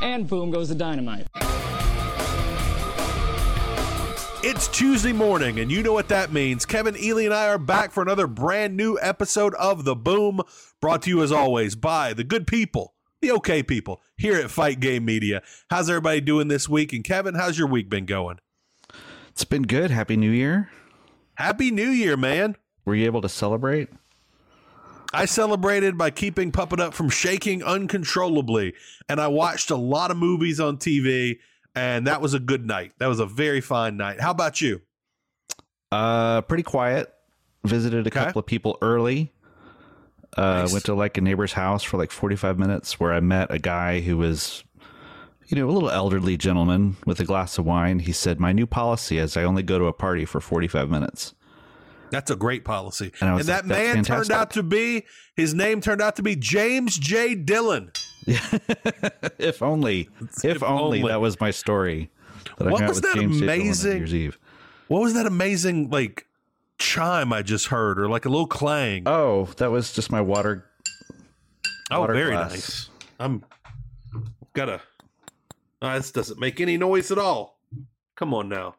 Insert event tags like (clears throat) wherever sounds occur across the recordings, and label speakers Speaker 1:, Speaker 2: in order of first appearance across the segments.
Speaker 1: And boom goes the dynamite.
Speaker 2: It's Tuesday morning, and you know what that means. Kevin Ely and I are back for another brand new episode of The Boom, brought to you as always by the good people, the okay people here at Fight Game Media. How's everybody doing this week? And Kevin, how's your week been going?
Speaker 3: It's been good. Happy New Year.
Speaker 2: Happy New Year, man.
Speaker 3: Were you able to celebrate?
Speaker 2: I celebrated by keeping Puppet Up from shaking uncontrollably, and I watched a lot of movies on TV, and that was a good night. That was a very fine night. How about you?
Speaker 3: Uh, pretty quiet. Visited a
Speaker 2: Okay.
Speaker 3: couple of people early. Uh,
Speaker 2: Nice.
Speaker 3: went to like a neighbor's house for like 45 minutes where I met a guy who was, you know, a little elderly gentleman with a glass of wine. He said, My new policy is I only go to a party for 45 minutes. (laughs)
Speaker 2: That's a great policy.
Speaker 3: And I
Speaker 2: And,
Speaker 3: was
Speaker 2: that
Speaker 3: like, "That's
Speaker 2: man
Speaker 3: fantastic."
Speaker 2: turned out to be, his name turned out to be James J. Dillon.
Speaker 3: if only, if,
Speaker 2: if
Speaker 3: only,
Speaker 2: only.
Speaker 3: that was my story. That
Speaker 2: What
Speaker 3: hung out
Speaker 2: was
Speaker 3: with
Speaker 2: that
Speaker 3: James J. Dillon on New
Speaker 2: amazing-
Speaker 3: Year's Eve.
Speaker 2: What was that amazing, like, chime I just heard, or like a little clang?
Speaker 3: Oh, that was just my water.
Speaker 2: Oh,
Speaker 3: water
Speaker 2: very
Speaker 3: glass.
Speaker 2: nice. I'm gotta. Uh, this doesn't make any noise at all. Come on now.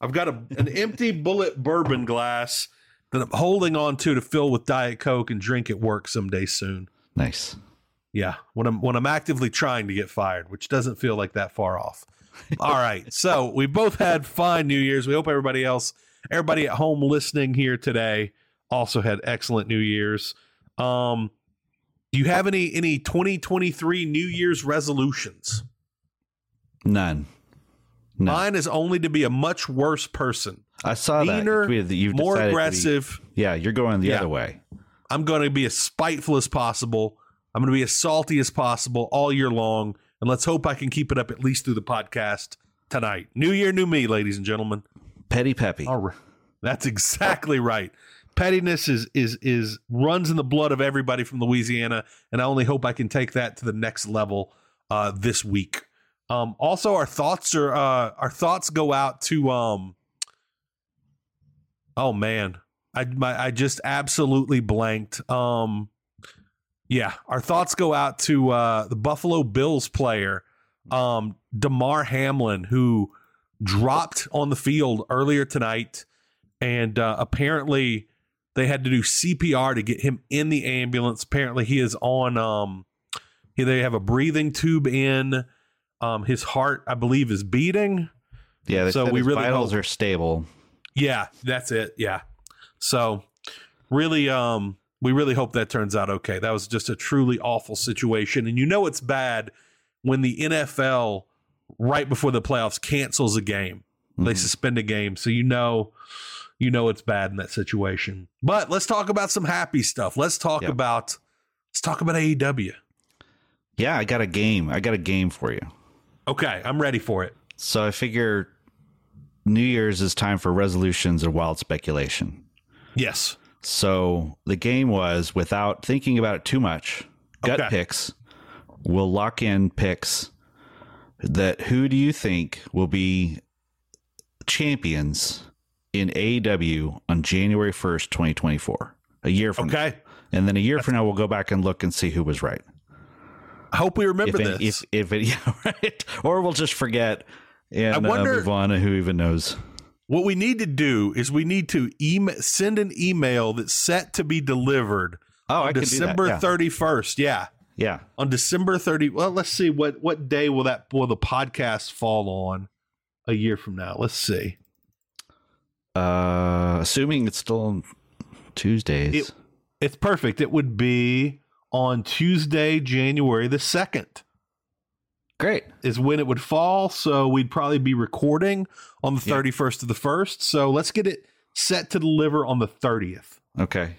Speaker 2: I've got a an empty bullet bourbon glass that I'm holding on to to fill with diet coke and drink at work someday soon.
Speaker 3: Nice.
Speaker 2: Yeah, when I'm when I'm actively trying to get fired, which doesn't feel like that far off. All
Speaker 3: (laughs)
Speaker 2: right, so we both had fine New Year's. We hope everybody else, everybody at home listening here today, also had excellent New Year's. Um, do you have any any 2023 New Year's resolutions?
Speaker 3: None. No.
Speaker 2: Mine is only to be a much worse person,
Speaker 3: I saw that. you
Speaker 2: meaner,
Speaker 3: tweeted that you've
Speaker 2: more
Speaker 3: decided to be-
Speaker 2: aggressive.
Speaker 3: yeah, you're going the
Speaker 2: Yeah.
Speaker 3: other way.
Speaker 2: I'm going to be as spiteful as possible. I'm going to be as salty as possible all year long. And let's hope I can keep it up at least through the podcast tonight. New year, new me, ladies and gentlemen.
Speaker 3: Petty Peppy.
Speaker 2: All right. That's exactly right. Pettiness is is is runs in the blood of everybody from Louisiana, and I only hope I can take that to the next level uh, this week. Um, also, our thoughts are uh, our thoughts go out to um. Oh man, I my, I just absolutely blanked. Um, yeah, our thoughts go out to uh, the Buffalo Bills player, um, Demar Hamlin, who dropped on the field earlier tonight, and uh, apparently they had to do CPR to get him in the ambulance. Apparently, he is on. Um, he, they have a breathing tube in. Um, his heart, I believe, is beating.
Speaker 3: Yeah, they
Speaker 2: So
Speaker 3: said
Speaker 2: we
Speaker 3: his
Speaker 2: really
Speaker 3: vitals
Speaker 2: hope-
Speaker 3: are stable.
Speaker 2: Yeah, that's it. Yeah, so really, um, we really hope that turns out okay. That was just a truly awful situation. And you know it's bad when the NFL, right before the playoffs, cancels a game. They
Speaker 3: Mhm.
Speaker 2: suspend a game. So you know you know it's bad in that situation. But let's talk about some happy stuff. Let's talk
Speaker 3: Yeah.
Speaker 2: about let's talk about E AEW.
Speaker 3: Yeah, I got a game. I got a game for you.
Speaker 2: Okay, I'm ready for it.
Speaker 3: So I figure New Year's is time for resolutions or wild speculation.
Speaker 2: Yes.
Speaker 3: So the game was without thinking about it too much. Gut
Speaker 2: Okay.
Speaker 3: picks. We'll lock in picks that who do you think will be champions in AEW on January 1st, 2024? A year from now.
Speaker 2: Okay.
Speaker 3: And then a year from now, we'll go back and look and see who was right.
Speaker 2: I hope we
Speaker 3: If,
Speaker 2: remember
Speaker 3: any- (laughs)
Speaker 2: this.
Speaker 3: if, if it, yeah, right. Or we'll just forget and
Speaker 2: I
Speaker 3: uh,
Speaker 2: wonder-
Speaker 3: move on and who even knows.
Speaker 2: What we need to do is we need to email, send an email that's set to be delivered
Speaker 3: Oh,
Speaker 2: on
Speaker 3: I can
Speaker 2: December
Speaker 3: do that. Yeah.
Speaker 2: 31st. Yeah.
Speaker 3: yeah.
Speaker 2: On December 30. Well, let's see what what day will that will the podcast fall on a year from now. Let's see.
Speaker 3: Uh, assuming it's still on Tuesdays.
Speaker 2: It- It's perfect. It would be on Tuesday, January the 2nd
Speaker 3: Great.
Speaker 2: is when it would fall, so we'd probably be recording on the
Speaker 3: Yeah.
Speaker 2: 31st of the 1st. So let's get it set to deliver on the 30th.
Speaker 3: Okay.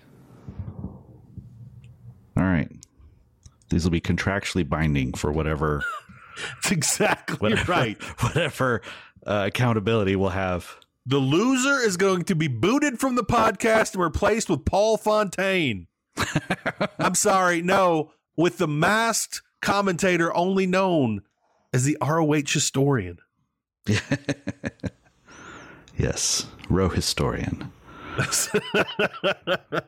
Speaker 3: All right. These will be contractually binding
Speaker 2: (laughs)
Speaker 3: for whatever
Speaker 2: That's (laughs) exactly
Speaker 3: whatever
Speaker 2: right.
Speaker 3: (laughs) whatever uh, accountability we'll have.
Speaker 2: The loser is going to be booted from the podcast and replaced with Paul
Speaker 3: (laughs)
Speaker 2: Fontaine. I'm sorry, no, with the masked commentator only known as the ROH historian.
Speaker 3: Yes,
Speaker 2: (laughs)
Speaker 3: row historian. All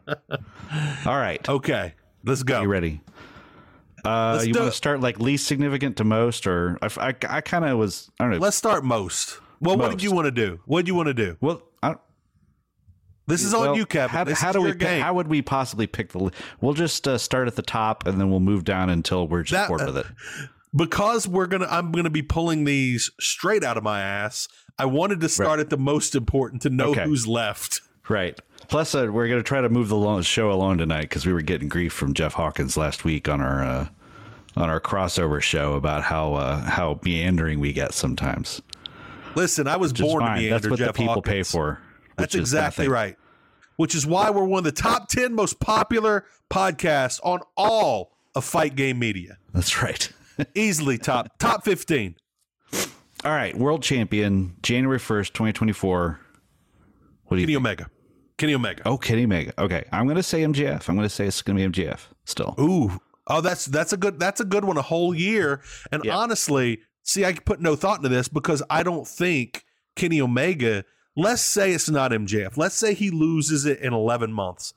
Speaker 3: right.
Speaker 2: Okay, let's
Speaker 3: You
Speaker 2: go.
Speaker 3: ready? Uh,
Speaker 2: Oh, Let's
Speaker 3: you
Speaker 2: do
Speaker 3: want
Speaker 2: it.
Speaker 3: to start like least significant to most, or I, kind of was. I don't know.
Speaker 2: Let's start most. Well, what did
Speaker 3: Most.
Speaker 2: you want to do? What do you want to do?
Speaker 3: well, I don't,
Speaker 2: This is on
Speaker 3: well,
Speaker 2: you, Kevin.
Speaker 3: How,
Speaker 2: this
Speaker 3: how
Speaker 2: is
Speaker 3: do we?
Speaker 2: your
Speaker 3: pick-
Speaker 2: game.
Speaker 3: how would we possibly pick the? li- We'll just uh, start at the top, and then we'll move down until we're just
Speaker 2: That- uh,
Speaker 3: bored with it.
Speaker 2: because we're gonna I'm gonna be pulling these straight out of my ass. I wanted to start at the most important to know
Speaker 3: Okay.
Speaker 2: who's left.
Speaker 3: Right. Plus, uh, we're going to try to move the lo- show along tonight because we were getting grief from Jeff Hawkins last week on our uh, on our crossover show about how uh, how meandering we get sometimes.
Speaker 2: Listen, I was
Speaker 3: Which is
Speaker 2: born to
Speaker 3: fine.
Speaker 2: be
Speaker 3: That's what
Speaker 2: Jeff
Speaker 3: the people pay
Speaker 2: Hawkins.
Speaker 3: for.
Speaker 2: That's
Speaker 3: which is
Speaker 2: exactly
Speaker 3: nothing.
Speaker 2: right. Which is why we're one of the top 10 most popular podcasts on all of fight game media.
Speaker 3: That's right.
Speaker 2: Easily top top 15.
Speaker 3: All right, world champion, January first, twenty twenty four. What do you?
Speaker 2: Kenny
Speaker 3: think?
Speaker 2: Omega. Kenny Omega.
Speaker 3: Oh, Kenny Omega. Okay, I'm going to say MJF. I'm going to say it's going to be MJF. Still,
Speaker 2: Ooh. Oh, that's that's a good that's a good one a whole year. And
Speaker 3: Yeah.
Speaker 2: honestly, see I put no thought into this because I don't think Kenny Omega, let's say it's not MJF. Let's say he loses it in 11 months.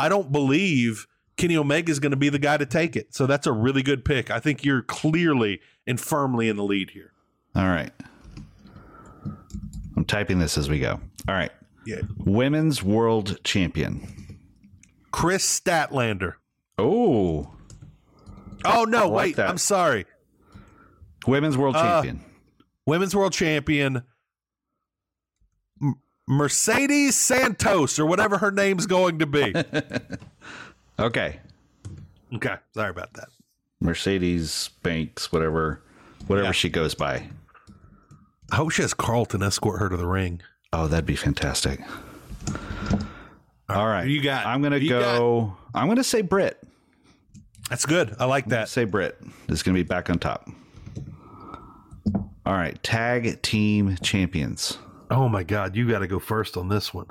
Speaker 2: I don't believe Kenny Omega is going to be the guy to take it. So that's a really good pick. I think you're clearly and firmly in the lead here.
Speaker 3: all right. I'm typing this as we go. All right,
Speaker 2: Yeah.
Speaker 3: women's world champion.
Speaker 2: Chris Statlander.
Speaker 3: Oh,
Speaker 2: Oh no,
Speaker 3: like
Speaker 2: wait.
Speaker 3: that.
Speaker 2: I'm sorry.
Speaker 3: women's world
Speaker 2: Uh,
Speaker 3: champion.
Speaker 2: Women's World Champion M- Mercedes Santos or whatever her name's going to
Speaker 3: (laughs)
Speaker 2: be.
Speaker 3: Okay,
Speaker 2: okay, sorry about that.
Speaker 3: Mercedes Banks, whatever, whatever
Speaker 2: Yeah.
Speaker 3: she goes by.
Speaker 2: I hope she has Carlton escort her to the ring.
Speaker 3: Oh, that'd be fantastic. All right,
Speaker 2: who you got?
Speaker 3: I'm gonna
Speaker 2: Who you
Speaker 3: go. I'm gonna say Brit.
Speaker 2: That's good. I like that.
Speaker 3: Say Brit is gonna be back on top. All right, tag team champions.
Speaker 2: Oh my god, you got to go first on this one.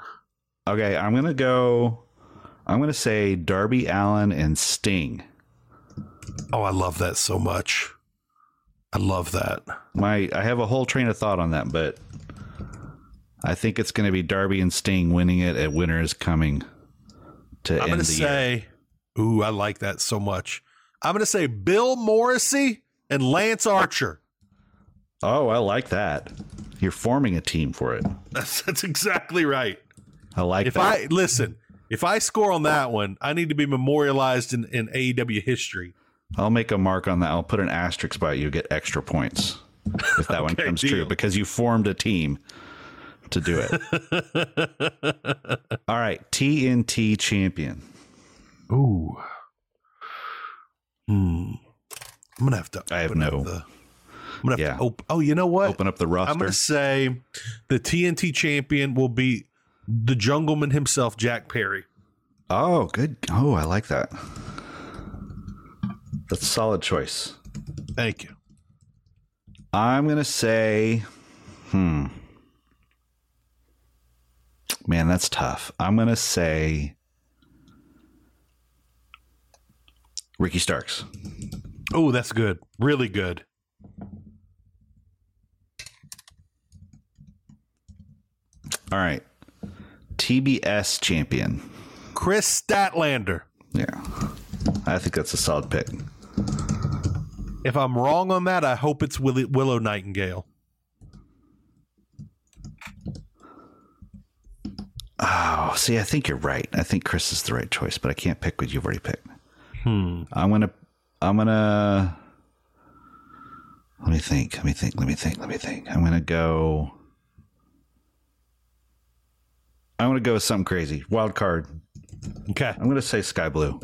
Speaker 3: Okay, I'm gonna go. I'm gonna say Darby Allen and Sting.
Speaker 2: Oh, I love that so much. I love that.
Speaker 3: My, I have a whole train of thought on that, but I think it's gonna be Darby and Sting winning it at Winter is Coming. To
Speaker 2: I'm
Speaker 3: end
Speaker 2: going to
Speaker 3: the year.
Speaker 2: say ooh, I like that so much. I'm going to say Bill Morrissey and Lance Archer. (laughs)
Speaker 3: Oh, I like that. You're forming a team for it.
Speaker 2: That's that's exactly right.
Speaker 3: I like
Speaker 2: if
Speaker 3: that.
Speaker 2: I listen, if I score on that one, I need to be memorialized in, in AEW history.
Speaker 3: I'll make a mark on that. I'll put an asterisk by it. You get extra points
Speaker 2: (laughs)
Speaker 3: if that one
Speaker 2: Okay,
Speaker 3: comes
Speaker 2: deal.
Speaker 3: true because you formed a team to do
Speaker 2: (laughs)
Speaker 3: it. All right, TNT champion.
Speaker 2: Ooh. Hmm. I'm gonna have to.
Speaker 3: I have
Speaker 2: open up
Speaker 3: no-
Speaker 2: The, I'm gonna have
Speaker 3: Yeah.
Speaker 2: to open. Oh, you know what?
Speaker 3: Open up the
Speaker 2: I'm
Speaker 3: roster.
Speaker 2: gonna say the TNT champion will be the Jungleman himself, Jack Perry.
Speaker 3: Oh, good. Oh, I like that. That's a solid choice.
Speaker 2: Thank you.
Speaker 3: I'm gonna say, hmm. Man, that's tough. I'm gonna say Ricky Starks.
Speaker 2: Oh, that's good. Really good.
Speaker 3: All right. TBS champion.
Speaker 2: Chris Statlander.
Speaker 3: Yeah. I think that's a solid pick.
Speaker 2: If I'm wrong on that, I hope it's Willi- Willow Nightingale.
Speaker 3: Oh, see, I think you're right. I think Chris is the right choice, but I can't pick what you've already picked.
Speaker 2: Hmm.
Speaker 3: I'm gonna I'm gonna let me think, let me think, let me think, let me think. I'm gonna go I'm gonna go with something crazy. Wild card.
Speaker 2: Okay.
Speaker 3: I'm gonna say sky blue.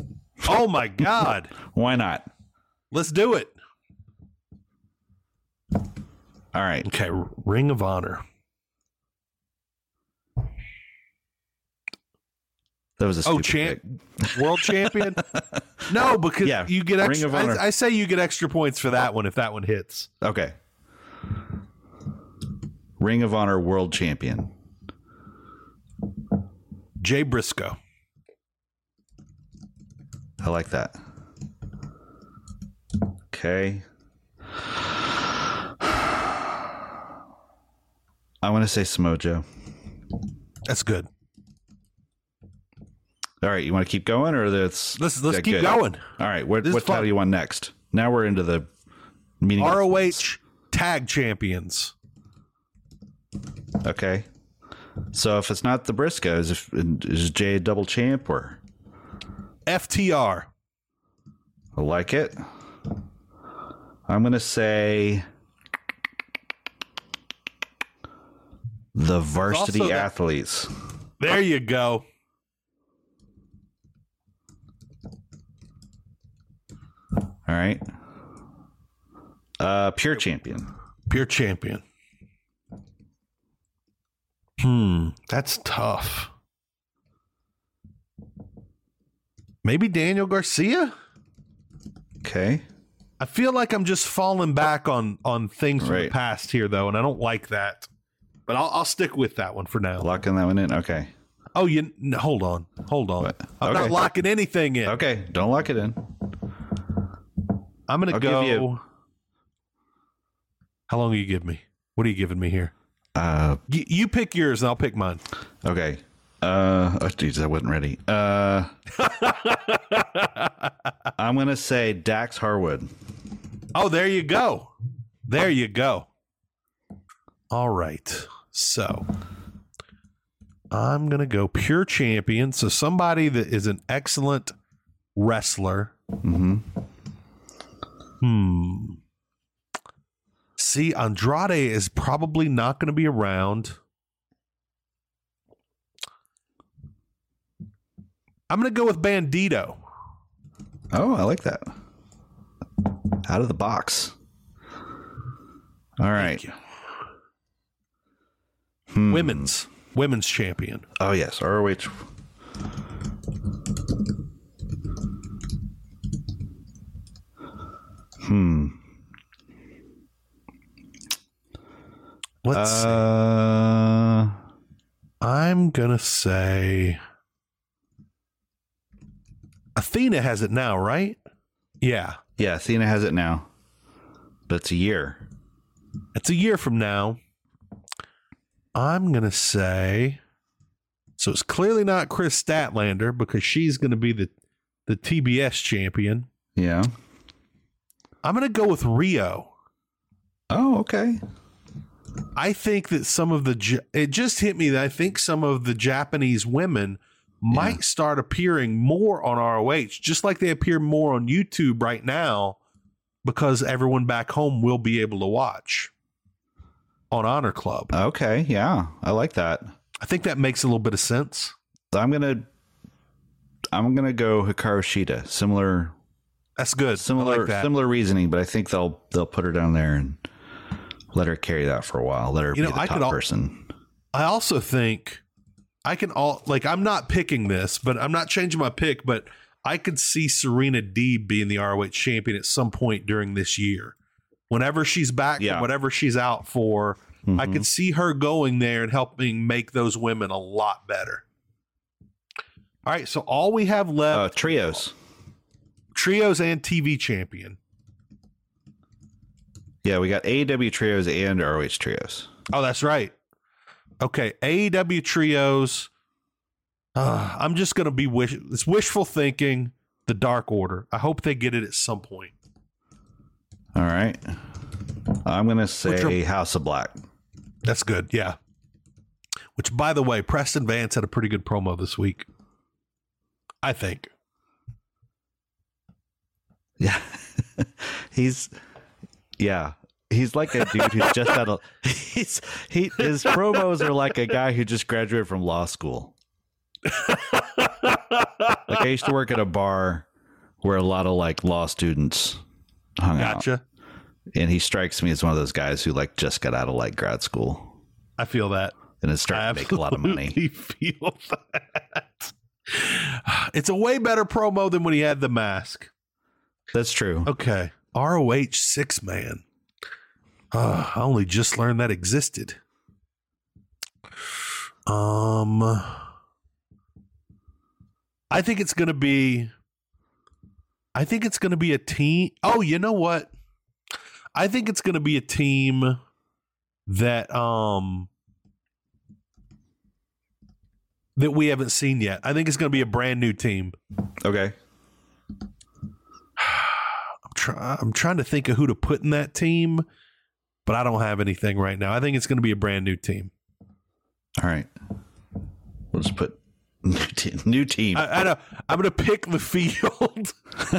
Speaker 2: Oh my God.
Speaker 3: Why not?
Speaker 2: Let's do it.
Speaker 3: All right.
Speaker 2: Okay. Ring of Honor.
Speaker 3: That was a
Speaker 2: Oh,
Speaker 3: stupid
Speaker 2: champ,
Speaker 3: pick.
Speaker 2: (laughs) world champion. No, because
Speaker 3: Yeah,
Speaker 2: you get
Speaker 3: Ring
Speaker 2: extra.
Speaker 3: of Honor.
Speaker 2: I, I say you get extra points for that one if that one hits.
Speaker 3: Okay. Ring of Honor World Champion.
Speaker 2: Jay Briscoe.
Speaker 3: I like that. Okay. I want to say Samoa Joe.
Speaker 2: That's good.
Speaker 3: All right, you want to keep going, or that's
Speaker 2: Let's let's
Speaker 3: that
Speaker 2: keep
Speaker 3: good?
Speaker 2: going.
Speaker 3: All right, what
Speaker 2: This is
Speaker 3: what title
Speaker 2: fun.
Speaker 3: do you want next? Now we're into the meeting.
Speaker 2: ROH Tag Champions.
Speaker 3: okay, so if it's not the Briscoes, if is Jay a double champ or
Speaker 2: FTR.
Speaker 3: I like it? I'm gonna say the varsity
Speaker 2: that-
Speaker 3: athletes.
Speaker 2: There you go.
Speaker 3: All right, uh, pure champion.
Speaker 2: Pure champion. Hmm. That's tough. Maybe Daniel Garcia?
Speaker 3: Okay,
Speaker 2: I feel like I'm just falling back on on things from the
Speaker 3: Right.
Speaker 2: past here though, and I don't like that. But I'll, I'll stick with that one for now.
Speaker 3: locking that one in. Okay,
Speaker 2: Oh, you n- hold on, hold on.
Speaker 3: What?
Speaker 2: I'm not
Speaker 3: Okay.
Speaker 2: locking anything in.
Speaker 3: okay, don't lock it in.
Speaker 2: I'm gonna
Speaker 3: I'll give
Speaker 2: go.
Speaker 3: you-
Speaker 2: How long do you give me? What are you giving me here?
Speaker 3: Uh,
Speaker 2: Y- you pick yours, and I'll pick mine.
Speaker 3: Okay. Uh, oh, geez, I wasn't ready. Uh, I'm gonna say Dax Harwood.
Speaker 2: Oh, there you go.
Speaker 3: Oh.
Speaker 2: There you go. All right. So I'm going to go pure champion. So somebody that is an excellent wrestler.
Speaker 3: Mm-hmm.
Speaker 2: Hmm. See, Andrade is probably not going to be around. I'm going to go with Bandito.
Speaker 3: Oh, I like that. Out of the box. All right. Hmm.
Speaker 2: Women's. Women's champion.
Speaker 3: Oh yes, ROH. Hmm.
Speaker 2: Let's see.
Speaker 3: Uh,
Speaker 2: I'm gonna say Athena has it now, right? Yeah,
Speaker 3: yeah, Athena has it now, but it's a year.
Speaker 2: it's a year from now. I'm gonna say so. It's clearly not Chris Statlander because she's gonna be the the TBS champion.
Speaker 3: Yeah.
Speaker 2: I'm gonna go with Rio.
Speaker 3: Oh, okay.
Speaker 2: I think that some of the Ja- it just hit me that I think some of the Japanese women might start appearing more on ROH, just like they appear more on YouTube right now, because everyone back home will be able to watch on Honor Club.
Speaker 3: Okay, yeah, I like that.
Speaker 2: I think that makes a little bit of sense.
Speaker 3: I'm gonna. I'm gonna go Hikaru Shida. Similar,
Speaker 2: That's good.
Speaker 3: similar,
Speaker 2: I like that.
Speaker 3: similar reasoning, but I think they'll they'll put her down there and let her carry that for a while. Let her
Speaker 2: You
Speaker 3: be
Speaker 2: know,
Speaker 3: the
Speaker 2: I could
Speaker 3: top
Speaker 2: al-
Speaker 3: person.
Speaker 2: I also think I can all like I'm not picking this, but I'm not changing my pick, but I could see Serena Deeb being the ROH champion at some point during this year. Whenever she's back,
Speaker 3: Yeah.
Speaker 2: from whatever she's out for, I
Speaker 3: Mhm.
Speaker 2: could see her going there and helping make those women a lot better. All right, so all we have
Speaker 3: uh,
Speaker 2: left
Speaker 3: trios.
Speaker 2: trios and TV champion.
Speaker 3: Yeah, we got AEW trios and ROH trios.
Speaker 2: Oh, that's right. Okay, AEW trios. Uh, I'm just gonna be wish. It's wishful thinking. The Dark Order. I hope they get it at some point.
Speaker 3: All right, I'm gonna say
Speaker 2: are-
Speaker 3: House of Black. (laughs)
Speaker 2: That's good. Yeah. Which, by the way, Preston Vance had a pretty good promo this week. I think.
Speaker 3: Yeah. he's yeah. He's like a dude who's
Speaker 2: (laughs)
Speaker 3: just out of he's he his promos are like a guy who just graduated from law school. like I used to work at a bar where a lot of like law students hung out.
Speaker 2: Gotcha.
Speaker 3: And he strikes me as one of those guys who like just got out of like grad school
Speaker 2: I feel that.
Speaker 3: and is starting to make a lot of money.
Speaker 2: absolutely (laughs) Feel that. It's a way better promo than when he had the mask.
Speaker 3: That's true.
Speaker 2: Okay. ROH six man. Uh, I only just learned that existed. Um I think it's gonna be I think it's gonna be a team. Oh, you know what? I think it's gonna be a team that um that we haven't seen yet. I think it's gonna be a brand new team.
Speaker 3: Okay.
Speaker 2: I'm, try- I'm trying to think of who to put in that team, but I don't have anything right now. I think it's going to be a brand new team.
Speaker 3: All right. We'll just put (laughs) new team. New team.
Speaker 2: I, I know. I'm going to pick the field, (laughs)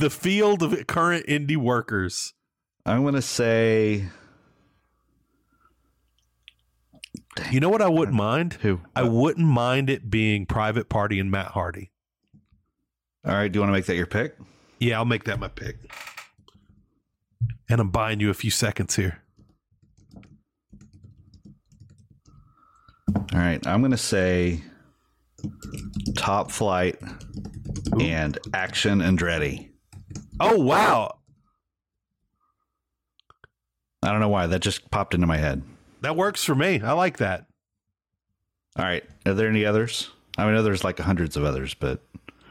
Speaker 2: the field of current indie workers.
Speaker 3: I'm gonna say
Speaker 2: You know what I wouldn't mind?
Speaker 3: who?
Speaker 2: I wouldn't mind it being Private Party and Matt Hardy.
Speaker 3: All right, do you want to make that your pick?
Speaker 2: Yeah, I'll make that my pick. And I'm buying you a few seconds here.
Speaker 3: All right, I'm going to say Top Flight and Action Andretti.
Speaker 2: Oh wow,
Speaker 3: I don't know why that just popped into my head.
Speaker 2: that works for me. I like that.
Speaker 3: All right, are there any others? I mean, I know there's like hundreds of others, but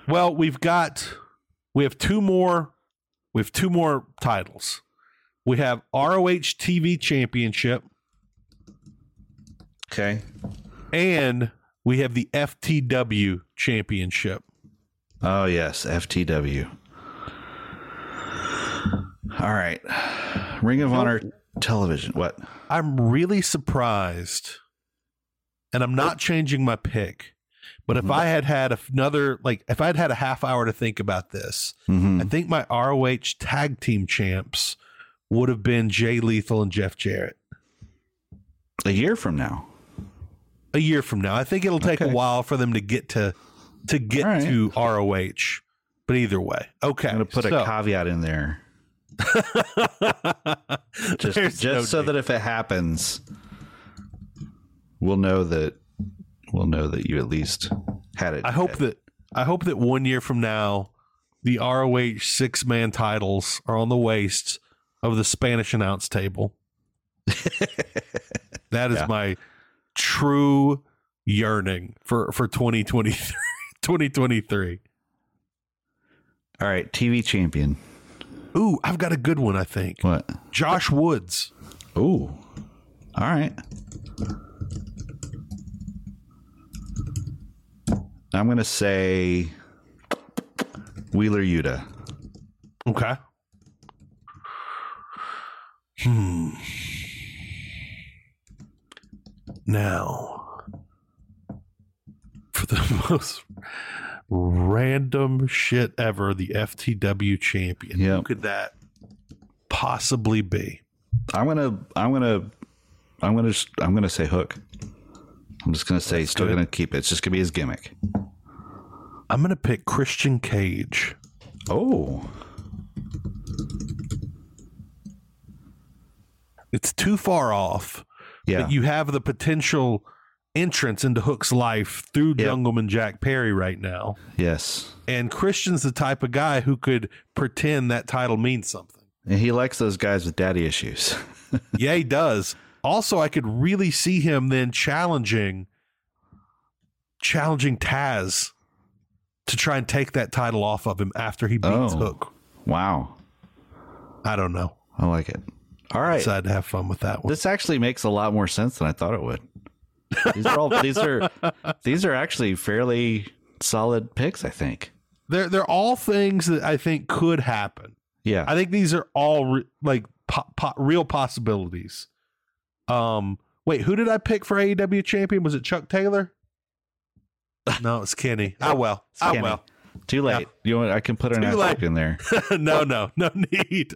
Speaker 2: Well, we've got we have two more we have two more titles. We have ROH TV Championship
Speaker 3: okay.
Speaker 2: and we have the FTW Championship.
Speaker 3: Oh yes, FTW. All right, Ring of Honor Television. What?
Speaker 2: I'm really surprised and I'm not changing my pick. But if I had had another like if I'd had a half hour to think about this,
Speaker 3: hmm
Speaker 2: I think my ROH tag team champs would have been Jay Lethal and Jeff Jarrett.
Speaker 3: A year from now.
Speaker 2: a year from now. I think it'll take
Speaker 3: Okay.
Speaker 2: a while for them to get to to get
Speaker 3: All right.
Speaker 2: to ROH. But either way, okay.
Speaker 3: I'm going to put a
Speaker 2: (laughs)
Speaker 3: caveat in there,
Speaker 2: cop.
Speaker 3: just just so that if it happens, we'll know that we'll know that you at least had it.
Speaker 2: I hope that I hope that one year from now, the ROH six man titles are on the waist of the Spanish announce
Speaker 3: (laughs)
Speaker 2: table. that is
Speaker 3: Yeah.
Speaker 2: my true yearning for for (laughs) 2023 2023
Speaker 3: All right, TV champion.
Speaker 2: ooh i've got a good one i think
Speaker 3: What?
Speaker 2: josh woods
Speaker 3: Ooh. All right. I'm going to say Wheeler Yuta.
Speaker 2: Okay. Hmm. Now, for the (laughs) most random shit ever, the FTW champion.
Speaker 3: Yep.
Speaker 2: Who could that possibly be?
Speaker 3: I'm going to I'm going to I'm going to I'm going to say Hook. I'm just going to say he's still
Speaker 2: good.
Speaker 3: going to keep it. It's just going to be his gimmick.
Speaker 2: I'm going to pick Christian Cage.
Speaker 3: Oh,
Speaker 2: It's too far off,
Speaker 3: yeah.
Speaker 2: but you have the potential entrance into Hook's life through
Speaker 3: Yep.
Speaker 2: Jungleman Jack Perry right now.
Speaker 3: yes.
Speaker 2: And Christian's the type of guy who could pretend that title means something.
Speaker 3: And he likes those guys with daddy issues. (laughs)
Speaker 2: yeah, he does. Also, I could really see him then challenging challenging Taz to try and take that title off of him after he beats
Speaker 3: Oh.
Speaker 2: Hook.
Speaker 3: wow.
Speaker 2: I don't know.
Speaker 3: I like it. All right.
Speaker 2: So I'd have fun with that one.
Speaker 3: This actually makes a lot more sense than I thought it would. These are all
Speaker 2: (laughs)
Speaker 3: these are these are actually fairly solid picks, I think.
Speaker 2: They're they're all things that I think could happen.
Speaker 3: Yeah.
Speaker 2: I think these are all re- like po- po- real possibilities. Um, wait, who did I pick for AEW champion? Was it Chuck Taylor? No, it's Kenny. Ah, well.
Speaker 3: It's
Speaker 2: Ah,
Speaker 3: Kenny.
Speaker 2: well. (laughs)
Speaker 3: Too late. You know what? I can put an
Speaker 2: Too
Speaker 3: asterisk
Speaker 2: late. (laughs)
Speaker 3: in there.
Speaker 2: no, no, no need.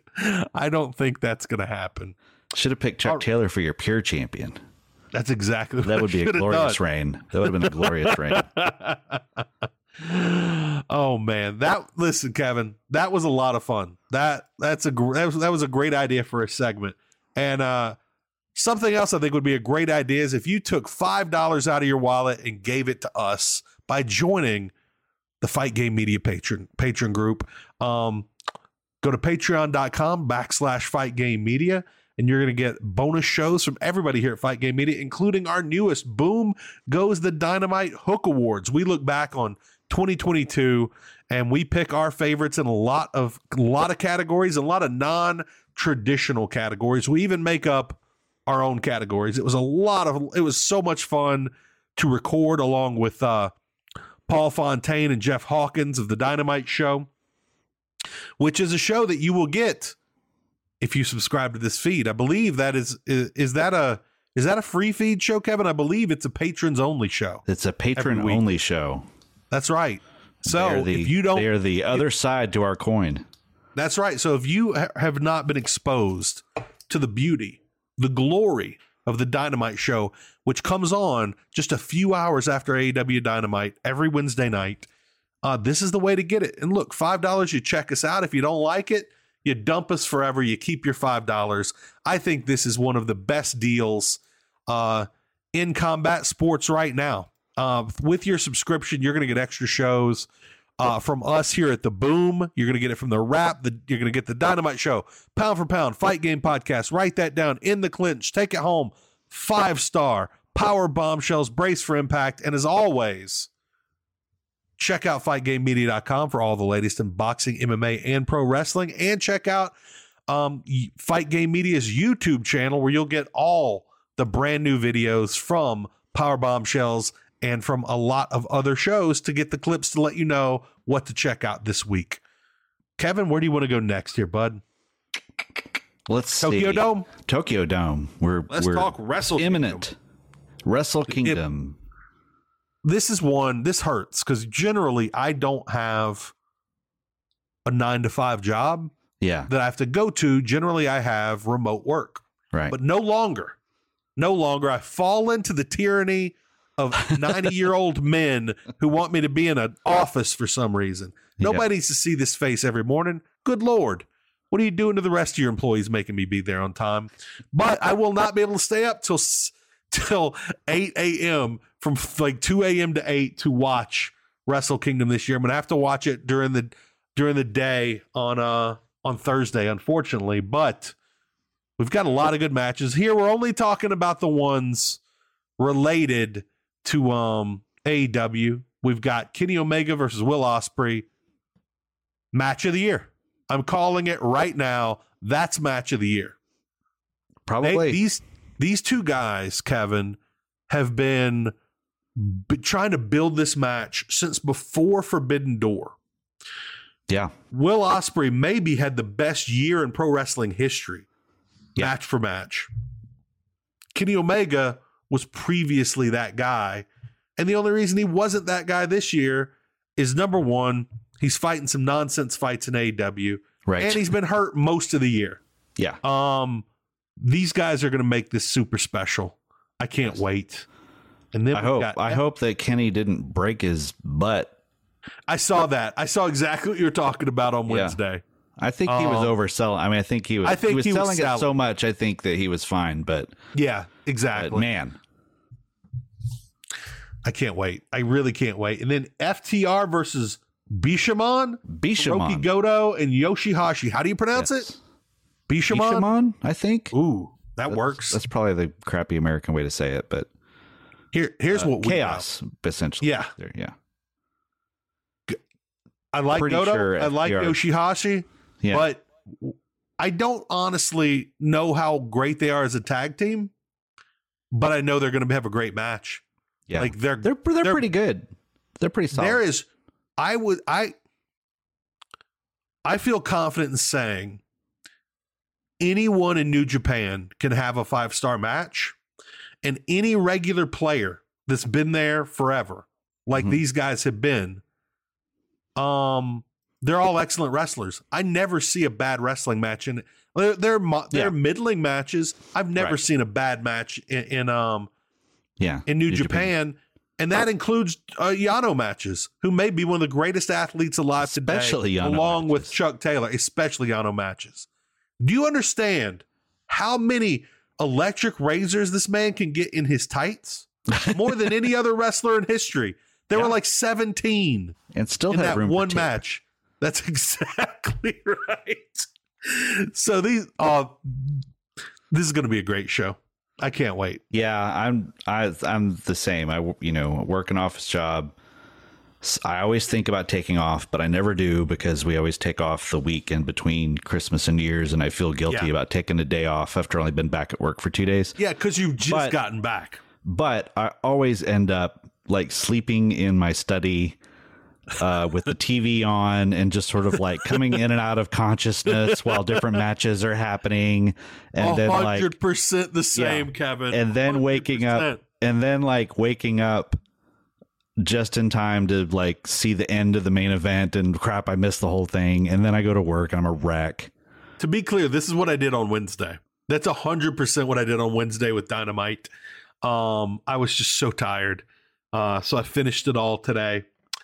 Speaker 2: I don't think that's going to happen.
Speaker 3: Should have picked Chuck
Speaker 2: All-
Speaker 3: Taylor for your pure champion.
Speaker 2: That's exactly what
Speaker 3: That
Speaker 2: (laughs)
Speaker 3: would be a glorious
Speaker 2: rank.
Speaker 3: reign. That would have been a glorious reign.
Speaker 2: oh man, that listen, Kevin, that was a lot of fun. That that's a gr- that was, that was a great idea for a segment. And uh something else I think would be a great idea is if you took five dollars out of your wallet and gave it to us by joining the Fight Game Media patron patron group. Um, go to patreon.com backslash Fight Game Media. And you're going to get bonus shows from everybody here at Fight Game Media, including our newest Boom Goes the Dynamite Hook Awards. We look back on 2022 and we pick our favorites in a lot of a lot of categories, a lot of non-traditional categories. We even make up our own categories. It was a lot of it was so much fun to record along with uh Paul Fontaine and Jeff Hawkins of the Dynamite Show, which is a show that you will get if you subscribe to this feed. I believe that is is, is that a is that a free feed show, Kevin? I believe it's a patrons only show.
Speaker 3: It's a patron
Speaker 2: week.
Speaker 3: only show.
Speaker 2: That's right. So
Speaker 3: They're the-
Speaker 2: if you
Speaker 3: they
Speaker 2: don't,
Speaker 3: are the other side to our coin.
Speaker 2: that's right. So if you ha- have not been exposed to the beauty, the glory of the Dynamite show, which comes on just a few hours after AEW Dynamite every Wednesday night, uh, this is the way to get it. And look, five dollars, you check us out. If you don't like it, you dump us forever. You keep your five dollars. I think this is one of the best deals uh, in combat sports right now. Uh, with your subscription, you're going to get extra shows uh, from us here at the Boom. You're going to get it from the Wrap. The, you're going to get the Dynamite Show, Pound for Pound, Fight Game Podcast. Write that down in the clinch. Take it home. Five star power bombshells. Brace for impact. And as always. Check out fightgamemedia.com for all the latest in boxing, MMA, and pro wrestling. And check out um, y- Fight Game Media's YouTube channel where you'll get all the brand new videos from Power Bombshells and from a lot of other shows to get the clips to let you know what to check out this week. Kevin, where do you want to go next here, bud?
Speaker 3: Let's
Speaker 2: Tokyo
Speaker 3: see.
Speaker 2: Dome?
Speaker 3: Tokyo Dome. We're
Speaker 2: Let's
Speaker 3: we're
Speaker 2: talk Wrestle
Speaker 3: imminent. Wrestle
Speaker 2: Kingdom.
Speaker 3: Kingdom.
Speaker 2: this is one this hurts because generally I don't have a nine to five job
Speaker 3: yeah.
Speaker 2: that I have to go to. Generally, I have remote work.
Speaker 3: Right.
Speaker 2: but no longer no longer i fall into the tyranny of 90 year old men who want me to be in an office for some reason
Speaker 3: Yeah.
Speaker 2: nobody needs to see this face every morning good lord what are you doing to the rest of your employees making me be there on time but i will not be able to stay up till s- till 8 a.m from f- like 2 a.m to 8 to watch wrestle kingdom this year i'm gonna have to watch it during the during the day on uh on thursday unfortunately but We've got a lot of good matches here. We're only talking about the ones related to um AEW. We've got Kenny Omega versus Will Osprey. Match of the year. I'm calling it right now. That's match of the year. They-
Speaker 3: Probably.
Speaker 2: these these two guys, Kevin, have been b- trying to build this match since before Forbidden Door.
Speaker 3: yeah.
Speaker 2: Will Osprey maybe had the best year in pro wrestling history,
Speaker 3: Yeah.
Speaker 2: match for match. Kenny Omega was previously that guy, and the only reason he wasn't that guy this year is number one, he's fighting some nonsense fights in AEW,
Speaker 3: Right.
Speaker 2: and he's been hurt most of the year.
Speaker 3: yeah.
Speaker 2: Um, these guys are going to make this super special. I can't wait. And then
Speaker 3: I
Speaker 2: we've
Speaker 3: hope
Speaker 2: got-
Speaker 3: I hope that Kenny didn't break his butt
Speaker 2: I saw that. I saw exactly what you were talking about on
Speaker 3: Yeah.
Speaker 2: Wednesday.
Speaker 3: I think he was
Speaker 2: Uh,
Speaker 3: overselling. I mean, I think he was.
Speaker 2: I think
Speaker 3: he was
Speaker 2: he was
Speaker 3: selling it
Speaker 2: selling.
Speaker 3: so much. I think that he was fine, but,
Speaker 2: Yeah,
Speaker 3: but
Speaker 2: exactly.
Speaker 3: man,
Speaker 2: I can't wait. I really can't wait. And then FTR versus Bishamon, Roki
Speaker 3: Bishamon.
Speaker 2: Goto, and Yoshihashi. How do you pronounce it?
Speaker 3: Yes.
Speaker 2: Bishamon?
Speaker 3: Bishamon, I think
Speaker 2: Ooh, that
Speaker 3: That's-
Speaker 2: works.
Speaker 3: That's probably the crappy American way to say it, but
Speaker 2: Here, here's
Speaker 3: uh,
Speaker 2: what we
Speaker 3: chaos essentially.
Speaker 2: Yeah.
Speaker 3: There, yeah,
Speaker 2: know. I like
Speaker 3: Pretty
Speaker 2: Goto.
Speaker 3: sure
Speaker 2: I like
Speaker 3: FTR.
Speaker 2: Yoshihashi,
Speaker 3: yeah.
Speaker 2: but I don't honestly know how great they are as a tag team. But I know they're going to have a great match.
Speaker 3: yeah.
Speaker 2: Like they're
Speaker 3: they're, they're
Speaker 2: they're-
Speaker 3: pretty good. They're pretty solid.
Speaker 2: There is, I would, I, I feel confident in saying anyone in New Japan can have a five star match, and any regular player that's been there forever, like
Speaker 3: Mhm.
Speaker 2: these guys have been, um, they're all excellent wrestlers. I never see a bad wrestling match in. They're they're, mo- they're
Speaker 3: Yeah.
Speaker 2: middling matches. I've never
Speaker 3: Right.
Speaker 2: seen a bad match in, in um
Speaker 3: yeah.
Speaker 2: in New, Japan, and that includes uh, Yano matches, who may be one of the greatest athletes alive
Speaker 3: Especially
Speaker 2: today,
Speaker 3: Yano
Speaker 2: along with
Speaker 3: matches.
Speaker 2: Chuck Taylor, especially Yano matches. Do you understand how many electric razors this man can get in his (laughs) tights? More than any other wrestler in history. There
Speaker 3: Yeah.
Speaker 2: were like 17
Speaker 3: and still
Speaker 2: in
Speaker 3: have
Speaker 2: that
Speaker 3: room for
Speaker 2: one
Speaker 3: tape.
Speaker 2: match. That's (laughs) exactly (laughs) right. So these uh this is going to be a great show. I can't wait.
Speaker 3: Yeah, I'm I I'm the same. I w- you know work an office job. S- I always think about taking off, but I never do because we always take off the week in between Christmas and New Year's, and I feel guilty
Speaker 2: Yeah.
Speaker 3: about taking a day off after only been back at work for two days.
Speaker 2: Yeah, cuz you've just
Speaker 3: But-
Speaker 2: gotten back.
Speaker 3: But I always end up like sleeping in my study. Uh, with the TV on and just sort of like coming in and out of consciousness while
Speaker 2: (laughs)
Speaker 3: different matches are happening, and
Speaker 2: A
Speaker 3: then like
Speaker 2: hundred percent the same, Kevin.
Speaker 3: and then waking up
Speaker 2: 100%.
Speaker 3: and then like waking up just in time to like see the end of the main event and crap i missed the whole thing and then i go to work and i'm a wreck
Speaker 2: To be clear, this is what I did on Wednesday. That's a hundred percent what I did on Wednesday with Dynamite. Um, I was just so tired, uh, so I finished it all today.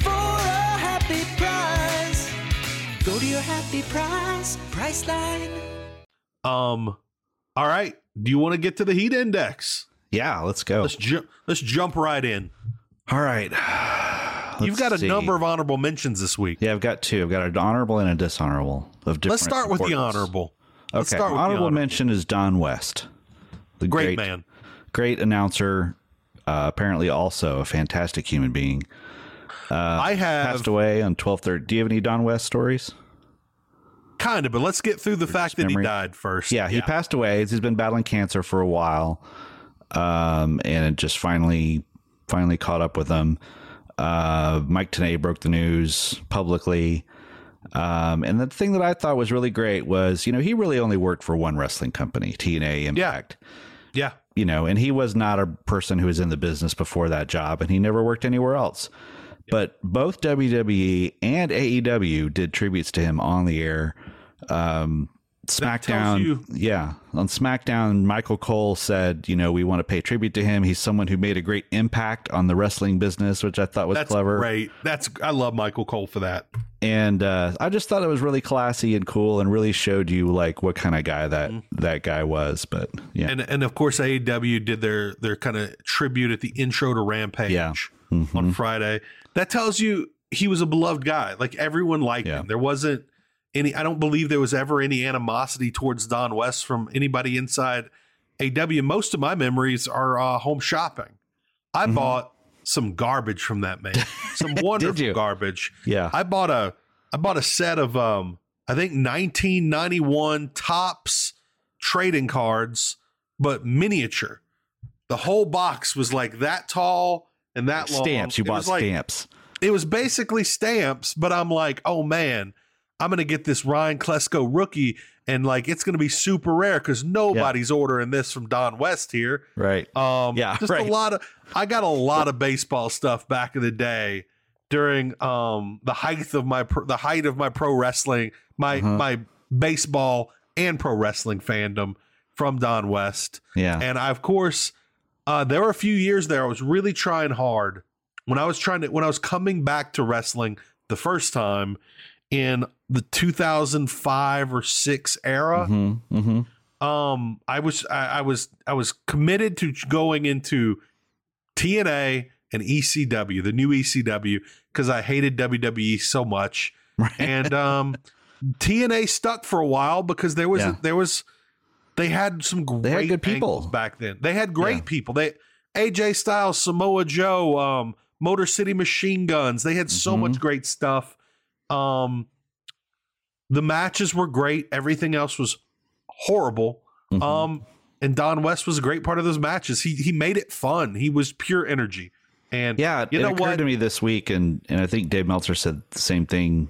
Speaker 4: for a happy price. Go to your happy price, Priceline.
Speaker 2: Um, all right. Do you want to get to the heat index?
Speaker 3: yeah let's go
Speaker 2: Let's ju- let's jump right in.
Speaker 3: all right
Speaker 2: You've
Speaker 3: Let's
Speaker 2: got a
Speaker 3: see.
Speaker 2: number of honorable mentions this week.
Speaker 3: yeah i've got two i've got an honorable and a dishonorable of different
Speaker 2: Let's start with the
Speaker 3: importance.
Speaker 2: honorable.
Speaker 3: okay
Speaker 2: Let's start with the
Speaker 3: honorable,
Speaker 2: honorable.
Speaker 3: mention is don west the
Speaker 2: Great, man.
Speaker 3: great announcer uh, apparently also a fantastic human being uh,
Speaker 2: I have
Speaker 3: passed away on 12 do you have any don west stories
Speaker 2: kind of, but let's get through the fact that he
Speaker 3: memory.
Speaker 2: died first.
Speaker 3: Yeah, he passed away. He's been battling cancer for a while, um, and it just finally, finally caught up with him. Uh, Mike Tenay broke the news publicly, um, and the thing that I thought was really great was, you know, he really only worked for one wrestling company, TNA Impact.
Speaker 2: yeah.
Speaker 3: You know, and he was not a person who was in the business before that job, and he never worked anywhere else. But both WWE and AEW did tributes to him on the air. Um, SmackDown,
Speaker 2: you-
Speaker 3: yeah, on SmackDown, Michael Cole said, you know, we want to pay tribute to him. He's someone who made a great impact on the wrestling business, which I thought was
Speaker 2: That's
Speaker 3: clever.
Speaker 2: great. That's I love Michael Cole for that.
Speaker 3: And uh, I just thought it was really classy and cool, and really showed you like what kind of guy that that guy was. But yeah,
Speaker 2: Mm-hmm. and and of course AEW did their their kind of tribute at the intro to Rampage
Speaker 3: Yeah. Mm-hmm.
Speaker 2: on Friday. That tells you he was a beloved guy. Like everyone liked
Speaker 3: Yeah.
Speaker 2: him. There wasn't any. I don't believe there was ever any animosity towards Don West from anybody inside AW. Most of my memories are uh, home shopping. I
Speaker 3: Mm-hmm.
Speaker 2: bought some garbage from that
Speaker 3: (laughs)
Speaker 2: man. Some wonderful
Speaker 3: you?
Speaker 2: garbage.
Speaker 3: Yeah.
Speaker 2: I bought a I bought a set of um I think 1991 tops trading cards, but miniature. The whole box was like that tall and that long.
Speaker 3: stamps. You
Speaker 2: It
Speaker 3: bought
Speaker 2: was like-
Speaker 3: stamps.
Speaker 2: It was basically stamps, but I'm like, oh man, I'm gonna get this Ryan Klesko rookie, and like it's gonna be super rare because nobody's ordering this from Don West here.
Speaker 3: Right.
Speaker 2: Um,
Speaker 3: Yeah,
Speaker 2: just
Speaker 3: right.
Speaker 2: a lot of. I got a lot of baseball stuff back in the day during um the height of my pro, the height of my pro wrestling, my
Speaker 3: Uh-huh.
Speaker 2: my baseball and pro wrestling fandom from Don West,
Speaker 3: Yeah.
Speaker 2: and I of course uh, there were a few years there I was really trying hard when I was trying to when I was coming back to wrestling the first time in the 2005 or six era
Speaker 3: mm-hmm. Mm-hmm. (laughs)
Speaker 2: um i was I, I was i was committed to going into tna and ecw the new E ecw because i hated wwe so much and um tna stuck for a while because there was
Speaker 3: Yeah.
Speaker 2: there was they had some great
Speaker 3: They had good
Speaker 2: angles
Speaker 3: people.
Speaker 2: back then they had great
Speaker 3: Yeah.
Speaker 2: people they aj styles samoa joe um motor city machine guns they had so
Speaker 3: Mhm.
Speaker 2: much great stuff um the matches were great everything else was horrible
Speaker 3: Mhm.
Speaker 2: um, and Don West was a great part of those matches. He he made it fun. He was pure energy. And
Speaker 3: Yeah,
Speaker 2: you
Speaker 3: it
Speaker 2: know
Speaker 3: occurred
Speaker 2: what?
Speaker 3: to me this week, and and I think Dave Meltzer said the same thing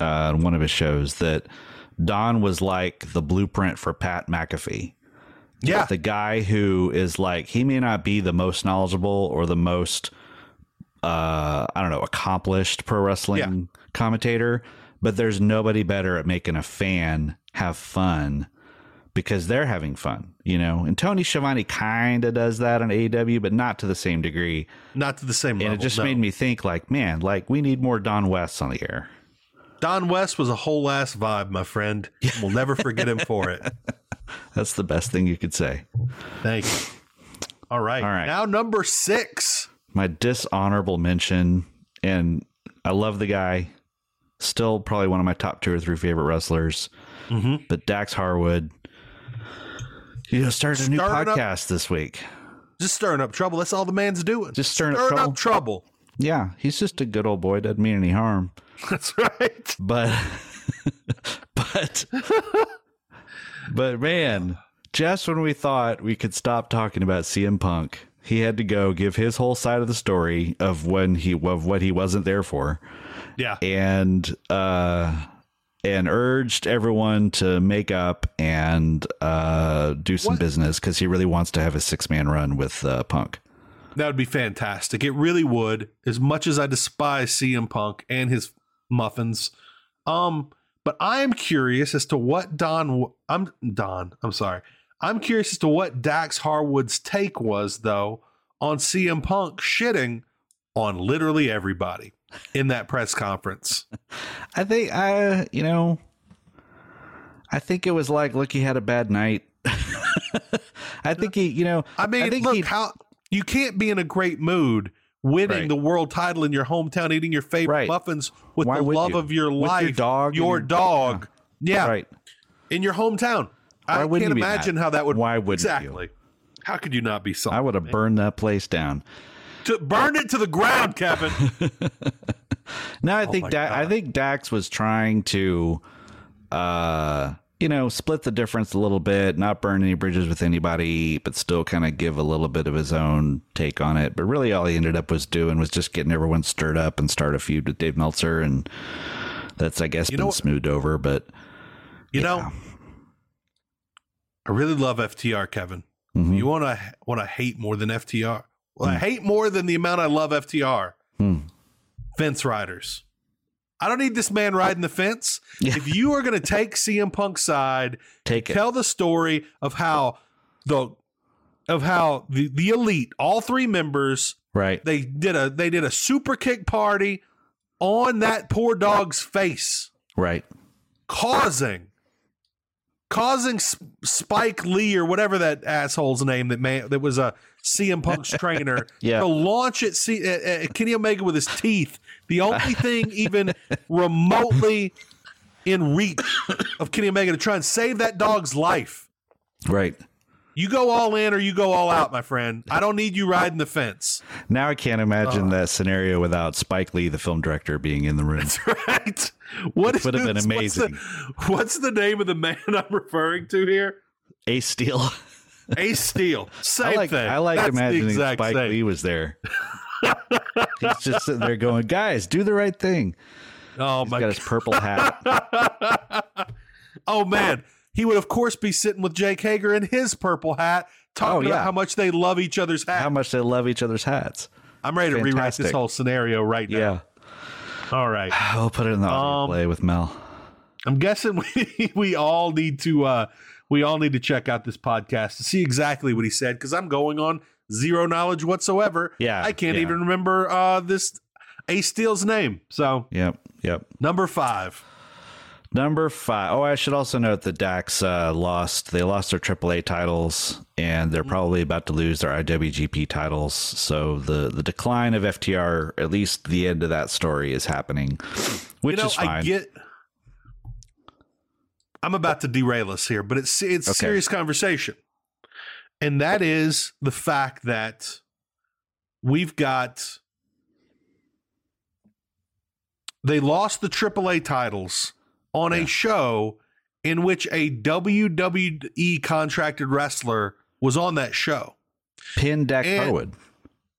Speaker 3: uh, in one of his shows that Don was like the blueprint for Pat McAfee.
Speaker 2: yeah,
Speaker 3: the guy who is like he may not be the most knowledgeable or the most uh, I don't know accomplished pro wrestling commentator, but there's nobody better at making a fan have fun because they're having fun, you know. And Tony Schiavone kind of does that on AEW, but not to the same degree
Speaker 2: not to the same level.
Speaker 3: and it just
Speaker 2: no.
Speaker 3: made me think like man like we need more don west on the air
Speaker 2: Don West was a whole ass vibe, my
Speaker 3: (laughs)
Speaker 2: friend. We'll never forget him for it.
Speaker 3: that's the best thing you could say
Speaker 2: Thank you. All right.
Speaker 3: All right.
Speaker 2: Now number six.
Speaker 3: my dishonorable mention and i love the guy still probably one of my top two or three favorite wrestlers
Speaker 2: Mm-hmm.
Speaker 3: but dax harwood you know started a new
Speaker 2: Started up-
Speaker 3: podcast this week
Speaker 2: Just stirring up trouble. That's all the man's doing.
Speaker 3: Just stirring up
Speaker 2: up trouble. (laughs)
Speaker 3: yeah he's just a good old boy doesn't mean any harm
Speaker 2: That's right.
Speaker 3: but (laughs) but (laughs) but man, just when we thought we could stop talking about CM Punk, he had to go give his whole side of the story of when he of what he wasn't there for,
Speaker 2: Yeah.
Speaker 3: and uh, and urged everyone to make up and uh, do some
Speaker 2: What?
Speaker 3: business because he really wants to have a six man run with uh, Punk.
Speaker 2: That would be fantastic. It really would. As much as I despise CM Punk and his muffins, um, but I am curious as to what Don. w- I'm Don. I'm sorry. I'm curious as to what Dax Harwood's take was though on CM Punk shitting on literally everybody in that press conference.
Speaker 3: I think I, you know, I think it was like, look, he had a bad night. (laughs) I think he, you know,
Speaker 2: I mean,
Speaker 3: think
Speaker 2: look
Speaker 3: he-
Speaker 2: how you can't be in a great mood winning
Speaker 3: Right.
Speaker 2: the world title in your hometown, eating your favorite
Speaker 3: Right.
Speaker 2: muffins with
Speaker 3: Why
Speaker 2: the
Speaker 3: would
Speaker 2: love
Speaker 3: you?
Speaker 2: of your
Speaker 3: With your
Speaker 2: life,
Speaker 3: dog and
Speaker 2: your
Speaker 3: your-
Speaker 2: dog. Yeah,
Speaker 3: right.
Speaker 2: in your hometown.
Speaker 3: Why
Speaker 2: I
Speaker 3: wouldn't
Speaker 2: can't
Speaker 3: you be mad?
Speaker 2: imagine how that would.
Speaker 3: Why wouldn't you? Uh,
Speaker 2: exactly? How could you not be
Speaker 3: I
Speaker 2: something?
Speaker 3: would have burned that place down.
Speaker 2: to burn it to the ground,
Speaker 3: (laughs)
Speaker 2: Kevin.
Speaker 3: No, I think
Speaker 2: Oh my
Speaker 3: da- I
Speaker 2: God.
Speaker 3: think Dax was trying to, uh, you know, split the difference a little bit, not burn any bridges with anybody, but still kind of give a little bit of his own take on it. But really, all he ended up was doing was just getting everyone stirred up and start a feud with Dave Meltzer, and that's I guess
Speaker 2: You know
Speaker 3: been
Speaker 2: what-
Speaker 3: smoothed over. But
Speaker 2: You know, I really love FTR, Kevin.
Speaker 3: Mhm.
Speaker 2: You want to want to hate more than FTR? Well, I hate more than the amount I love FTR.
Speaker 3: Mm. Hmm.
Speaker 2: Fence riders. I don't need this man riding the fence. If you are going to take CM Punk's side,
Speaker 3: Take it.
Speaker 2: tell the story of how the of how the, the elite, all three members,
Speaker 3: right.
Speaker 2: they did a they did a super kick party on that poor dog's face
Speaker 3: Right.
Speaker 2: causing causing S- Spike Lee or whatever that asshole's name that man that was a CM
Speaker 3: (laughs)
Speaker 2: Punk's trainer
Speaker 3: Yeah.
Speaker 2: to launch at, C- at, at Kenny Omega with his teeth. The only thing even remotely in reach of Kenny Omega to try and save that dog's life.
Speaker 3: Right.
Speaker 2: You go all in or you go all out, my friend. I don't need you riding the fence. (laughs)
Speaker 3: Now I can't imagine
Speaker 2: Uh.
Speaker 3: that scenario without Spike Lee, the film director, being in the room.
Speaker 2: Right? (laughs) What
Speaker 3: It would have been
Speaker 2: is- what's the-
Speaker 3: amazing.
Speaker 2: What's the, name of the man (laughs) I'm referring to here?
Speaker 3: Ace Steel.
Speaker 2: Ace Steel. Same
Speaker 3: I like,
Speaker 2: thing.
Speaker 3: I like
Speaker 2: That's the
Speaker 3: imagining
Speaker 2: exact
Speaker 3: Spike
Speaker 2: same.
Speaker 3: Lee
Speaker 2: (laughs)
Speaker 3: was there. He's just sitting there going, guys, do the right thing.
Speaker 2: Oh
Speaker 3: He's
Speaker 2: my
Speaker 3: got his purple hat.
Speaker 2: oh man, he would of course be sitting with Jake Hager in his purple hat, talking
Speaker 3: Oh, yeah.
Speaker 2: about how much they love each other's hat.
Speaker 3: How much they love each other's hats.
Speaker 2: I'm ready to rewrite this
Speaker 3: Fantastic.
Speaker 2: whole scenario right now.
Speaker 3: Yeah.
Speaker 2: All right.
Speaker 3: I'll put it in the audio
Speaker 2: Um,
Speaker 3: play with Mel.
Speaker 2: I'm guessing (laughs) we we all need to uh we all need to check out this podcast to see exactly what he said because I'm going on zero knowledge whatsoever.
Speaker 3: Yeah,
Speaker 2: I can't
Speaker 3: yeah.
Speaker 2: even remember uh this Ace Steel's name. So
Speaker 3: Yep. Yep.
Speaker 2: number five.
Speaker 3: Number five. Oh, I should also note that Dax uh, lost. They lost their AAA titles, and
Speaker 2: Mm-hmm.
Speaker 3: they're probably about to lose their IWGP titles. So the the decline of FTR, at least the end of that story, is happening, which
Speaker 2: you know,
Speaker 3: is fine.
Speaker 2: I get. I'm about to derail us here, but it's it's
Speaker 3: Okay.
Speaker 2: serious conversation, and that is the fact that we've got they lost the AAA titles on a show in which a WWE contracted wrestler was on that show.
Speaker 3: Pin Dak
Speaker 2: and-
Speaker 3: Harwood.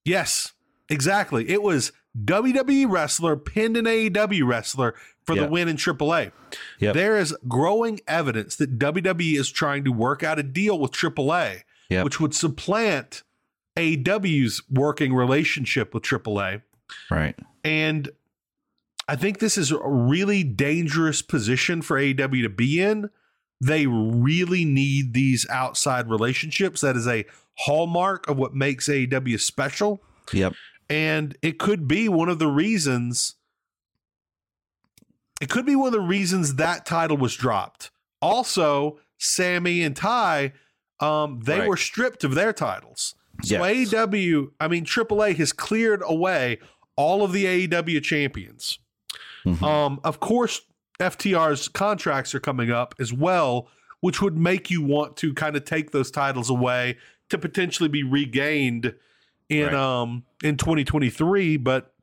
Speaker 2: Yes, exactly. It was WWE wrestler pinned an AEW wrestler for
Speaker 3: Yeah.
Speaker 2: the win in AAA.
Speaker 3: Yep.
Speaker 2: There is growing evidence that WWE is trying to work out a deal with AAA,
Speaker 3: Yep.
Speaker 2: which would supplant AEW's working relationship with AAA.
Speaker 3: Right.
Speaker 2: And I think this is a really dangerous position for AEW to be in. They really need these outside relationships. That is a hallmark of what makes AEW special.
Speaker 3: Yep.
Speaker 2: And it could be one of the reasons. It could be one of the reasons that title was dropped. Also, Sammy and Ty, um, they
Speaker 3: Right.
Speaker 2: were stripped of their titles. So
Speaker 3: Yes.
Speaker 2: AEW, I mean AAA, has cleared away all of the AEW champions.
Speaker 3: Mhm.
Speaker 2: Um, of course, FTR's contracts are coming up as well, which would make you want to kind of take those titles away to potentially be regained in
Speaker 3: Right.
Speaker 2: um in 2023. But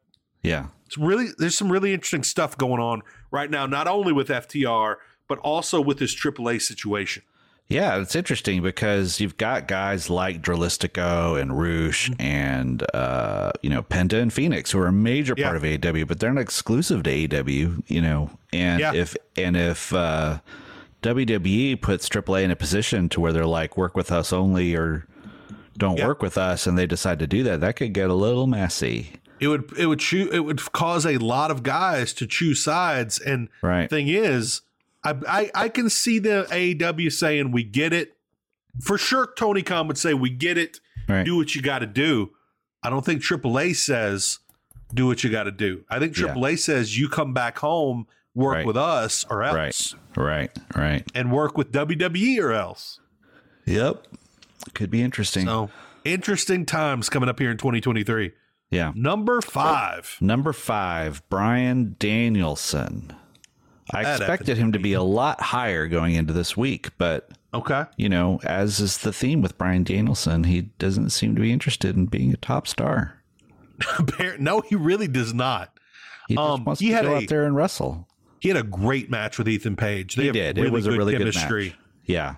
Speaker 3: Yeah.
Speaker 2: it's really there's some really interesting stuff going on right now, not only with FTR but also with this AAA situation.
Speaker 3: Yeah, it's interesting because you've got guys like Dralistico and Roosh
Speaker 2: Mm-hmm.
Speaker 3: and uh, you know Penta and Phoenix who are a major
Speaker 2: Yeah.
Speaker 3: part of AEW, but they're not exclusive to AEW. You know, and
Speaker 2: Yeah.
Speaker 3: if and if uh, WWE puts AAA in a position to where they're like work with us only or don't
Speaker 2: Yeah.
Speaker 3: work with us, and they decide to do that, that could get a little messy.
Speaker 2: It would it would choo- it would cause a lot of guys to choose sides and
Speaker 3: Right.
Speaker 2: thing is, I, I I can see the AEW saying we get it. For sure, Tony Khan would say we get it.
Speaker 3: Right.
Speaker 2: Do what you got to do. I don't think AAA says do what you got to do. I think
Speaker 3: Yeah.
Speaker 2: AAA says you come back home, work
Speaker 3: Right.
Speaker 2: with us or else,
Speaker 3: Right. Right. Right.
Speaker 2: and work with WWE or else.
Speaker 3: Yep. Could be interesting.
Speaker 2: So interesting times coming up here in 2023.
Speaker 3: yeah.
Speaker 2: Number five.
Speaker 3: Number five, Brian Danielson. I
Speaker 2: That
Speaker 3: expected him to be a lot higher going into this week, but
Speaker 2: Okay. (laughs)
Speaker 3: you know, as is the theme with Brian Danielson, he doesn't seem to be interested in being a top star.
Speaker 2: no, he really does not.
Speaker 3: He just
Speaker 2: Um,
Speaker 3: wants
Speaker 2: he
Speaker 3: to
Speaker 2: had
Speaker 3: go
Speaker 2: a-
Speaker 3: out there and wrestle.
Speaker 2: He had a great match with Ethan Page. They
Speaker 3: He
Speaker 2: have
Speaker 3: did.
Speaker 2: Really
Speaker 3: it was a
Speaker 2: good
Speaker 3: really
Speaker 2: chemistry.
Speaker 3: good match. Yeah,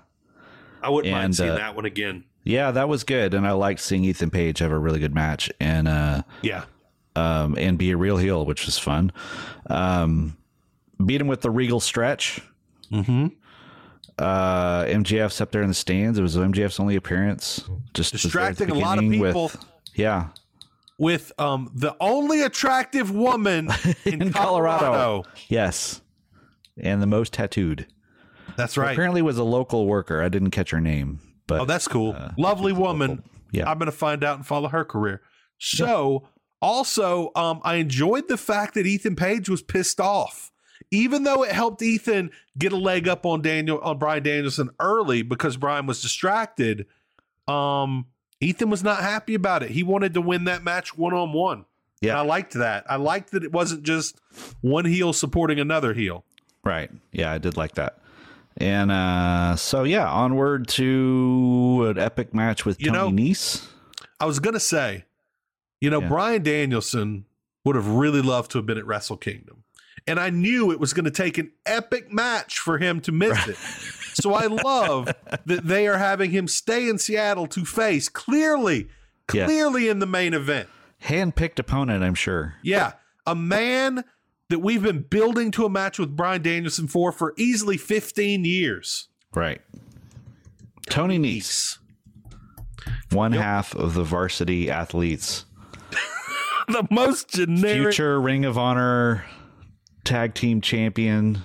Speaker 2: I wouldn't mind
Speaker 3: And,
Speaker 2: seeing
Speaker 3: uh,
Speaker 2: that one again.
Speaker 3: yeah, that was good, and I liked seeing Ethan Page have a really good match and uh,
Speaker 2: Yeah.
Speaker 3: um, and be a real heel, which was fun. Um, beat him with the regal stretch.
Speaker 2: Mm-hmm.
Speaker 3: uh MGF's up there in the stands. It was MGF's only appearance. Just was there at the
Speaker 2: Distracting a lot of
Speaker 3: beginning
Speaker 2: people.
Speaker 3: With, yeah.
Speaker 2: With um the only attractive
Speaker 3: (laughs)
Speaker 2: woman in,
Speaker 3: In
Speaker 2: Colorado.
Speaker 3: Colorado. Yes. And the most tattooed.
Speaker 2: That's right.
Speaker 3: Apparently was a local worker. I didn't catch her name, but uh,
Speaker 2: oh, that's cool. Lovely woman.
Speaker 3: yeah.
Speaker 2: I'm gonna find out and follow her career. So also, um, I enjoyed the fact that Ethan Page was pissed off. Even though it helped Ethan get a leg up on Daniel on Brian Danielson early because Brian was distracted, um, Ethan was not happy about it. He wanted to win that match one on one.
Speaker 3: Yeah.
Speaker 2: I liked that. I liked that it wasn't just one heel supporting another heel.
Speaker 3: Right. Yeah, I did like that. And uh, so, yeah, onward to an epic match with
Speaker 2: You
Speaker 3: Tony
Speaker 2: know-
Speaker 3: Nese.
Speaker 2: I was gonna say, you know,
Speaker 3: Yeah.
Speaker 2: Brian Danielson would have really loved to have been at Wrestle Kingdom. And I knew it was going to take an epic match for him to miss it. So I love that they are having him stay in Seattle to face clearly,
Speaker 3: Yeah.
Speaker 2: clearly in the main event.
Speaker 3: Handpicked opponent, I'm sure.
Speaker 2: Yeah. A man that we've been building to a match with Brian Danielson for for easily 15 years.
Speaker 3: Right. Tony Nese, one half of the varsity athletes,
Speaker 2: The most generic.
Speaker 3: future Ring of Honor tag team champion.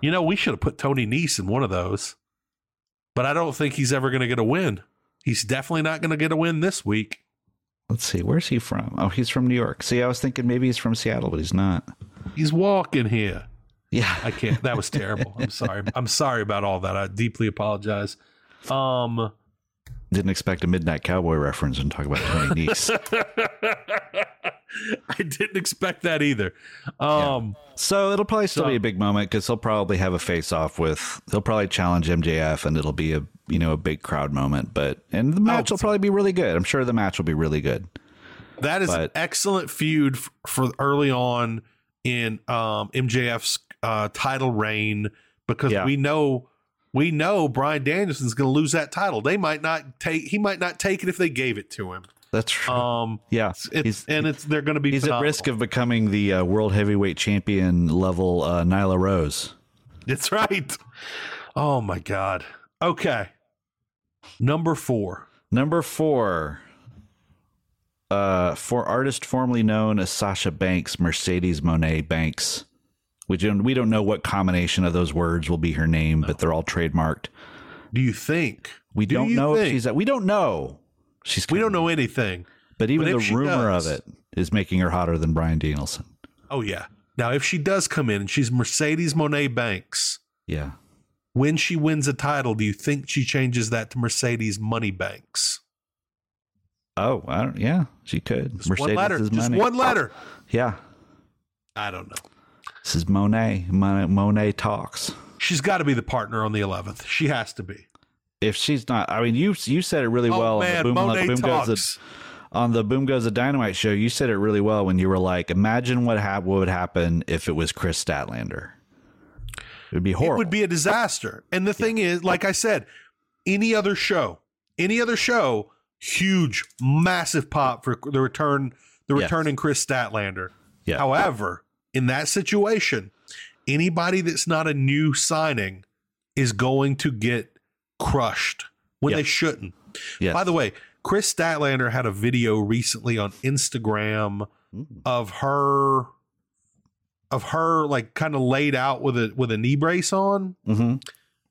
Speaker 2: You know, we should have put Tony Nese in one of those, but I don't think he's ever going to get a win. He's definitely not going to get a win this week.
Speaker 3: Let's see, where's he from? Oh, he's from New York. See, I was thinking maybe he's from Seattle, but he's not.
Speaker 2: He's walking here.
Speaker 3: Yeah.
Speaker 2: I can't. That was terrible. I'm sorry. I'm sorry about all that. I deeply apologize. Um, (laughs)
Speaker 3: Didn't expect a Midnight Cowboy reference and talk about (laughs) Tony Nese.
Speaker 2: I didn't expect that either. Um,
Speaker 3: so it'll probably still
Speaker 2: So-
Speaker 3: be a big moment because he'll probably have a face off with, he'll probably challenge MJF and it'll be a, you know, a big crowd moment. But, and the match will probably be really good. I'm sure the match will be really good.
Speaker 2: That is an
Speaker 3: But-
Speaker 2: excellent feud f- for early on in um, MJF's uh, title reign because
Speaker 3: Yeah.
Speaker 2: we know we know Brian Danielson's going to lose that title. They might not take he might not take it if they gave it to him.
Speaker 3: That's true.
Speaker 2: Um, (laughs)
Speaker 3: yeah.
Speaker 2: it's, and it's they're going to be
Speaker 3: He's at
Speaker 2: phenomenal.
Speaker 3: risk of becoming the uh, world heavyweight champion level uh, Nyla Rose.
Speaker 2: That's right. Oh my god. Okay. Number four.
Speaker 3: Number four, uh, for artist formerly known as Sasha Banks, Mercedes Monet Banks. We don't we don't know what combination of those words will be her name, but they're all trademarked.
Speaker 2: Do you think
Speaker 3: We
Speaker 2: do
Speaker 3: don't
Speaker 2: you
Speaker 3: know if
Speaker 2: think-
Speaker 3: she's we don't know. She's
Speaker 2: we don't know anything.
Speaker 3: but even
Speaker 2: but if
Speaker 3: the
Speaker 2: she
Speaker 3: rumor
Speaker 2: does-
Speaker 3: of it is making her hotter than Brian Danielson.
Speaker 2: Oh yeah. Now if she does come in and she's Mercedes Monet Banks.
Speaker 3: Yeah,
Speaker 2: when she wins a title, do you think she changes that to Mercedes Moneybanks?
Speaker 3: Oh, I don't, yeah, she could.
Speaker 2: Just one letter.
Speaker 3: is
Speaker 2: Just
Speaker 3: money.
Speaker 2: one letter.
Speaker 3: Yeah,
Speaker 2: I don't know.
Speaker 3: this is Monet. Monet, Monet talks.
Speaker 2: She's got to be the partner on the 11th. She has to be.
Speaker 3: If she's not, I mean, you you said it really well
Speaker 2: oh, man.
Speaker 3: on the boom,
Speaker 2: Monet
Speaker 3: boom
Speaker 2: talks.
Speaker 3: goes the, on the boom goes the dynamite show. You said it really well when you were like, imagine what hap- what would happen if it was Chris Statlander. It would be horrible.
Speaker 2: It would be a disaster. And the thing is, like I said, any other show, any other show, huge, massive pop for the return, the
Speaker 3: Yes.
Speaker 2: returning Chris Statlander.
Speaker 3: Yeah.
Speaker 2: However, in that situation, anybody that's not a new signing is going to get crushed when
Speaker 3: Yeah.
Speaker 2: they shouldn't.
Speaker 3: Yes.
Speaker 2: By the way, Chris Statlander had a video recently on Instagram of her of her like kind of laid out with a with a knee brace on
Speaker 3: Mhm.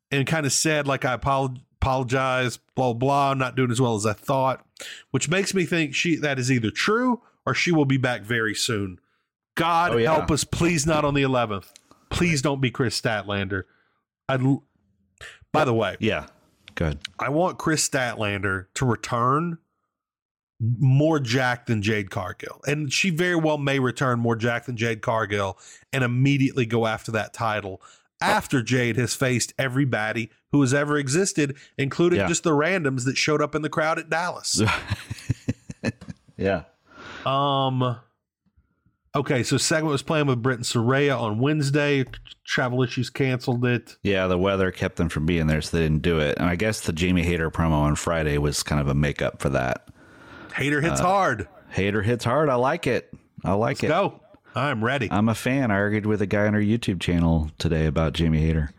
Speaker 2: and kind of said like I apol- apologize, blah blah. I'm not doing as well as I thought, which makes me think she that is either true or she will be back very soon. God
Speaker 3: Oh, yeah.
Speaker 2: help us, please not on the 11th. Please don't be Chris Statlander. I. would By the way,
Speaker 3: Yeah, good.
Speaker 2: I want Chris Statlander to return more Jack than Jade Cargill. And she very well may return more Jack than Jade Cargill and immediately go after that title after Jade has faced every baddie who has ever existed, including
Speaker 3: Yeah.
Speaker 2: just the randoms that showed up in the crowd at Dallas.
Speaker 3: Yeah,
Speaker 2: Um. Okay, so segment was playing with Britt and Soraya on Wednesday. Travel issues canceled it.
Speaker 3: yeah. The weather kept them from being there, so they didn't do it. And I guess the Jamie Hader promo on Friday was kind of a makeup for that.
Speaker 2: Hater hits hard.
Speaker 3: Hater hits hard. I like it. I like it.
Speaker 2: Go. I'm ready.
Speaker 3: I'm a fan. I argued with a guy on our YouTube channel today about Jimmy Hader.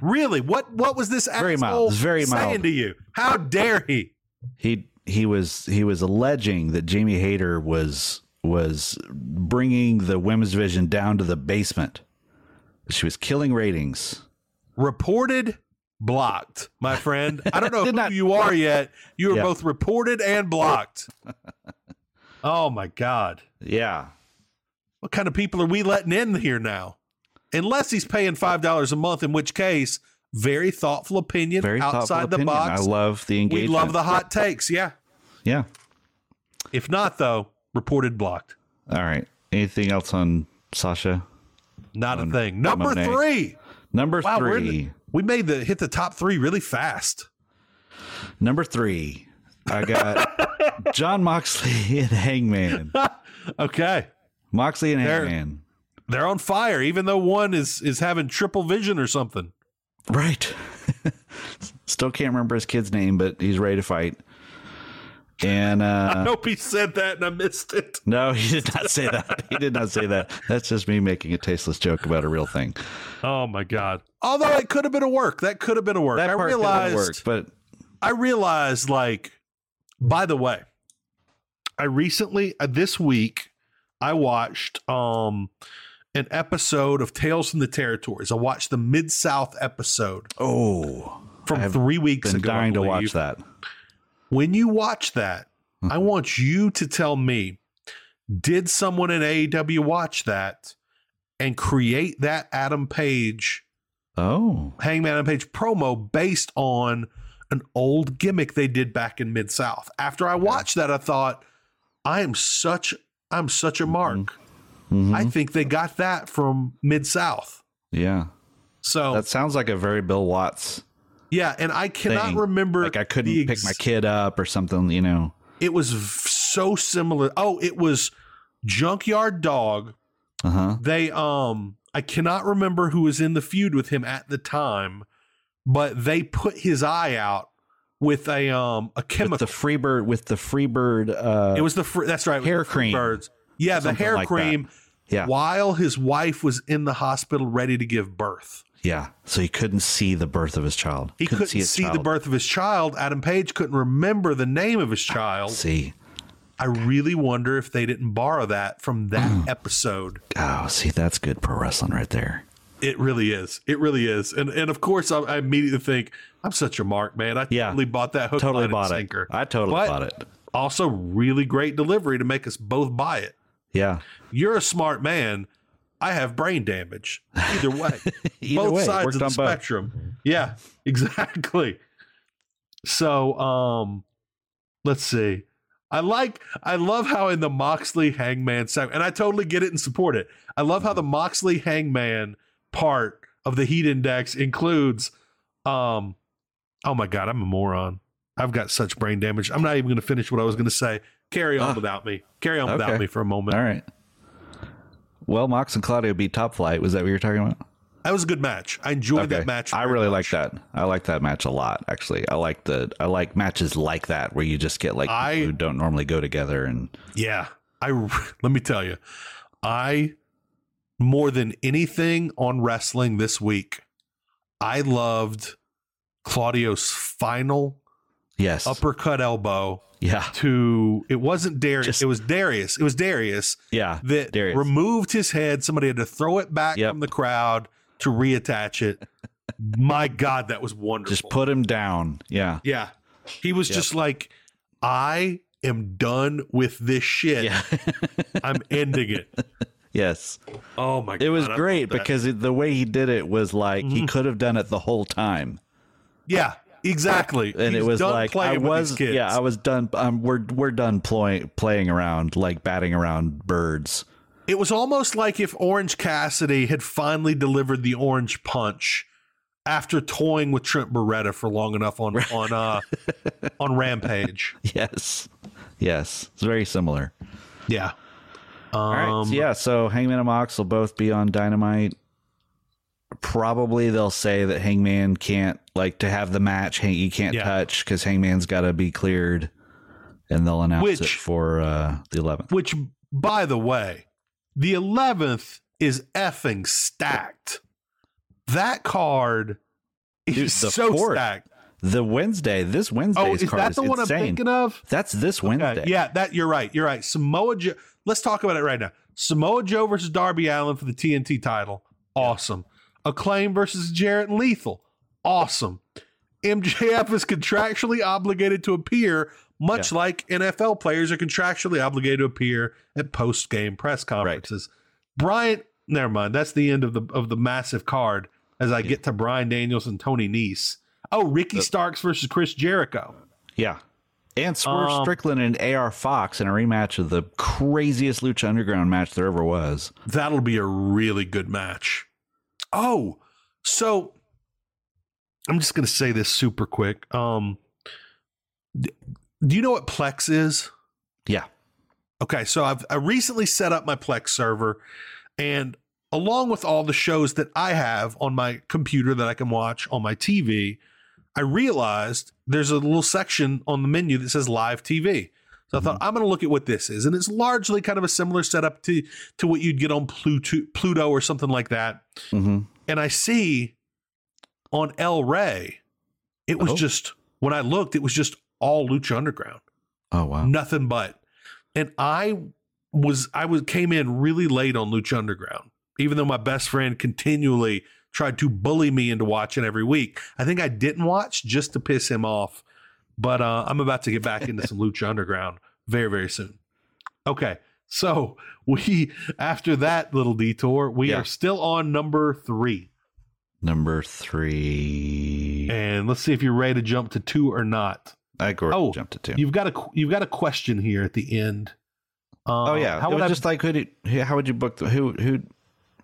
Speaker 2: Really? What what was this
Speaker 3: Very mild.
Speaker 2: asshole
Speaker 3: It's very
Speaker 2: saying
Speaker 3: mild.
Speaker 2: to you? How dare he?
Speaker 3: He he was he was alleging that Jimmy Hader was was bringing the women's division down to the basement. She was killing ratings.
Speaker 2: Reported blocked, my friend. I don't know who
Speaker 3: (laughs) Did not-
Speaker 2: you are yet. You are
Speaker 3: Yeah.
Speaker 2: both reported and
Speaker 3: (laughs)
Speaker 2: blocked. oh my God.
Speaker 3: Yeah.
Speaker 2: What kind of people are we letting in here now? Unless he's paying five dollars a month, in which case, very thoughtful opinion
Speaker 3: Very
Speaker 2: outside the
Speaker 3: thoughtful opinion.
Speaker 2: box.
Speaker 3: I love the
Speaker 2: we
Speaker 3: engagement.
Speaker 2: love the hot takes, yeah.
Speaker 3: Yeah.
Speaker 2: If not though, reported blocked.
Speaker 3: All right. Anything else on Sasha?
Speaker 2: Not a thing. Number
Speaker 3: Monet.
Speaker 2: three.
Speaker 3: Number
Speaker 2: Wow, we're in the-
Speaker 3: three.
Speaker 2: we made the hit the top three really fast.
Speaker 3: Number three.
Speaker 2: (laughs)
Speaker 3: I got John Moxley and Hangman.
Speaker 2: Okay,
Speaker 3: Moxley and
Speaker 2: There.
Speaker 3: Hangman.
Speaker 2: they're on fire, even though one is is having triple vision or something.
Speaker 3: Right. (laughs) Still can't remember his kid's name, but he's ready to fight.
Speaker 2: (laughs)
Speaker 3: And uh
Speaker 2: Nope, he said that and I missed it.
Speaker 3: no, he did not say that. He did not say that. That's just me making a tasteless joke about a real thing.
Speaker 2: Oh my god! Although it could have been a work. That could have been a work.
Speaker 3: That
Speaker 2: I
Speaker 3: part could've
Speaker 2: realized.
Speaker 3: worked, but
Speaker 2: I realized, like, by the way, I recently uh, this week I watched um an episode of Tales from the Territories. I watched the Mid South episode
Speaker 3: oh,
Speaker 2: from
Speaker 3: I've
Speaker 2: three weeks
Speaker 3: been
Speaker 2: ago. I
Speaker 3: dying to
Speaker 2: believe.
Speaker 3: watch that.
Speaker 2: When you watch that,
Speaker 3: Mm-hmm.
Speaker 2: I want you to tell me: Did someone in AEW watch that and create that Adam Page?
Speaker 3: Oh,
Speaker 2: Hangman and Page promo based on an old gimmick they did back in Mid South. After I watched that, I thought, I am such I'm such a mark.
Speaker 3: Mm-hmm.
Speaker 2: I think they got that from Mid South.
Speaker 3: yeah.
Speaker 2: So
Speaker 3: That sounds like a very Bill Watts
Speaker 2: yeah, and I cannot
Speaker 3: thing.
Speaker 2: remember
Speaker 3: Like I couldn't
Speaker 2: the
Speaker 3: pick my
Speaker 2: ex-
Speaker 3: kid up or something, you know.
Speaker 2: It was v- so similar. Oh, it was Junkyard Dog.
Speaker 3: Uh huh.
Speaker 2: they um I cannot remember who was in the feud with him at the time, but they put his eye out with a um a
Speaker 3: With
Speaker 2: chemical.
Speaker 3: the Freebird, with the Freebird, uh,
Speaker 2: it was the fr- that's right it was
Speaker 3: hair
Speaker 2: the
Speaker 3: cream.
Speaker 2: Freebirds. Yeah, the
Speaker 3: Something
Speaker 2: hair
Speaker 3: like that.
Speaker 2: cream.
Speaker 3: yeah,
Speaker 2: While his wife was in the hospital ready to give birth,
Speaker 3: yeah. So he couldn't see the birth of his child.
Speaker 2: he couldn't,
Speaker 3: his
Speaker 2: see the
Speaker 3: child.
Speaker 2: birth of his child. Adam Page couldn't remember the name of his child.
Speaker 3: Ah, See,
Speaker 2: I really wonder if they didn't borrow that from
Speaker 3: (clears throat)
Speaker 2: that episode.
Speaker 3: oh, see, that's good pro wrestling right there.
Speaker 2: It really is. It really is. And and of course, I, I immediately think I'm such a mark, man. I
Speaker 3: Yeah.
Speaker 2: totally bought that hook,
Speaker 3: Totally
Speaker 2: line,
Speaker 3: bought
Speaker 2: and
Speaker 3: it.
Speaker 2: sinker.
Speaker 3: I totally
Speaker 2: But
Speaker 3: bought it.
Speaker 2: Also, really great delivery to make us both buy it.
Speaker 3: Yeah,
Speaker 2: You're a smart man. I have brain damage. Either way,
Speaker 3: (laughs) Either
Speaker 2: both
Speaker 3: way, it
Speaker 2: sides
Speaker 3: worked
Speaker 2: of the
Speaker 3: on both.
Speaker 2: spectrum. Yeah, (laughs) exactly. So, um, let's see. I like, I love how in the Moxley Hangman segment, and I totally get it and support it. I love how the
Speaker 3: Mm-hmm.
Speaker 2: Moxley Hangman part of the Heat Index includes, um, oh my God, I'm a moron. I've got such brain damage. I'm not even going to finish what I was going to say. Carry on
Speaker 3: Ah.
Speaker 2: without me. Carry on without
Speaker 3: Okay.
Speaker 2: me for a moment.
Speaker 3: all right. Well, Mox and Claudio beat Top Flight. Was that what you were talking about?
Speaker 2: That was a good match. I enjoyed that match.
Speaker 3: I
Speaker 2: very
Speaker 3: really
Speaker 2: much.
Speaker 3: like that. I like that match a lot. Actually, I like the I like matches like that where you just get like
Speaker 2: I-
Speaker 3: people who don't normally go together and
Speaker 2: Yeah. I (laughs) let me tell you. I more than anything on wrestling this week, I loved Claudio's final
Speaker 3: yes,
Speaker 2: uppercut elbow
Speaker 3: yeah,
Speaker 2: to it wasn't Darius,
Speaker 3: Just-
Speaker 2: it was Darius. It was Darius
Speaker 3: yeah.
Speaker 2: that
Speaker 3: Darius.
Speaker 2: removed his head. Somebody had to throw it back
Speaker 3: Yep.
Speaker 2: from the crowd to reattach it. My God, that was wonderful.
Speaker 3: just put him down. Yeah,
Speaker 2: Yeah. He was
Speaker 3: Yep.
Speaker 2: just like, I am done with this shit.
Speaker 3: yeah,
Speaker 2: (laughs) I'm ending it.
Speaker 3: yes.
Speaker 2: Oh my god.
Speaker 3: It was
Speaker 2: I love
Speaker 3: great
Speaker 2: that. Mm-hmm.
Speaker 3: because it, the way he did it was like he could have done it the whole time,
Speaker 2: Yeah, exactly.
Speaker 3: and
Speaker 2: He's
Speaker 3: it was
Speaker 2: done
Speaker 3: like I
Speaker 2: playing with these
Speaker 3: was,
Speaker 2: kids.
Speaker 3: yeah, I was done. Um, we're we're done playing playing around like batting around birds. (laughs)
Speaker 2: it was almost like if Orange Cassidy had finally delivered the orange punch after toying with Trent Beretta for long enough on on
Speaker 3: (laughs)
Speaker 2: uh on Rampage.
Speaker 3: Yes, yes, it's very similar.
Speaker 2: Yeah. Um,
Speaker 3: All right. so yeah. So Hangman and Mox will both be on Dynamite. Probably they'll say that Hangman can't like to have the match. Hang, you can't
Speaker 2: Yeah.
Speaker 3: touch because Hangman's got to be cleared, and they'll announce it
Speaker 2: Which-
Speaker 3: for uh, the eleventh.
Speaker 2: Which, by the way, the 11th is effing stacked. That card is
Speaker 3: Dude, the
Speaker 2: so
Speaker 3: fourth
Speaker 2: stacked.
Speaker 3: The Wednesday, this Wednesday's
Speaker 2: Oh, is
Speaker 3: card
Speaker 2: that the
Speaker 3: is
Speaker 2: one
Speaker 3: insane.
Speaker 2: I'm thinking of?
Speaker 3: That's this
Speaker 2: Okay,
Speaker 3: Wednesday.
Speaker 2: yeah, that you're right. You're right. Samoa Joe. Let's talk about it right now. Samoa Joe versus Darby Allen for the TNT title. Awesome. Acclaim versus Jarrett and Lethal. Awesome. MJF is contractually obligated to appear, much like NFL players are contractually obligated to appear at post-game press conferences. Brian, never mind. That's the end of the of the massive card. As I get to Brian Daniels and Tony Nese. Oh, Ricky Starks versus Chris Jericho.
Speaker 3: Yeah. And Swerve
Speaker 2: Um,
Speaker 3: Strickland and AR Fox in a rematch of the craziest Lucha Underground match there ever was.
Speaker 2: That'll be a really good match. Oh, So I'm just going to say this super quick. Um, d- do you know what Plex is?
Speaker 3: Yeah.
Speaker 2: Okay, so I've I recently set up my Plex server, and along with all the shows that I have on my computer that I can watch on my TV, I realized there's a little section on the menu that says live TV. So I thought I'm going to look at what this is, and it's largely kind of a similar setup to to what you'd get on Pluto, Pluto or something like that.
Speaker 3: Mm-hmm.
Speaker 2: And I see on El Rey, it was
Speaker 3: Oh.
Speaker 2: just when I looked, it was just all Lucha Underground
Speaker 3: Oh wow.
Speaker 2: nothing but and i was i was came in really late on lucha underground even though my best friend continually tried to bully me into watching every week i think i didn't watch just to piss him off but uh, i'm about to get back into
Speaker 3: (laughs)
Speaker 2: some lucha underground very very soon okay so (laughs) we after that little detour we
Speaker 3: Yeah.
Speaker 2: are still on number three
Speaker 3: Number three.
Speaker 2: and let's see if you're ready to jump to two or not
Speaker 3: I go
Speaker 2: Oh,
Speaker 3: jumped it too.
Speaker 2: you've got a qu- you've got a question here at the end uh,
Speaker 3: oh yeah.
Speaker 2: how would
Speaker 3: it was
Speaker 2: i
Speaker 3: just like who? Do, who- how would you book the, who? Who?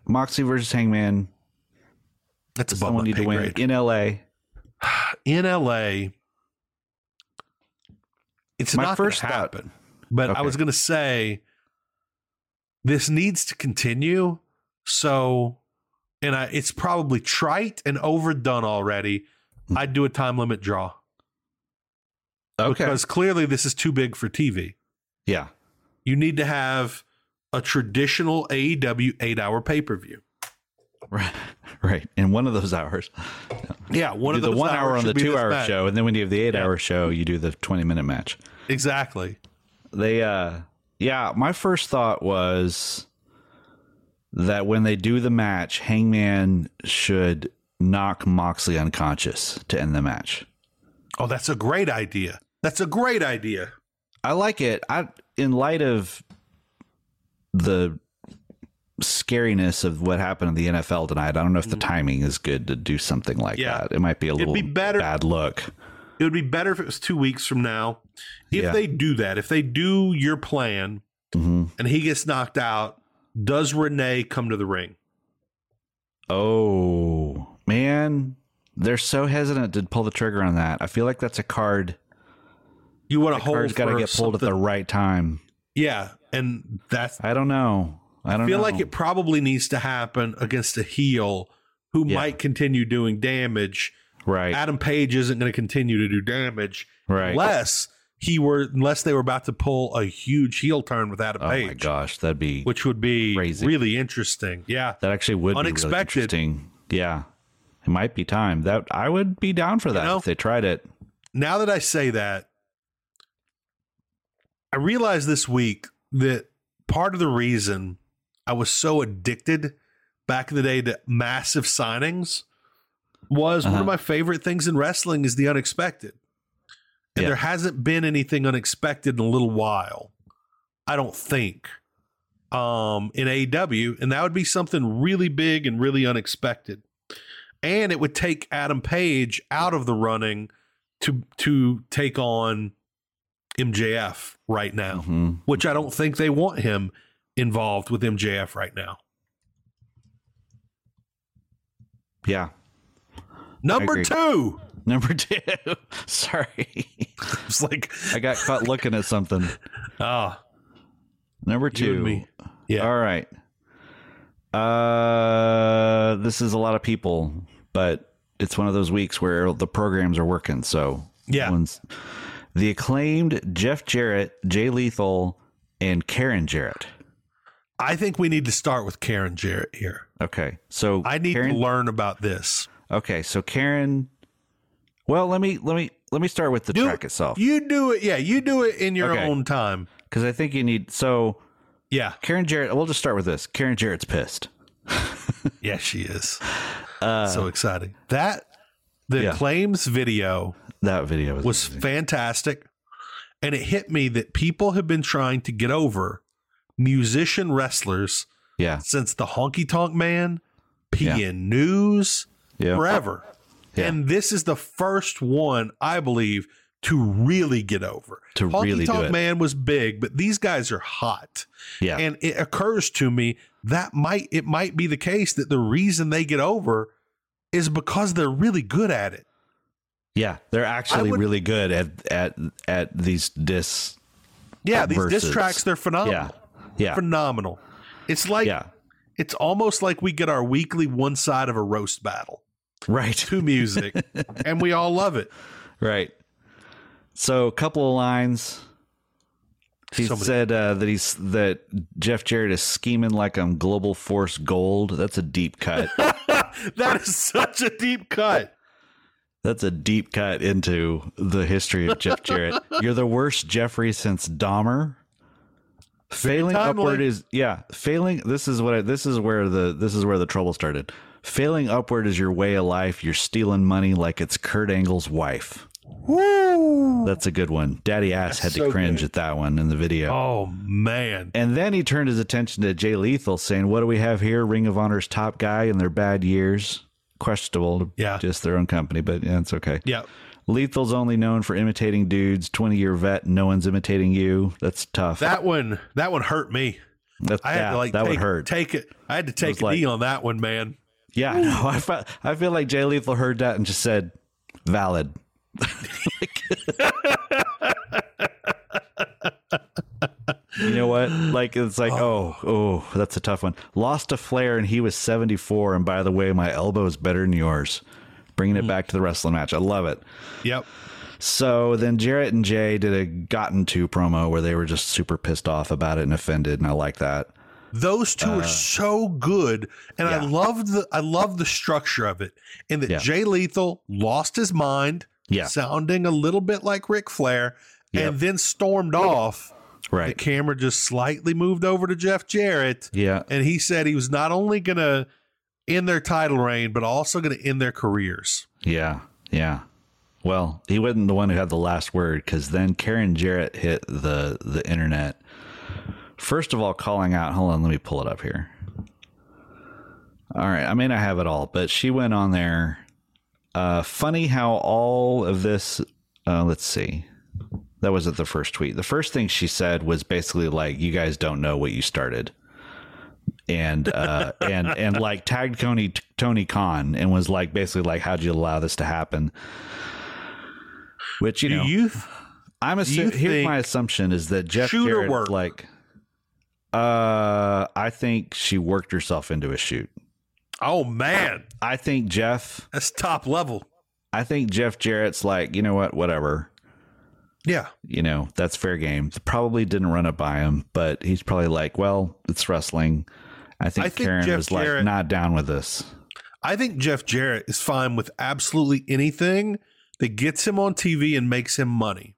Speaker 3: Moxie versus Hangman.
Speaker 2: That's above
Speaker 3: Someone
Speaker 2: my
Speaker 3: need
Speaker 2: pay
Speaker 3: to win
Speaker 2: grade.
Speaker 3: in L.A.
Speaker 2: In, LA, it's
Speaker 3: My
Speaker 2: not
Speaker 3: first
Speaker 2: first
Speaker 3: thought-
Speaker 2: happen. but I
Speaker 3: Okay.
Speaker 2: was going to say this needs to continue. So, and I, it's probably trite and overdone already.
Speaker 3: Hmm.
Speaker 2: I'd do a time limit draw
Speaker 3: Okay.
Speaker 2: because clearly this is too big for TV.
Speaker 3: yeah. (laughs)
Speaker 2: You need to have a E traditional AEW eight hour pay per view.
Speaker 3: Right. Right. In one of those hours.
Speaker 2: Yeah, one
Speaker 3: do
Speaker 2: of
Speaker 3: the
Speaker 2: those
Speaker 3: one
Speaker 2: hours
Speaker 3: hour on
Speaker 2: should
Speaker 3: the
Speaker 2: be
Speaker 3: two
Speaker 2: this
Speaker 3: hour
Speaker 2: bad.
Speaker 3: show, and then when you have the eight
Speaker 2: Yeah.
Speaker 3: hour show, you do the twenty minute match.
Speaker 2: Exactly.
Speaker 3: They uh yeah, my first thought was that when they do the match, Hangman should knock Moxley unconscious to end the match.
Speaker 2: Oh, that's a great idea. That's a great idea.
Speaker 3: I like it. I in light of the scariness of what happened in the NFL tonight, I don't know if the timing is good to do something like
Speaker 2: Mm-hmm. Yeah.
Speaker 3: that. It might be a
Speaker 2: It'd
Speaker 3: little
Speaker 2: be better-
Speaker 3: bad look.
Speaker 2: It would be better if it was two weeks from now. If
Speaker 3: Yeah.
Speaker 2: they do that, if they do your plan
Speaker 3: hmm
Speaker 2: and he gets knocked out, does Renee come to the ring?
Speaker 3: Oh man, they're so hesitant to pull the trigger on that. I feel like that's a card.
Speaker 2: You want
Speaker 3: The
Speaker 2: to hold
Speaker 3: card's got to
Speaker 2: for
Speaker 3: get pulled at the
Speaker 2: something-
Speaker 3: right time.
Speaker 2: yeah, and that's
Speaker 3: I don't know. I
Speaker 2: I
Speaker 3: don't
Speaker 2: feel
Speaker 3: know.
Speaker 2: like it probably needs to happen against a heel who
Speaker 3: Yeah.
Speaker 2: might continue doing damage.
Speaker 3: Right.
Speaker 2: Adam Page isn't going to continue to do damage
Speaker 3: right.
Speaker 2: unless he were unless they were about to pull a huge heel turn with Adam
Speaker 3: oh
Speaker 2: Page,
Speaker 3: my gosh, that'd be
Speaker 2: which would be
Speaker 3: Crazy.
Speaker 2: really interesting. Yeah,
Speaker 3: that actually would
Speaker 2: Unexpected.
Speaker 3: be really interesting. Yeah, it might be time that I would be down for that
Speaker 2: know?
Speaker 3: if they tried it.
Speaker 2: now that I say that, I realized this week that part of the reason I was so addicted back in the day to massive signings was one
Speaker 3: Uh-huh.
Speaker 2: of my favorite things in wrestling is the unexpected. And
Speaker 3: Yeah.
Speaker 2: there hasn't been anything unexpected in a little while. I don't think. Um, in AEW, and that would be something really big and really unexpected. And it would take Adam Page out of the running to to take on MJF right now,
Speaker 3: Mhm.
Speaker 2: which I don't think they want him involved with MJF right now.
Speaker 3: Yeah, (laughs)
Speaker 2: Number
Speaker 3: agree.
Speaker 2: two, (laughs)
Speaker 3: number two. (laughs) Sorry,
Speaker 2: it's like
Speaker 3: I got caught looking at something.
Speaker 2: ah,
Speaker 3: Number
Speaker 2: You
Speaker 3: two.
Speaker 2: and me. Yeah.
Speaker 3: All right. Uh, this is a lot of people, but it's one of those weeks where the programs are working. So
Speaker 2: Yeah.
Speaker 3: everyone's- the acclaimed Jeff Jarrett, Jay Lethal, and Karen Jarrett.
Speaker 2: I think we need to start with Karen Jarrett here.
Speaker 3: Okay, so
Speaker 2: I need
Speaker 3: Karen,
Speaker 2: to learn about this.
Speaker 3: Okay, so Karen. Well, let me let me let me start with the
Speaker 2: Do-
Speaker 3: track itself
Speaker 2: You do it, yeah. You do it in your
Speaker 3: Okay.
Speaker 2: own time.
Speaker 3: because I think you need. So
Speaker 2: Yeah,
Speaker 3: Karen Jarrett. We'll just start with this. Karen Jarrett's pissed.
Speaker 2: yeah, she is. so exciting that the
Speaker 3: Uh, yeah.
Speaker 2: claims video
Speaker 3: That video was,
Speaker 2: was fantastic. And it hit me that people have been trying to get over musician wrestlers
Speaker 3: yeah
Speaker 2: since the Honky Tonk Man,
Speaker 3: Yeah.
Speaker 2: PN News,
Speaker 3: yeah
Speaker 2: forever.
Speaker 3: Yeah.
Speaker 2: And this is the first one, I believe, to really get over.
Speaker 3: To
Speaker 2: Honky
Speaker 3: really do
Speaker 2: Tonk
Speaker 3: it.
Speaker 2: Man was big, but these guys are hot.
Speaker 3: yeah.
Speaker 2: And it occurs to me that might it might be the case that the reason they get over is because they're really good at it.
Speaker 3: Yeah, they're actually
Speaker 2: would-
Speaker 3: really good at at at these discs.
Speaker 2: Yeah, these
Speaker 3: Versus-
Speaker 2: diss tracks, they're phenomenal.
Speaker 3: Yeah, yeah,
Speaker 2: Phenomenal. It's like
Speaker 3: yeah.
Speaker 2: it's almost like we get our weekly one side of a roast battle
Speaker 3: Right, (laughs)
Speaker 2: to music and we all love it.
Speaker 3: right. So, a couple of lines. He
Speaker 2: Somebody-
Speaker 3: said uh, that he's that Jeff Jarrett is scheming like I'm Global Force Gold. That's a deep cut.
Speaker 2: That is such a deep cut.
Speaker 3: That's a deep cut into the history of
Speaker 2: (laughs)
Speaker 3: Jeff Jarrett. You're the worst Jeffrey since Dahmer. Failing
Speaker 2: timely.
Speaker 3: upward is yeah. Failing this is what I, this is where the this is where the trouble started. Failing upward is your way of life. You're stealing money like it's Kurt Angle's wife. That's a good one. Daddy ass had
Speaker 2: That's
Speaker 3: to
Speaker 2: so
Speaker 3: cringe
Speaker 2: good.
Speaker 3: at that one in the video.
Speaker 2: Oh man.
Speaker 3: And then he turned his attention to Jay Lethal, saying, "What do we have here? Ring of Honor's top guy in their bad years, questionable.
Speaker 2: Yeah.
Speaker 3: just their own company, but yeah, it's okay.
Speaker 2: Yeah.
Speaker 3: Lethal's only known for imitating dudes. Twenty year vet. No one's imitating you. That's tough.
Speaker 2: That one that one hurt me.
Speaker 3: That-
Speaker 2: I had
Speaker 3: yeah,
Speaker 2: to like
Speaker 3: that
Speaker 2: take,
Speaker 3: would hurt.
Speaker 2: take it. I had to
Speaker 3: was
Speaker 2: take a
Speaker 3: like-
Speaker 2: knee on that one, man.
Speaker 3: yeah, I know. I feel, I feel like Jay Lethal heard that and just said, "Valid." (laughs) you know what? Like it's like, oh, oh, that's a tough one. Lost a flare and he was seventy four. And by the way, my elbow is better than yours. Bringing
Speaker 2: Hmm.
Speaker 3: it back to the wrestling match. I love it.
Speaker 2: Yep.
Speaker 3: So then Jarrett and Jay did a gotten to promo where they were just super pissed off about it and offended, and I like that.
Speaker 2: Those two are so good, and I
Speaker 3: Uh, yeah.
Speaker 2: loved the I love the structure of it, and that
Speaker 3: Yeah.
Speaker 2: Jay Lethal lost his mind,
Speaker 3: Yeah.
Speaker 2: sounding a little bit like Ric Flair,
Speaker 3: Yep.
Speaker 2: and then stormed off. The
Speaker 3: Right.
Speaker 2: camera just slightly moved over to Jeff Jarrett,
Speaker 3: Yeah.
Speaker 2: and he said he was not only gonna end their title reign, but also gonna end their careers.
Speaker 3: Yeah. Yeah. Well, he wasn't the one who had the last word because then Karen Jarrett hit the the internet. First of all, calling out. Hold on, let me pull it up here. All right, I may not have it all, but she went on there. Uh, funny how all of this. Uh, let's see. That wasn't the first tweet. The first thing she said was basically like, "You guys don't know what you started," and uh, (laughs) and and like tagged Tony Tony Khan and was like basically like, "How'd you allow this to happen?" Which you
Speaker 2: Do
Speaker 3: know,
Speaker 2: you th-
Speaker 3: I'm
Speaker 2: you
Speaker 3: assuming here's
Speaker 2: think
Speaker 3: my assumption is that Jeff
Speaker 2: shoot or
Speaker 3: Jarrett
Speaker 2: work?
Speaker 3: like uh I think she worked herself into a shoot.
Speaker 2: oh man,
Speaker 3: I think Jeff
Speaker 2: that's top level.
Speaker 3: I think Jeff Jarrett's like, you know what, whatever.
Speaker 2: Yeah,
Speaker 3: You know, that's fair game. Probably didn't run it by him, but he's probably like, well, it's wrestling. I think,
Speaker 2: I think
Speaker 3: Karen
Speaker 2: Jeff
Speaker 3: was like
Speaker 2: Jarrett-
Speaker 3: not down with this.
Speaker 2: I think Jeff Jarrett is fine with absolutely anything that gets him on TV and makes him money.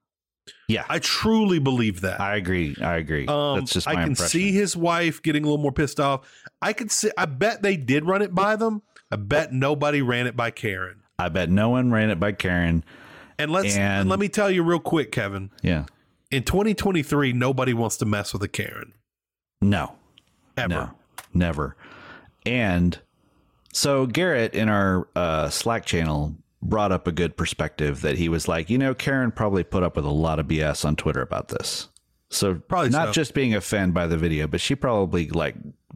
Speaker 3: Yeah. I,
Speaker 2: I truly believe that.
Speaker 3: agree. I agree.
Speaker 2: um,
Speaker 3: that's just my
Speaker 2: I can
Speaker 3: impression.
Speaker 2: see his wife getting a little more pissed off. I could see. I bet they did run it by them. I bet nobody ran it by Karen.
Speaker 3: I bet no one ran it by Karen.
Speaker 2: And let's
Speaker 3: And-
Speaker 2: let me tell you real quick, Kevin.
Speaker 3: Yeah.
Speaker 2: In 2023, nobody wants to mess with a Karen
Speaker 3: No.
Speaker 2: ever.
Speaker 3: No, never. And so Garrett in our uh, Slack channel brought up a good perspective that he was like, you know, Karen probably put up with a lot of BS on Twitter about this. So
Speaker 2: Probably
Speaker 3: not
Speaker 2: so.
Speaker 3: just being offended by the video, but she probably like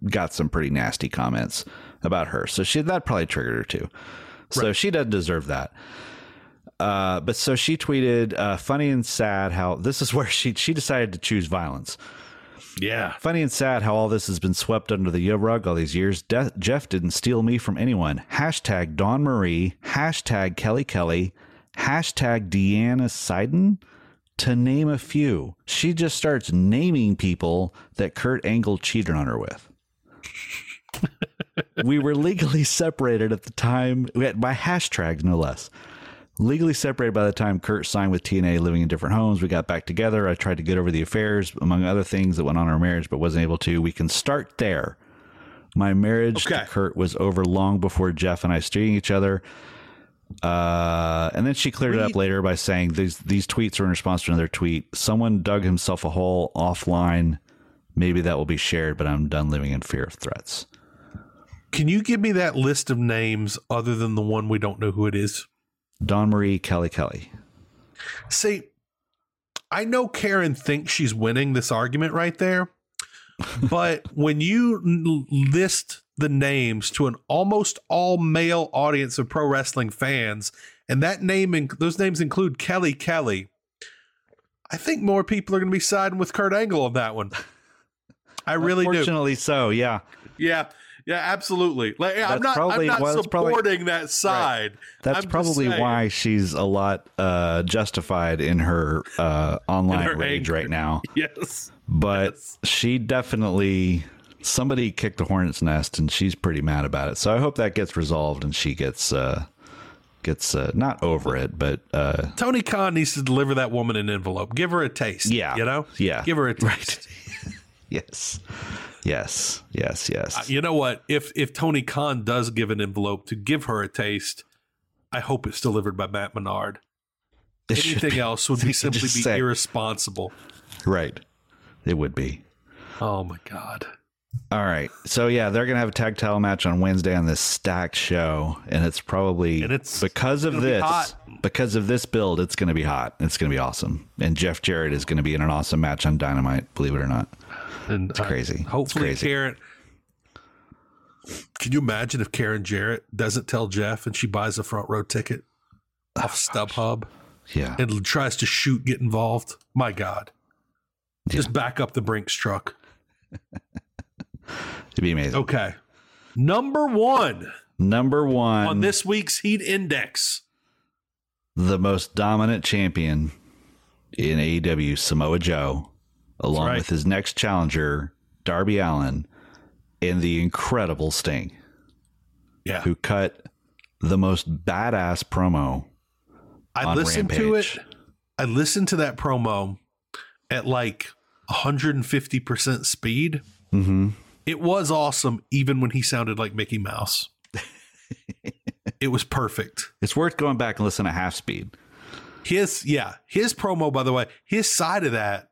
Speaker 3: got some pretty nasty comments about her. So she that probably triggered her too. So she doesn't deserve that. Uh, but so she tweeted, uh, funny and sad how this is (laughs) where she she decided to choose violence.
Speaker 2: Yeah.
Speaker 3: Funny and sad how all this has been swept under the rug all these years. De- Jeff didn't steal me from anyone. Hashtag Dawn Marie. Hashtag Kelly Kelly. Hashtag Deanna Seiden. To name a few. She just starts naming people that Kurt Angle cheated on her with. we were legally separated at the time, we had- by hashtags, no less. Legally separated by the time Kurt signed with TNA, living in different homes. We got back together. I tried to get over the affairs, among other things that went on in our marriage, but wasn't able to. We can start there. My marriage
Speaker 2: Okay.
Speaker 3: to Kurt was over long before Jeff and I seeing each other. Uh, and then she cleared it up later by saying these these tweets are in response to another tweet. Someone dug himself a hole offline. Maybe that will be shared, but I'm done living in fear of threats.
Speaker 2: Can you give me that list of names other than the one we don't know who it is?
Speaker 3: Don Marie Kelly Kelly.
Speaker 2: See, I know Karen thinks
Speaker 3: (laughs)
Speaker 2: she's winning this argument right there, but when you n- list the names to an almost all male audience of pro wrestling fans, and that name inc- those names include Kelly Kelly. I think more people are going to be siding with Kurt Angle on that one. I really do.
Speaker 3: Fortunately, so yeah.
Speaker 2: Yeah, yeah, absolutely. Like, yeah, I'm
Speaker 3: That's
Speaker 2: not,
Speaker 3: probably-
Speaker 2: I'm not
Speaker 3: well, that's probably-
Speaker 2: supporting that side.
Speaker 3: That's
Speaker 2: I'm just
Speaker 3: probably
Speaker 2: saying. (laughs)
Speaker 3: why she's a lot uh, justified in her uh, online
Speaker 2: her
Speaker 3: rage
Speaker 2: anger.
Speaker 3: right now.
Speaker 2: Yes.
Speaker 3: But she definitely somebody kicked a hornet's nest, and she's pretty mad about it. So I hope that gets resolved, and she gets uh, gets uh, not over it, but uh,
Speaker 2: Tony Khan needs to deliver that woman an envelope. Give her a taste.
Speaker 3: Yeah.
Speaker 2: You know?
Speaker 3: Yeah.
Speaker 2: Give her a taste.
Speaker 3: yes, yes, yes, yes.
Speaker 2: Uh, You know what? If if Tony Khan does give an envelope to give her a taste, I hope it's delivered by Matt Menard.
Speaker 3: It should
Speaker 2: Anything
Speaker 3: be-
Speaker 2: else would be
Speaker 3: they could
Speaker 2: simply be
Speaker 3: (laughs) just say-
Speaker 2: irresponsible.
Speaker 3: right. It would be.
Speaker 2: Oh my god.
Speaker 3: All right. So yeah, they're gonna have a tag title match on Wednesday on this stacked show, and it's probably
Speaker 2: And it's
Speaker 3: because of
Speaker 2: gonna be
Speaker 3: this
Speaker 2: hot.
Speaker 3: because of this build, it's gonna be hot. It's gonna be awesome. And Jeff Jarrett is gonna be in an awesome match on Dynamite, believe it or not.
Speaker 2: And it's
Speaker 3: crazy. It's
Speaker 2: Hopefully
Speaker 3: crazy.
Speaker 2: Karen Can you imagine if Karen Jarrett doesn't tell Jeff and she buys a front row ticket off
Speaker 3: Oh,
Speaker 2: StubHub
Speaker 3: Yeah.
Speaker 2: and tries to shoot get involved? My god. Just
Speaker 3: Yeah.
Speaker 2: back up the Brinks truck.
Speaker 3: It'd be amazing.
Speaker 2: Okay. Number 1
Speaker 3: Number one
Speaker 2: on this week's heat index.
Speaker 3: the most dominant champion in AEW, Samoa Joe, along
Speaker 2: right.
Speaker 3: with his next challenger, Darby Allen, and the incredible Sting.
Speaker 2: Yeah.
Speaker 3: who cut the most badass promo.
Speaker 2: I
Speaker 3: on
Speaker 2: listened
Speaker 3: Rampage.
Speaker 2: to it. I listened to that promo at like 150% speed.
Speaker 3: Mm-hmm.
Speaker 2: It was awesome, even when he sounded like Mickey
Speaker 3: (laughs)
Speaker 2: Mouse. it was perfect.
Speaker 3: It's worth going back and listening to half speed.
Speaker 2: His, yeah, his promo, by the way, his side of that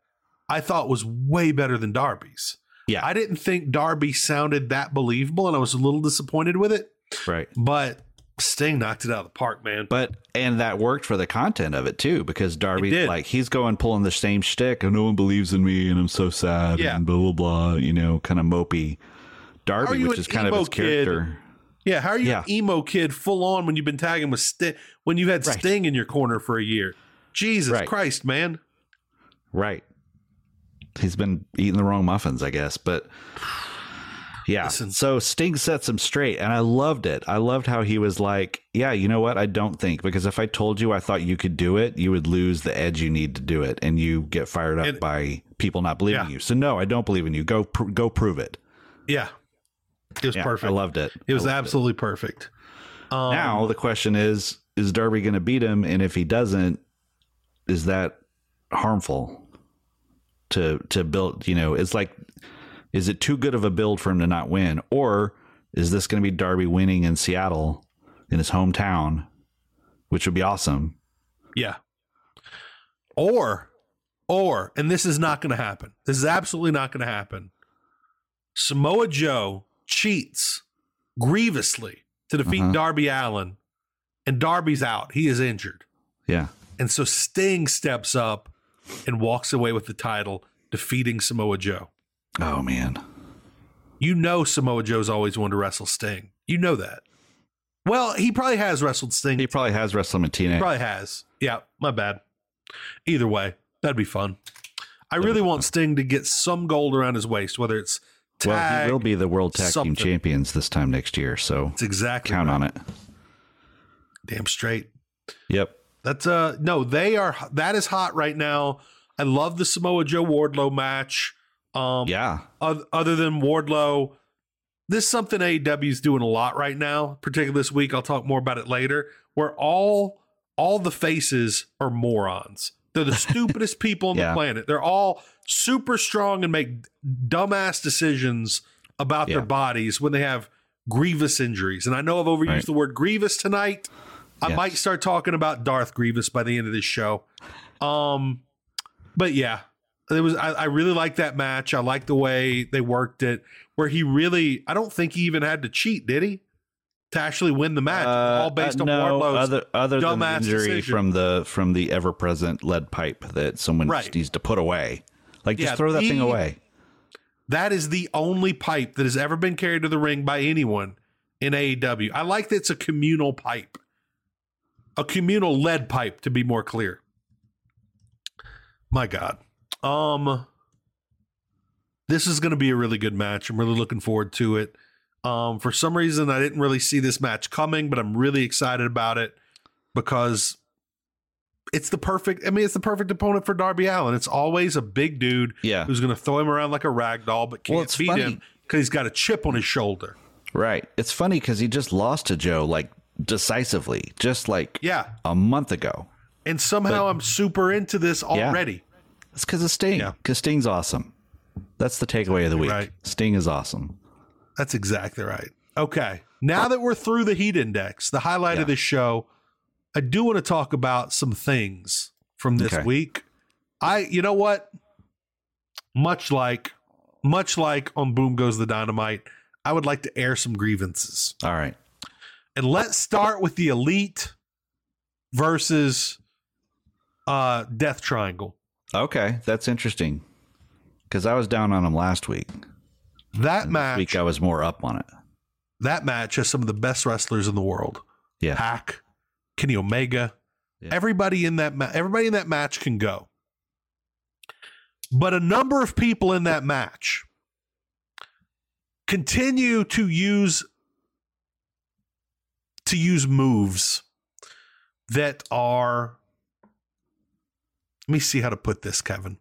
Speaker 2: I thought was way better than Darby's.
Speaker 3: Yeah.
Speaker 2: I didn't think Darby sounded that believable, and I was a little disappointed with it,
Speaker 3: Right.
Speaker 2: but Sting knocked it out of the park, man.
Speaker 3: But and that worked for the content of it too, because
Speaker 2: It
Speaker 3: Darby
Speaker 2: did.
Speaker 3: like he's going pulling the same shtick and no one believes in me and I'm so sad
Speaker 2: Yeah.
Speaker 3: and blah blah blah, you know, kind of mopey.
Speaker 2: Are
Speaker 3: Darby,
Speaker 2: you
Speaker 3: which
Speaker 2: an
Speaker 3: is kind of
Speaker 2: emo
Speaker 3: his
Speaker 2: kid?
Speaker 3: character.
Speaker 2: Yeah, how are you
Speaker 3: Yeah.
Speaker 2: an emo kid full on when you've been tagging with Sting when you had
Speaker 3: Right.
Speaker 2: Sting in your corner for a year? Jesus
Speaker 3: Right.
Speaker 2: Christ, man.
Speaker 3: Right. He's been eating the wrong muffins, I guess, but yeah.
Speaker 2: Listen.
Speaker 3: So Sting sets him straight, and I loved it. I loved how he was like, "Yeah, you know what? I don't think because if I told you I thought you could do it, you would lose the edge you need to do it, and you get fired up
Speaker 2: And-
Speaker 3: by people not believing
Speaker 2: Yeah.
Speaker 3: you. So no, I don't believe in you. Go, pr- go prove it.
Speaker 2: Yeah. It was
Speaker 3: Yeah,
Speaker 2: perfect.
Speaker 3: I loved it.
Speaker 2: it was
Speaker 3: I loved
Speaker 2: absolutely perfect. Um,
Speaker 3: now the question is: Is Darby going to beat him? And if he doesn't, is that harmful to to build? You know, it's like, is it too good of a build for him to not win, or is this going to be Darby winning in Seattle, in his hometown, which would be awesome?
Speaker 2: Yeah. Or, or, and this is not going to happen. This is absolutely not going to happen. Samoa Joe cheats grievously to defeat
Speaker 3: Uh-huh.
Speaker 2: Darby Allen, and Darby's out. He is injured.
Speaker 3: Yeah,
Speaker 2: And so Sting steps up and walks away with the title, defeating Samoa Joe.
Speaker 3: Oh man.
Speaker 2: You know Samoa Joe's always wanted to wrestle Sting. You know that. Well, he probably has wrestled Sting.
Speaker 3: He
Speaker 2: He
Speaker 3: probably has WrestleMania.
Speaker 2: probably has. Yeah, my bad. Either way, that'd be fun. I really want Sting to get some gold around his waist, whether it's tag.
Speaker 3: well, he will be the world tag
Speaker 2: something.
Speaker 3: team champions this time next year, so
Speaker 2: It's exactly
Speaker 3: count on it.
Speaker 2: Damn straight.
Speaker 3: Yep.
Speaker 2: That's uh no, they are that is hot right now. I love the Samoa Joe Wardlow match. Um
Speaker 3: Yeah.
Speaker 2: oth- other than Wardlow, this is something AEW's doing a lot right now, particularly this week. I'll talk more about it later. Where all all the faces are morons. They're
Speaker 3: (laughs)
Speaker 2: the stupidest people on
Speaker 3: Yeah.
Speaker 2: the planet. They're all super strong and make dumbass decisions about
Speaker 3: Yeah.
Speaker 2: their bodies when they have grievous injuries. And I know I've overused
Speaker 3: Right.
Speaker 2: the word grievous tonight. I
Speaker 3: Yes.
Speaker 2: might start talking about Darth Grievous by the end of this show. Um, but yeah, it was. I, I really liked that match. I liked the way they worked it, where he really. I don't think he even had to cheat, did he? To actually win the match, It was
Speaker 3: Uh,
Speaker 2: all based
Speaker 3: uh,
Speaker 2: on
Speaker 3: no,
Speaker 2: Wardlow's.
Speaker 3: other other than the
Speaker 2: dumbass
Speaker 3: injury
Speaker 2: decision.
Speaker 3: from the from the ever present lead pipe that someone
Speaker 2: Right.
Speaker 3: just needs to put away. Like
Speaker 2: Yeah,
Speaker 3: just throw that
Speaker 2: the-
Speaker 3: thing away.
Speaker 2: That is the only pipe that has ever been carried to the ring by anyone in AEW. I like that it's a communal pipe, a communal lead pipe, to be more clear. My God. Um, this is going to be a really good match. I'm really looking forward to it. Um, for some reason, I didn't really see this match coming, but I'm really excited about it because it's the perfect. I mean, it's the perfect opponent for Darby Allen. It's always a big dude
Speaker 3: Yeah.
Speaker 2: who's going to throw him around like a rag doll, but can't
Speaker 3: Well, it's
Speaker 2: beat
Speaker 3: funny.
Speaker 2: him because he's got a chip on his shoulder.
Speaker 3: Right. It's funny because he just lost to Joe like decisively, just like
Speaker 2: Yeah,
Speaker 3: a month ago.
Speaker 2: and somehow I'm super into this already.
Speaker 3: It's because of Sting.
Speaker 2: Yeah.
Speaker 3: Because Sting's awesome. That's the takeaway of the week.
Speaker 2: Right.
Speaker 3: Sting is awesome.
Speaker 2: That's exactly right. Okay. Now that we're through the heat index, the highlight of
Speaker 3: Yeah.
Speaker 2: this show, I do want to talk about some things from this
Speaker 3: Okay.
Speaker 2: week. I, you know what? Much like, much like on Boom Goes the Dynamite, I would like to air some grievances.
Speaker 3: All right.
Speaker 2: And let's start with the Elite versus uh Death Triangle.
Speaker 3: Okay. That's interesting. Because I was down on him last week.
Speaker 2: That
Speaker 3: This
Speaker 2: match,
Speaker 3: week I was more up on it.
Speaker 2: that match has some of the best wrestlers in the world.
Speaker 3: Yeah.
Speaker 2: Pack, Kenny Omega,
Speaker 3: Yeah.
Speaker 2: everybody in that ma- everybody in that match can go. But a number of people in that match continue to use to use moves that are let me see how to put this, Kevin.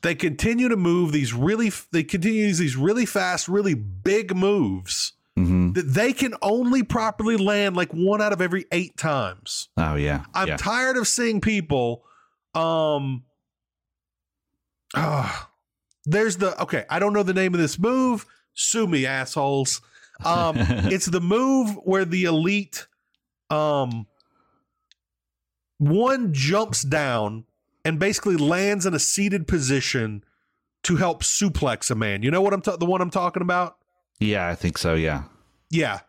Speaker 2: They continue to move these really they continue to use these really fast, really big moves
Speaker 3: hmm
Speaker 2: that they can only properly land like one out of every eight times.
Speaker 3: Oh, yeah.
Speaker 2: I'm
Speaker 3: yeah.
Speaker 2: tired of seeing people. Um, ah, there's the okay. I don't know the name of this move. Sue me, assholes. Um, it's the move where the elite, um, one jumps down and basically lands in a seated position to help suplex a man. You know what I'm ta- the one I'm talking about?
Speaker 3: yeah, I think so. Yeah.
Speaker 2: yeah,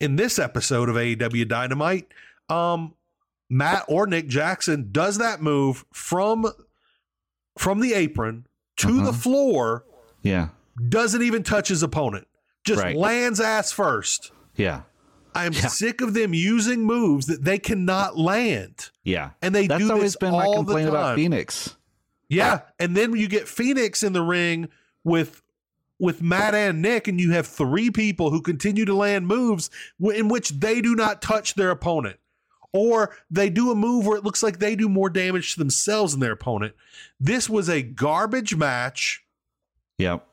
Speaker 2: in this episode of AEW Dynamite, um, Matt or Nick Jackson does that move from from the apron to the
Speaker 3: Uh-huh.
Speaker 2: floor,
Speaker 3: Yeah.
Speaker 2: doesn't even touch his opponent, just
Speaker 3: Right.
Speaker 2: lands ass first.
Speaker 3: Yeah.
Speaker 2: I'm sick of them using moves that they cannot land.
Speaker 3: Yeah.
Speaker 2: And they
Speaker 3: That's
Speaker 2: do
Speaker 3: always
Speaker 2: this
Speaker 3: been my
Speaker 2: all the
Speaker 3: complaint
Speaker 2: time.
Speaker 3: about Phoenix.
Speaker 2: Yeah, and then you get Phoenix in the ring with with Matt and Nick, and you have three people who continue to land moves w- in which they do not touch their opponent, or they do a move where it looks like they do more damage to themselves than their opponent. This was a garbage match.
Speaker 3: Yep.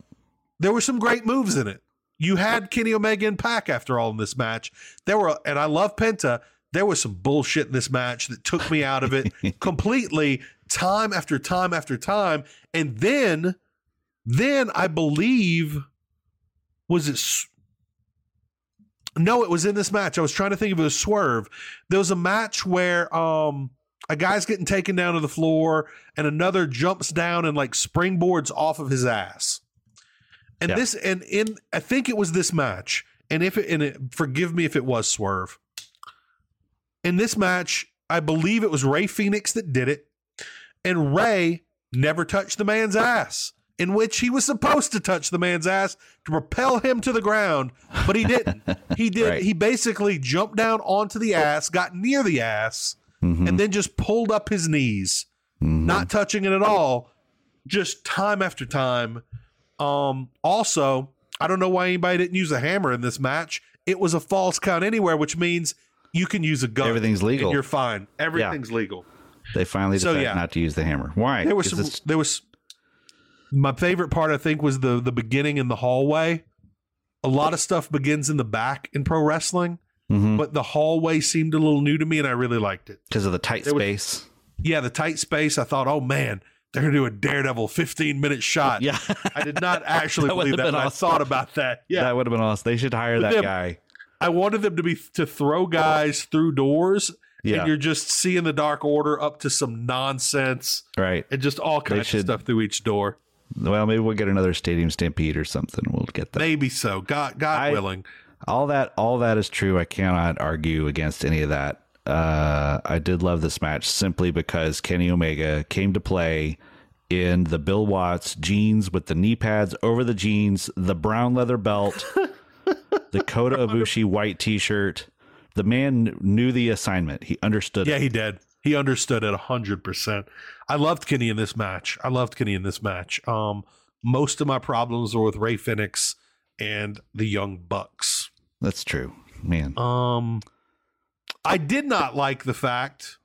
Speaker 2: There were some great moves in it. You had Kenny Omega and Pac after all in this match. There were, and I love Penta. There was some bullshit in this match that took me out of it completely, time after time after time. And then, then I believe, was it? S- No, it was in this match. I was trying to think of it as Swerve. There was a match where um a guy's getting taken down to the floor, and another jumps down and like springboards off of his ass. And
Speaker 3: Yeah.
Speaker 2: this and in I think it was this match. And if it and it, forgive me if it was Swerve. In this match, I believe it was Ray Phoenix that did it. And Ray never touched the man's ass, in which he was supposed to touch the man's ass to propel him to the ground, but he
Speaker 3: (laughs)
Speaker 2: didn't. he did
Speaker 3: Right.
Speaker 2: he basically jumped down onto the ass, got near the ass,
Speaker 3: Mhm.
Speaker 2: and then just pulled up his knees,
Speaker 3: Mhm.
Speaker 2: not touching it at all, just time after time. Um, also, I don't know why anybody didn't use a hammer in this match. It was a false count anywhere, which means you can use a gun.
Speaker 3: Everything's
Speaker 2: and
Speaker 3: legal.
Speaker 2: you're fine. Everything's legal.
Speaker 3: They finally
Speaker 2: So,
Speaker 3: decided
Speaker 2: yeah.
Speaker 3: not to use the hammer. Why?
Speaker 2: There was
Speaker 3: 'Cause
Speaker 2: some,
Speaker 3: it's-
Speaker 2: there was my favorite part. I think was the the beginning in the hallway. A lot of stuff begins in the back in pro wrestling,
Speaker 3: Mhm.
Speaker 2: but the hallway seemed a little new to me, and I really liked it.
Speaker 3: because of the tight
Speaker 2: There was-
Speaker 3: space.
Speaker 2: Yeah, the tight space. I thought, oh man, they're gonna do a daredevil 15 minute shot.
Speaker 3: (laughs) Yeah,
Speaker 2: I did not actually
Speaker 3: That would've
Speaker 2: believe that.
Speaker 3: been
Speaker 2: but I
Speaker 3: awesome.
Speaker 2: thought about that. Yeah,
Speaker 3: that would have been awesome. They should
Speaker 2: But
Speaker 3: hire that
Speaker 2: then-
Speaker 3: guy.
Speaker 2: I wanted them to be to throw guys through doors,
Speaker 3: Yeah,
Speaker 2: and you're just seeing the Dark Order up to some nonsense
Speaker 3: right.
Speaker 2: and just all kinds
Speaker 3: should-
Speaker 2: of stuff through each door.
Speaker 3: Well, maybe we'll get another stadium stampede or something. We'll get that.
Speaker 2: Maybe so. God, God
Speaker 3: I-
Speaker 2: willing.
Speaker 3: all that, all that is true. I cannot argue against any of that. Uh, I did love this match simply because Kenny Omega came to play in the Bill Watts jeans with the knee pads over the jeans, the brown leather
Speaker 2: (laughs)
Speaker 3: belt, the Kota Ibushi white T-shirt. The man knew the assignment. He understood.
Speaker 2: Yeah,
Speaker 3: it.
Speaker 2: he did. He understood it hundred percent. I loved Kenny in this match. I loved Kenny in this match. Um, most of my problems were with Ray Phoenix and the Young Bucks.
Speaker 3: that's true, man.
Speaker 2: Um, I did not like the fact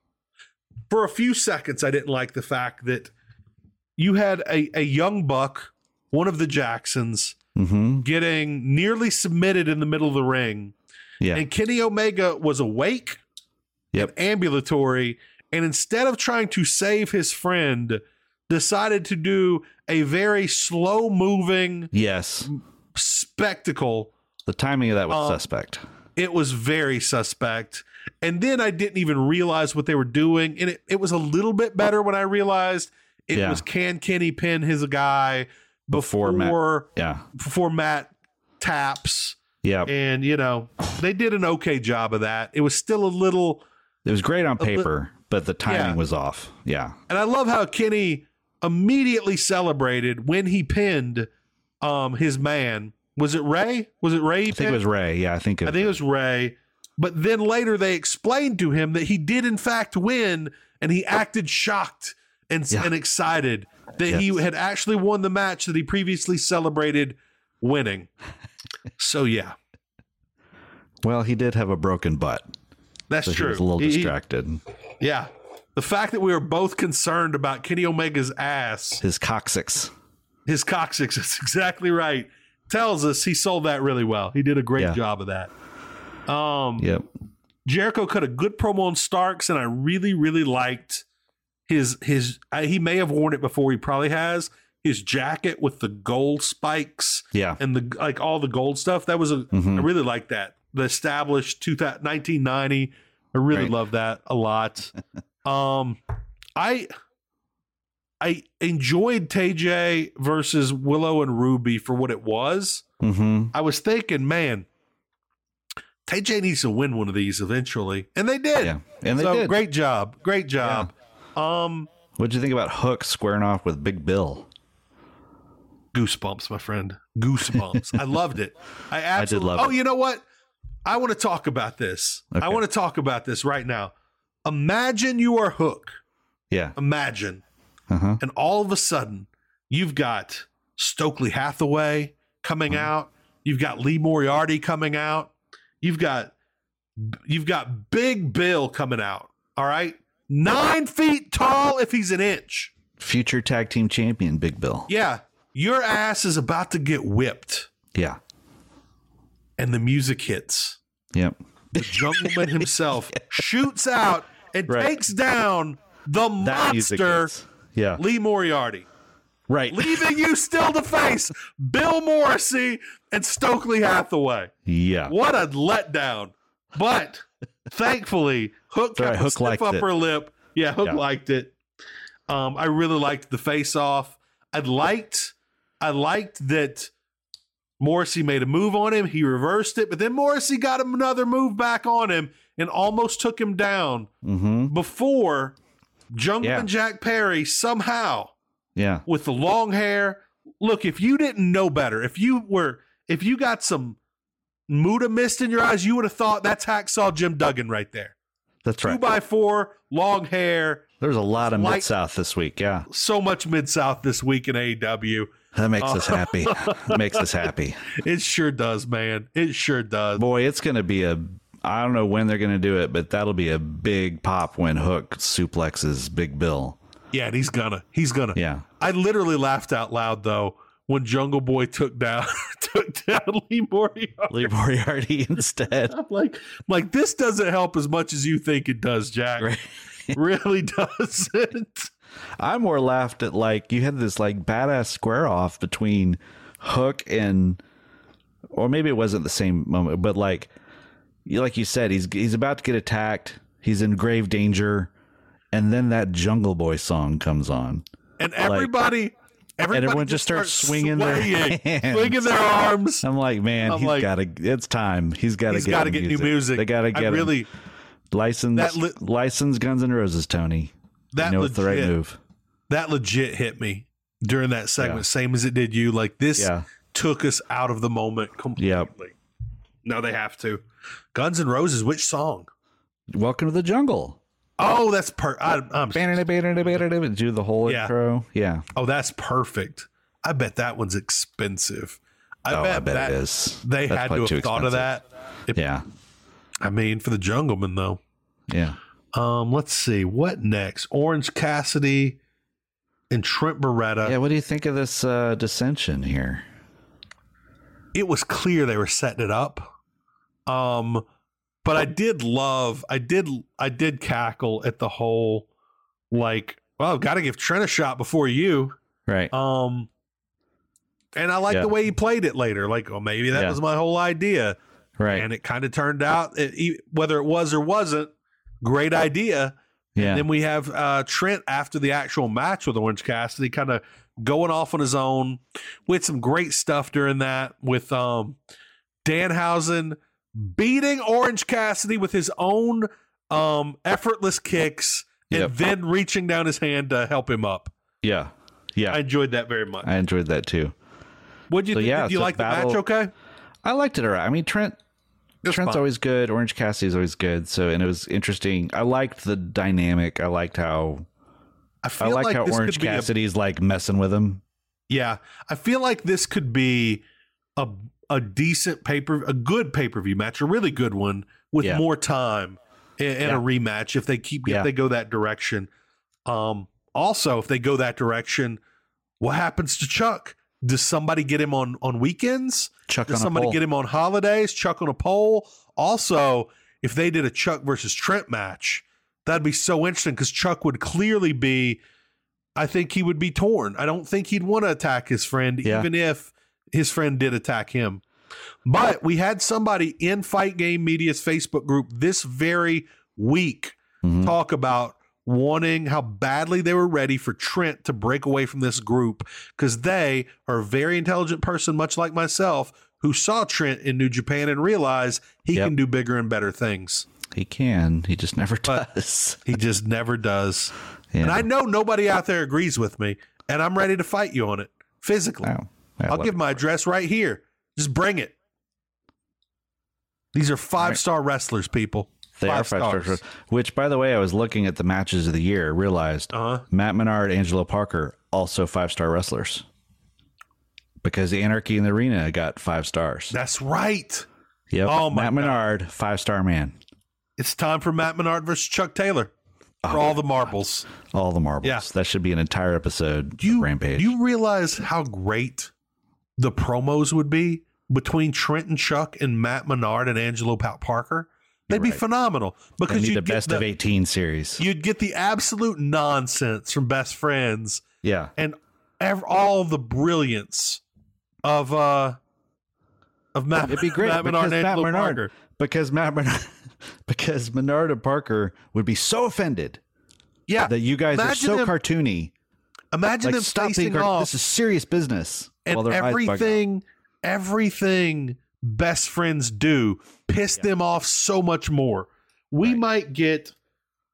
Speaker 2: for a few seconds. I didn't like the fact that you had a, a young buck, one of the Jacksons,
Speaker 3: hmm
Speaker 2: getting nearly submitted in the middle of the ring,
Speaker 3: Yeah.
Speaker 2: and Kenny Omega was awake,
Speaker 3: Yep.
Speaker 2: and ambulatory, and instead of trying to save his friend, decided to do a very slow moving
Speaker 3: yes.
Speaker 2: spectacle
Speaker 3: The timing of that was
Speaker 2: Um,
Speaker 3: suspect.
Speaker 2: it was very suspect. And then I didn't even realize what they were doing. And it, it was a little bit better when I realized it
Speaker 3: Yeah.
Speaker 2: was can Kenny pin his guy before
Speaker 3: Before Matt-
Speaker 2: before Matt,
Speaker 3: Yeah.
Speaker 2: taps.
Speaker 3: Yeah.
Speaker 2: And you know, they did an okay job of that. It was still a little
Speaker 3: It was great on paper, but the timing
Speaker 2: uh, Yeah.
Speaker 3: was off. Yeah.
Speaker 2: and I love how Kenny immediately celebrated when he pinned um his man. Was it Ray? Was it Ray? he
Speaker 3: I think
Speaker 2: pinned?
Speaker 3: it was Ray. Yeah, I think it
Speaker 2: I think it was Ray. But then later they explained to him that he did in fact win, and he acted shocked and
Speaker 3: Yeah.
Speaker 2: and excited that he
Speaker 3: Yes.
Speaker 2: had actually won the match that he previously celebrated winning. so yeah,
Speaker 3: Well, he did have a broken butt.
Speaker 2: that's
Speaker 3: So he
Speaker 2: true.
Speaker 3: was a little
Speaker 2: He- he-
Speaker 3: distracted.
Speaker 2: yeah, the fact that we were both concerned about Kenny Omega's ass,
Speaker 3: His coccyx.
Speaker 2: his coccyx, (laughs) is exactly right. Tells us he sold that really well. He did a great
Speaker 3: Yeah.
Speaker 2: job of that. Um,
Speaker 3: Yep.
Speaker 2: Jericho cut a good promo on Starks, and I really, really liked his his. I, he may have worn it before. He probably has his jacket with the gold spikes
Speaker 3: Yeah. Mm-hmm.
Speaker 2: and the like, all the gold stuff. That was a. I really liked that. The established 2000, 1990. I really
Speaker 3: Right.
Speaker 2: love that a lot. um, I I enjoyed TJ versus Willow and Ruby for what it was.
Speaker 3: Mm-hmm.
Speaker 2: I was thinking, man, TJ needs to win one of these eventually, and they did.
Speaker 3: Yeah. And they
Speaker 2: so
Speaker 3: did.
Speaker 2: great job, great job. Um,
Speaker 3: What'd you think about Hook squaring off with Big Bill?
Speaker 2: goosebumps, my friend, goosebumps. I loved it. I
Speaker 3: (laughs) I did
Speaker 2: absolutely.
Speaker 3: love
Speaker 2: oh,
Speaker 3: it.
Speaker 2: you know what? I want to talk about this. I
Speaker 3: Okay.
Speaker 2: want to talk about this right now. Imagine you are Hook.
Speaker 3: Yeah.
Speaker 2: Imagine,
Speaker 3: Uh-huh.
Speaker 2: and all of a sudden, you've got Stokely Hathaway coming
Speaker 3: Mm-hmm.
Speaker 2: out. You've got Lee Moriarty coming out. You've got you've got Big Bill coming out. All right. Nine feet tall if he's an inch.
Speaker 3: Future tag team champion Big Bill.
Speaker 2: Yeah. Your ass is about to get whipped.
Speaker 3: Yeah.
Speaker 2: And the music hits.
Speaker 3: Yep.
Speaker 2: The
Speaker 3: (laughs)
Speaker 2: jungleman himself shoots out and
Speaker 3: Right.
Speaker 2: takes down the
Speaker 3: That music
Speaker 2: monster
Speaker 3: is- Yeah.
Speaker 2: Lee Moriarty.
Speaker 3: Right.
Speaker 2: Leaving you still to face Bill Morrissey and Stokely Hathaway.
Speaker 3: Yeah.
Speaker 2: What a letdown. But thankfully, Hook
Speaker 3: That's
Speaker 2: kept
Speaker 3: right,
Speaker 2: a
Speaker 3: Hook
Speaker 2: stiff
Speaker 3: liked
Speaker 2: upper
Speaker 3: it.
Speaker 2: lip. Yeah, Hook
Speaker 3: Yeah.
Speaker 2: liked it. Um, I really liked the face off. I liked I liked that Morrissey made a move on him. He reversed it, but then Morrissey got him another move back on him and almost took him down
Speaker 3: Mm-hmm.
Speaker 2: before Jungle
Speaker 3: Yeah.
Speaker 2: and Jack Perry somehow
Speaker 3: Yeah.
Speaker 2: with the long hair. Look, if you didn't know better, if you were, if you got some Muda mist in your eyes, you would have thought that's Hacksaw Jim Duggan right there.
Speaker 3: That's
Speaker 2: Two
Speaker 3: right.
Speaker 2: by four, long hair.
Speaker 3: There's a lot of
Speaker 2: Like-
Speaker 3: Mid South this week. Yeah.
Speaker 2: So much Mid South this week in E AEW.
Speaker 3: That makes us
Speaker 2: Uh, (laughs)
Speaker 3: happy. That makes us happy.
Speaker 2: It sure does, man. It sure does.
Speaker 3: Boy, it's going to be a. I don't know when they're going to do it, but that'll be a big pop when Hook suplexes Big Bill.
Speaker 2: Yeah, and he's gonna, he's gonna.
Speaker 3: Yeah.
Speaker 2: I literally laughed out loud though when Jungle Boy took down (laughs) took down Lee Moriarty.
Speaker 3: Lee
Speaker 2: (laughs)
Speaker 3: Moriarty instead.
Speaker 2: I'm like, I'm like this doesn't help as much as you think it does, Jack.
Speaker 3: Right.
Speaker 2: really (laughs) doesn't.
Speaker 3: I more laughed at like you had this like badass square off between Hook and, or maybe it wasn't the same moment, but like, you- like you said, he's he's about to get attacked. He's in grave danger, and then that Jungle Boy song comes on.
Speaker 2: And everybody, everybody
Speaker 3: and everyone just starts swinging their
Speaker 2: swaying,
Speaker 3: (laughs) hands.
Speaker 2: swinging their arms.
Speaker 3: I'm like, man,
Speaker 2: I'm
Speaker 3: he's
Speaker 2: like-
Speaker 3: got to. It's time. He's got to
Speaker 2: He's
Speaker 3: get.
Speaker 2: got to
Speaker 3: him
Speaker 2: get new music.
Speaker 3: They got to get
Speaker 2: I
Speaker 3: him.
Speaker 2: really
Speaker 3: license.
Speaker 2: that li-
Speaker 3: license Guns and Roses, Tony.
Speaker 2: that
Speaker 3: you know it's the right
Speaker 2: legit-
Speaker 3: move.
Speaker 2: that legit hit me during that segment, same as it did you. Like this
Speaker 3: Yeah.
Speaker 2: took us out of the moment completely. No, they have to. Guns N' Roses, which song?
Speaker 3: Welcome to the jungle.
Speaker 2: Oh, that's per. I, I'm,
Speaker 3: Do the whole
Speaker 2: Yeah.
Speaker 3: intro. Yeah.
Speaker 2: oh, that's perfect. I bet that one's expensive. I
Speaker 3: oh,
Speaker 2: bet,
Speaker 3: I bet
Speaker 2: that,
Speaker 3: it is.
Speaker 2: They
Speaker 3: That's
Speaker 2: had to
Speaker 3: probably
Speaker 2: have
Speaker 3: too
Speaker 2: thought of
Speaker 3: expensive.
Speaker 2: that. If-
Speaker 3: Yeah.
Speaker 2: I mean, for the Jungleman though.
Speaker 3: Yeah.
Speaker 2: Um, let's see what next. Orange Cassidy and Trent Beretta.
Speaker 3: yeah. What do you think of this uh, dissension here?
Speaker 2: it was clear they were setting it up. Um, but I did love, I did, I did cackle at the whole, like, well, I've got to give Trent a shot before you.
Speaker 3: Right.
Speaker 2: Um, and I like
Speaker 3: Yeah.
Speaker 2: the way he played it later. Like, oh, maybe that
Speaker 3: Yeah.
Speaker 2: was my whole idea,
Speaker 3: right.
Speaker 2: and it kind of turned out it, e- whether it was or wasn't, great idea.
Speaker 3: yeah.
Speaker 2: Then we have uh, Trent after the actual match with Orange Cassidy, kind of going off on his own. We had some great stuff during that with um, Danhausen beating Orange Cassidy with his own um, effortless kicks and
Speaker 3: Yep.
Speaker 2: then reaching down his hand to help him up.
Speaker 3: yeah. Yeah.
Speaker 2: I enjoyed that very much.
Speaker 3: I enjoyed that too.
Speaker 2: What do you
Speaker 3: so
Speaker 2: think?
Speaker 3: yeah,
Speaker 2: Did you
Speaker 3: it's a
Speaker 2: like the match?
Speaker 3: battle-
Speaker 2: Okay,
Speaker 3: I liked it. All right. I mean, Trent.
Speaker 2: It's
Speaker 3: Trent's
Speaker 2: fine.
Speaker 3: always good. Orange Cassidy's always good. So, and it was interesting. I liked the dynamic. I liked how I,
Speaker 2: feel
Speaker 3: liked how
Speaker 2: this
Speaker 3: Orange
Speaker 2: could be a-
Speaker 3: Cassidy's like messing with him.
Speaker 2: Yeah, I feel like this could be a a decent paper, a good pay per view match, a really good one with
Speaker 3: Yeah.
Speaker 2: more time and, and
Speaker 3: Yeah.
Speaker 2: a rematch if they keep
Speaker 3: Yeah.
Speaker 2: if they go that direction. Um, also, if they go that direction, what happens to Chuck? Does somebody get him on on weekends?
Speaker 3: Chuck
Speaker 2: Does
Speaker 3: on
Speaker 2: somebody
Speaker 3: a pole.
Speaker 2: get him on holidays? Chuck on a pole. Also, if they did a Chuck versus Trent match, that'd be so interesting because Chuck would clearly be. I think he would be torn. I don't think he'd want to attack his friend,
Speaker 3: Yeah.
Speaker 2: even if his friend did attack him. But we had somebody in Fight Game Media's Facebook group this very week
Speaker 3: Mhm.
Speaker 2: talk about wanting how badly they were ready for Trent to break away from this group because they are a very intelligent person, much like myself, who saw Trent in New Japan and realized he
Speaker 3: Yep.
Speaker 2: can do bigger and better things.
Speaker 3: He can. He just never
Speaker 2: But-
Speaker 3: does. (laughs)
Speaker 2: He just never does.
Speaker 3: Yeah.
Speaker 2: And I know nobody out there agrees with me, and I'm ready to fight you on it physically.
Speaker 3: Wow. I
Speaker 2: I'll
Speaker 3: love
Speaker 2: give
Speaker 3: it.
Speaker 2: my address right here. Just bring it. These are five star wrestlers, people.
Speaker 3: They are five stars. Which, by the way, I was looking at the matches of the year, realized
Speaker 2: Uh huh.
Speaker 3: Matt Menard, Angelo Parker, also five star wrestlers. Because the Anarchy in the Arena got five stars.
Speaker 2: That's right.
Speaker 3: Yep.
Speaker 2: oh my
Speaker 3: Matt
Speaker 2: God.
Speaker 3: Menard, five star man.
Speaker 2: It's time for Matt Menard versus Chuck Taylor for all
Speaker 3: Oh,
Speaker 2: the marbles.
Speaker 3: All the marbles.
Speaker 2: Yeah.
Speaker 3: That should be an entire episode. of
Speaker 2: Do you,
Speaker 3: Rampage.
Speaker 2: do you realize how great the promos would be between Trent and Chuck and Matt Menard and Angelo Pa- Parker? They'd be
Speaker 3: right.
Speaker 2: phenomenal
Speaker 3: They
Speaker 2: because
Speaker 3: need
Speaker 2: you'd
Speaker 3: the
Speaker 2: get
Speaker 3: best
Speaker 2: the-
Speaker 3: of 18 series.
Speaker 2: You'd get the absolute nonsense from best friends
Speaker 3: yeah.
Speaker 2: and ev- all the brilliance of uh of Matt.
Speaker 3: It'd be great
Speaker 2: Matt Menard
Speaker 3: because,
Speaker 2: and
Speaker 3: Matt
Speaker 2: Angelo
Speaker 3: Menard,
Speaker 2: Parker.
Speaker 3: because Matt Menard, (laughs) because Menard and Parker would be so offended
Speaker 2: Yeah,
Speaker 3: that you guys
Speaker 2: imagine
Speaker 3: are so
Speaker 2: them,
Speaker 3: cartoony.
Speaker 2: Imagine
Speaker 3: Like,
Speaker 2: them
Speaker 3: stop being
Speaker 2: facing
Speaker 3: cartoon.
Speaker 2: off
Speaker 3: This is serious business.
Speaker 2: and
Speaker 3: their eyes bug out.
Speaker 2: everything, everything best friends do piss them off so much more. We might get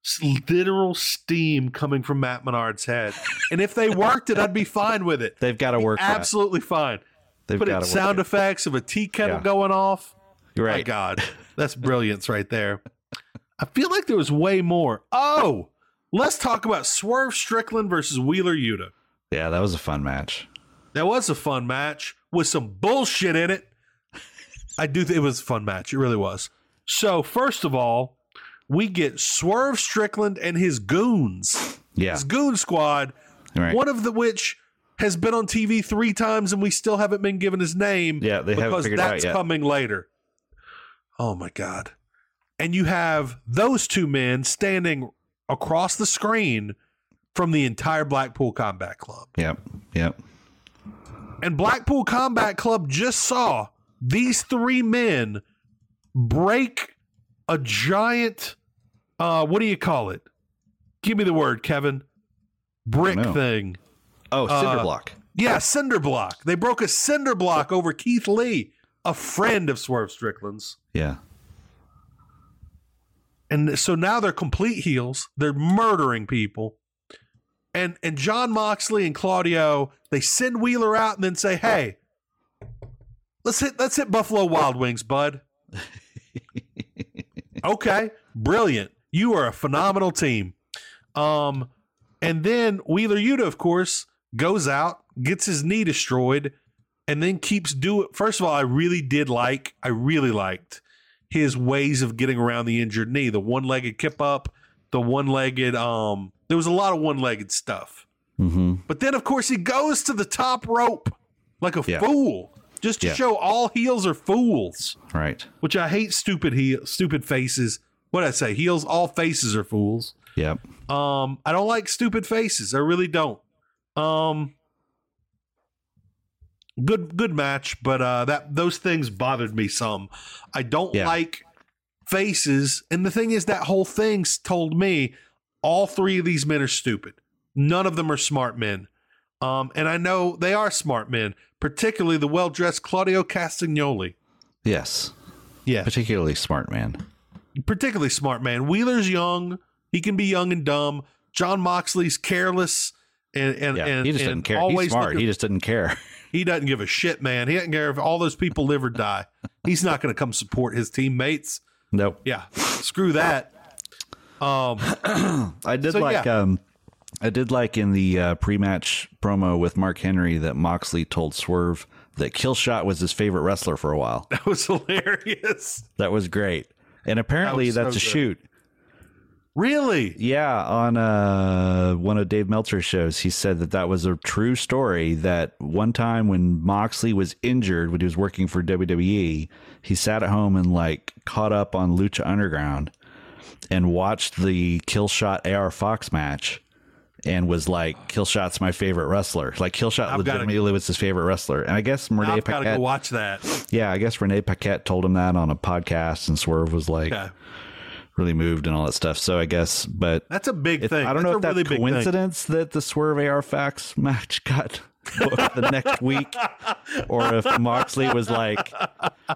Speaker 2: s- literal steam coming from Matt Menard's head, and if they worked it, I'd be fine with it.
Speaker 3: They've got to work. that.
Speaker 2: Absolutely fine.
Speaker 3: They've
Speaker 2: Put
Speaker 3: gotta
Speaker 2: in
Speaker 3: work
Speaker 2: sound
Speaker 3: it.
Speaker 2: effects of a tea kettle
Speaker 3: Yeah.
Speaker 2: going off.
Speaker 3: You're
Speaker 2: My
Speaker 3: right. (laughs)
Speaker 2: God, that's brilliance right there. I feel like there was way more. Oh, let's talk about Swerve Strickland versus Wheeler Yuta.
Speaker 3: Yeah, that was a fun match.
Speaker 2: That was a fun match with some bullshit in it. I do think it was a fun match. It really was. So, first of all, we get Swerve Strickland and his goons,
Speaker 3: Yeah.
Speaker 2: his goon squad,
Speaker 3: Right.
Speaker 2: one of the which has been on TV three times and we still haven't been given his name
Speaker 3: Yeah, they haven't
Speaker 2: because
Speaker 3: figured it out
Speaker 2: that's
Speaker 3: yet.
Speaker 2: coming later. Oh my god! And you have those two men standing across the screen from the entire Blackpool Combat Club,
Speaker 3: Yep. Yep.
Speaker 2: and Blackpool Combat Club just saw these three men break a giant. Uh, what do you call it? Give me the word, Kevin. Brick
Speaker 3: know.
Speaker 2: thing.
Speaker 3: Oh, cinder
Speaker 2: Uh,
Speaker 3: block.
Speaker 2: Yeah, cinder block. They broke a cinder block over Keith Lee, a friend of Swerve Strickland's.
Speaker 3: Yeah.
Speaker 2: And so now they're complete heels. They're murdering people. and and John Moxley and Claudio they send Wheeler out and then say, "Hey, let's hit let's hit Buffalo Wild Wings, bud." okay, brilliant. You are a phenomenal team. Um, and then Wheeler Yuta, of course, goes out, gets his knee destroyed, and then keeps doing. First of all, I really did like. I really liked his ways of getting around the injured knee. The one-legged kip up, the one-legged um there was a lot of one-legged stuff.
Speaker 3: Mm-hmm.
Speaker 2: But then of course he goes to the top rope like a
Speaker 3: Yeah.
Speaker 2: fool just to
Speaker 3: Yeah.
Speaker 2: show all heels are fools,
Speaker 3: Right.
Speaker 2: which I hate stupid heel stupid faces. What would I say? Heels all faces are fools.
Speaker 3: Yep.
Speaker 2: Um I don't like stupid faces. I really don't. Um good good match, but uh that those things bothered me some. I don't
Speaker 3: Yeah.
Speaker 2: like faces. And the thing is, that whole thing's told me all three of these men are stupid. None of them are smart men. Um, and I know they are smart men, particularly the well dressed Claudio Castagnoli.
Speaker 3: Yes.
Speaker 2: Yeah.
Speaker 3: Particularly smart man.
Speaker 2: Particularly smart man. Wheeler's young. He can be young and dumb. John Moxley's careless and, and,
Speaker 3: Yeah.
Speaker 2: and,
Speaker 3: he just
Speaker 2: and
Speaker 3: didn't care.
Speaker 2: always
Speaker 3: He's smart.
Speaker 2: looking-
Speaker 3: He just didn't care. (laughs)
Speaker 2: He doesn't give a shit, man. He doesn't care if all those people live or
Speaker 3: (laughs)
Speaker 2: die. He's not going to come support his teammates.
Speaker 3: nope.
Speaker 2: Yeah. Screw that. (laughs) Um,
Speaker 3: I did
Speaker 2: So,
Speaker 3: like um I did like in the uh, pre-match promo with Mark Henry that Moxley told Swerve that Killshot was his favorite wrestler for a while.
Speaker 2: That was hilarious.
Speaker 3: That was great. And apparently
Speaker 2: was
Speaker 3: that's
Speaker 2: so good.
Speaker 3: a shoot.
Speaker 2: Really?
Speaker 3: Yeah, on uh, one of Dave Meltzer's shows, he said that that was a true story. That one time when Moxley was injured when he was working for WWE, he sat at home and like caught up on Lucha Underground and watched the Killshot AR Fox match and was like, Killshot's my favorite wrestler. Like, Killshot
Speaker 2: I've gotta-
Speaker 3: legitimately was his favorite wrestler. And I guess Renee
Speaker 2: I've got to go
Speaker 3: Paquette,
Speaker 2: watch that.
Speaker 3: yeah, I guess Renee Paquette told him that on a podcast and Swerve was like
Speaker 2: Yeah.
Speaker 3: really moved and all that stuff. So I guess, but
Speaker 2: That's a big
Speaker 3: it-
Speaker 2: thing.
Speaker 3: I
Speaker 2: That's
Speaker 3: don't know
Speaker 2: a
Speaker 3: if that's
Speaker 2: really big thing.
Speaker 3: coincidence that the Swerve AR fax match (laughs) got booked the next week, or if Moxley was like,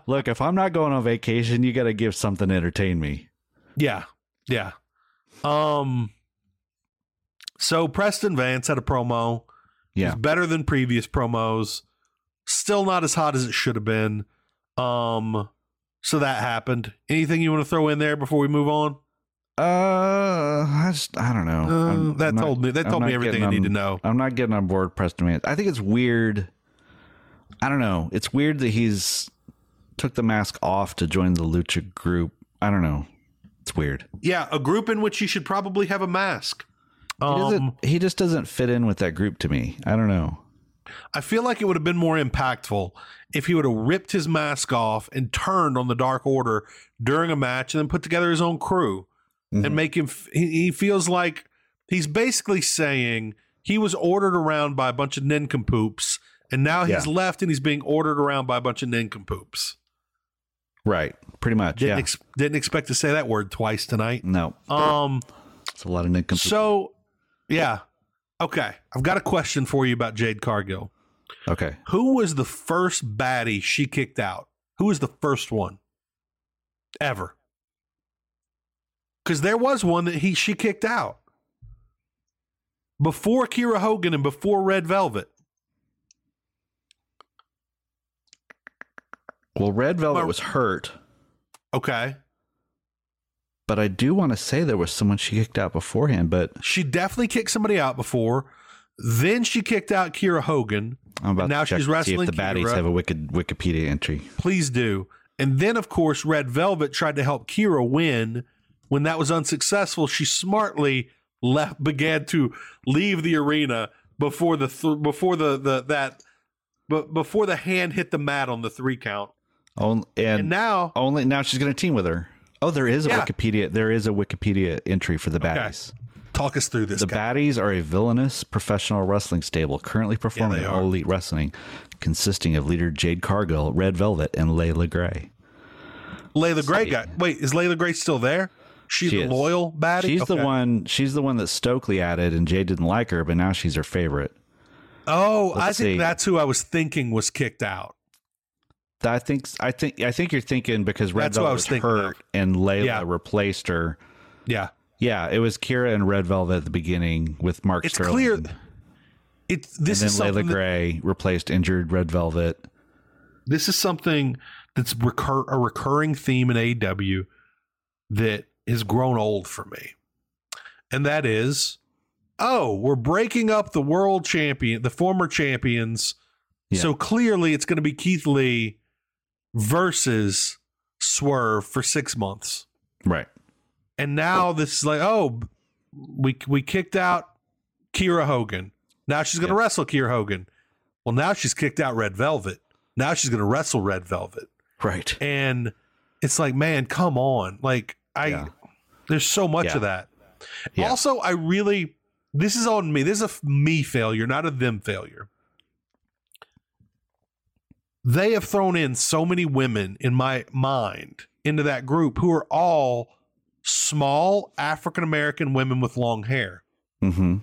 Speaker 3: "Look, if I'm not going on vacation, you got to give something to entertain me."
Speaker 2: Yeah. Yeah. Um so Preston Vance had a promo. It was
Speaker 3: Yeah,
Speaker 2: better than previous promos. Still not as hot as it should have been. Um so that happened. Anything you want to throw in there before we move on?
Speaker 3: uh, I just I don't know.
Speaker 2: Uh,
Speaker 3: Oh, I'm-
Speaker 2: that
Speaker 3: I'm not-
Speaker 2: told me that
Speaker 3: I'm
Speaker 2: told me
Speaker 3: not
Speaker 2: everything
Speaker 3: getting um,
Speaker 2: I need to know.
Speaker 3: on- I'm not getting on board Preston Vance. I think it's weird. I don't know. It's weird that he's took the mask off to join the Lucha group. I don't know. It's weird.
Speaker 2: Yeah, a group in which you should probably have a mask.
Speaker 3: He doesn't.
Speaker 2: Um,
Speaker 3: he just doesn't fit in with that group to me. I don't know.
Speaker 2: I feel like it would have been more impactful if he would have ripped his mask off and turned on the Dark Order during a match and then put together his own crew
Speaker 3: Mm-hmm.
Speaker 2: and make him. f- He, he feels like he's basically saying he was ordered around by a bunch of nincompoops and now he's
Speaker 3: Yeah.
Speaker 2: left and he's being ordered around by a bunch of nincompoops.
Speaker 3: Right. Pretty much.
Speaker 2: Didn't,
Speaker 3: yeah.
Speaker 2: ex- didn't expect to say that word twice tonight.
Speaker 3: no.
Speaker 2: Um,
Speaker 3: It's a lot of nincompoops.
Speaker 2: so yeah. Okay. I've got a question for you about Jade Cargill.
Speaker 3: okay.
Speaker 2: Who was the first baddie she kicked out? Who was the first one ever? Because there was one that he she kicked out before Kira Hogan and before Red Velvet.
Speaker 3: Well, Red Velvet
Speaker 2: Well-
Speaker 3: was hurt,
Speaker 2: Okay,
Speaker 3: but I do want to say there was someone she kicked out beforehand. But
Speaker 2: she definitely kicked somebody out before. Then she kicked out Kira Hogan.
Speaker 3: I'm about
Speaker 2: And now
Speaker 3: to check
Speaker 2: she's
Speaker 3: to see
Speaker 2: wrestling
Speaker 3: if the baddies
Speaker 2: Kira.
Speaker 3: have a wicked Wikipedia entry.
Speaker 2: Please do. And then, of course, Red Velvet tried to help Kira win. When that was unsuccessful, she smartly left, began to leave the arena before the th- before the, the that but before the hand hit the mat on the three count.
Speaker 3: Only, Oh, and, oh,
Speaker 2: And now,
Speaker 3: only now she's going to team with her. Oh, there is a
Speaker 2: Yeah.
Speaker 3: Wikipedia. There is a Wikipedia entry for the baddies.
Speaker 2: talk us through this.
Speaker 3: The
Speaker 2: guy.
Speaker 3: Baddies are a villainous professional wrestling stable currently performing
Speaker 2: they
Speaker 3: at
Speaker 2: are.
Speaker 3: all elite wrestling, consisting of leader Jade Cargill, Red Velvet, and Layla Gray.
Speaker 2: Layla Gray guy. Wait, is Layla Gray still there? She's
Speaker 3: She
Speaker 2: the
Speaker 3: is.
Speaker 2: loyal baddie.
Speaker 3: She's the
Speaker 2: Okay.
Speaker 3: one. She's the one that Stokely added, and Jade didn't like her, but now she's her favorite.
Speaker 2: Oh, I
Speaker 3: Let's
Speaker 2: think
Speaker 3: see.
Speaker 2: that's who I was thinking was kicked out.
Speaker 3: I think. I think. I think you're thinking because Red
Speaker 2: That's what I
Speaker 3: Velvet
Speaker 2: was
Speaker 3: was
Speaker 2: thinking
Speaker 3: hurt
Speaker 2: of.
Speaker 3: and Layla
Speaker 2: Yeah.
Speaker 3: replaced her.
Speaker 2: Yeah.
Speaker 3: Yeah, it was Kira and Red Velvet at the beginning with Mark
Speaker 2: It's
Speaker 3: Sterling.
Speaker 2: clear. It's this
Speaker 3: and
Speaker 2: is
Speaker 3: then Layla
Speaker 2: something that-
Speaker 3: Gray replaced injured Red Velvet.
Speaker 2: this is something that's recur a recurring theme in AEW that has grown old for me. And that is, oh, we're breaking up the world champion, the former champions.
Speaker 3: Yeah.
Speaker 2: So clearly it's going to be Keith Lee versus Swerve for 6 months.
Speaker 3: Right.
Speaker 2: And now this is like, oh, we we kicked out Kira Hogan. Now she's going to
Speaker 3: Yeah.
Speaker 2: wrestle Kira Hogan. Well, now she's kicked out Red Velvet. Now she's going to wrestle Red Velvet.
Speaker 3: Right.
Speaker 2: And it's like, man, come on. Like I
Speaker 3: Yeah.
Speaker 2: there's so much
Speaker 3: Yeah.
Speaker 2: of that.
Speaker 3: Yeah.
Speaker 2: Also, I really this is on me. This is a f- me failure, not a them failure. They have thrown in so many women in my mind into that group who are all small African American women with long hair
Speaker 3: Mm-hmm.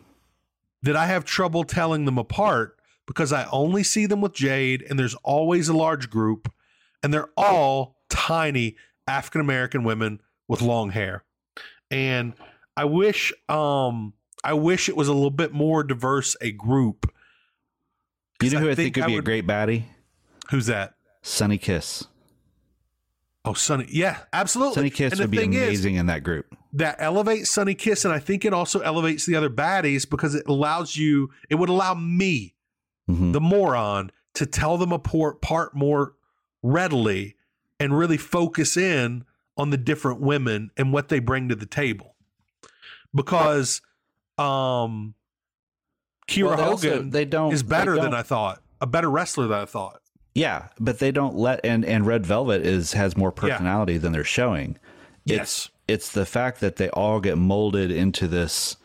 Speaker 2: that I have trouble telling them apart because I only see them with Jade and there's always a large group and they're all tiny African American women with long hair. And I wish um I wish it was a little bit more diverse a group.
Speaker 3: You
Speaker 2: 'Cause
Speaker 3: know
Speaker 2: I
Speaker 3: who I
Speaker 2: think
Speaker 3: think, would
Speaker 2: I
Speaker 3: be a
Speaker 2: would-
Speaker 3: great baddie?
Speaker 2: Who's that?
Speaker 3: Sunny Kiss.
Speaker 2: Oh, Sunny. Yeah, absolutely.
Speaker 3: Sunny Kiss
Speaker 2: And the
Speaker 3: would be
Speaker 2: thing is,
Speaker 3: amazing in that group.
Speaker 2: that elevates Sunny Kiss, and I think it also elevates the other baddies because it allows you, it would allow me,
Speaker 3: Mhm.
Speaker 2: the moron, to tell them apart part more readily and really focus in on the different women and what they bring to the table. Because um Kira
Speaker 3: Well, they also-
Speaker 2: Hogan
Speaker 3: they don't-
Speaker 2: is
Speaker 3: they
Speaker 2: better than
Speaker 3: don't-
Speaker 2: I thought, a better wrestler than I thought.
Speaker 3: Yeah, but they don't let and and Red Velvet is has more personality than they're showing.
Speaker 2: Yes.
Speaker 3: It's, it's the fact that they all get molded into this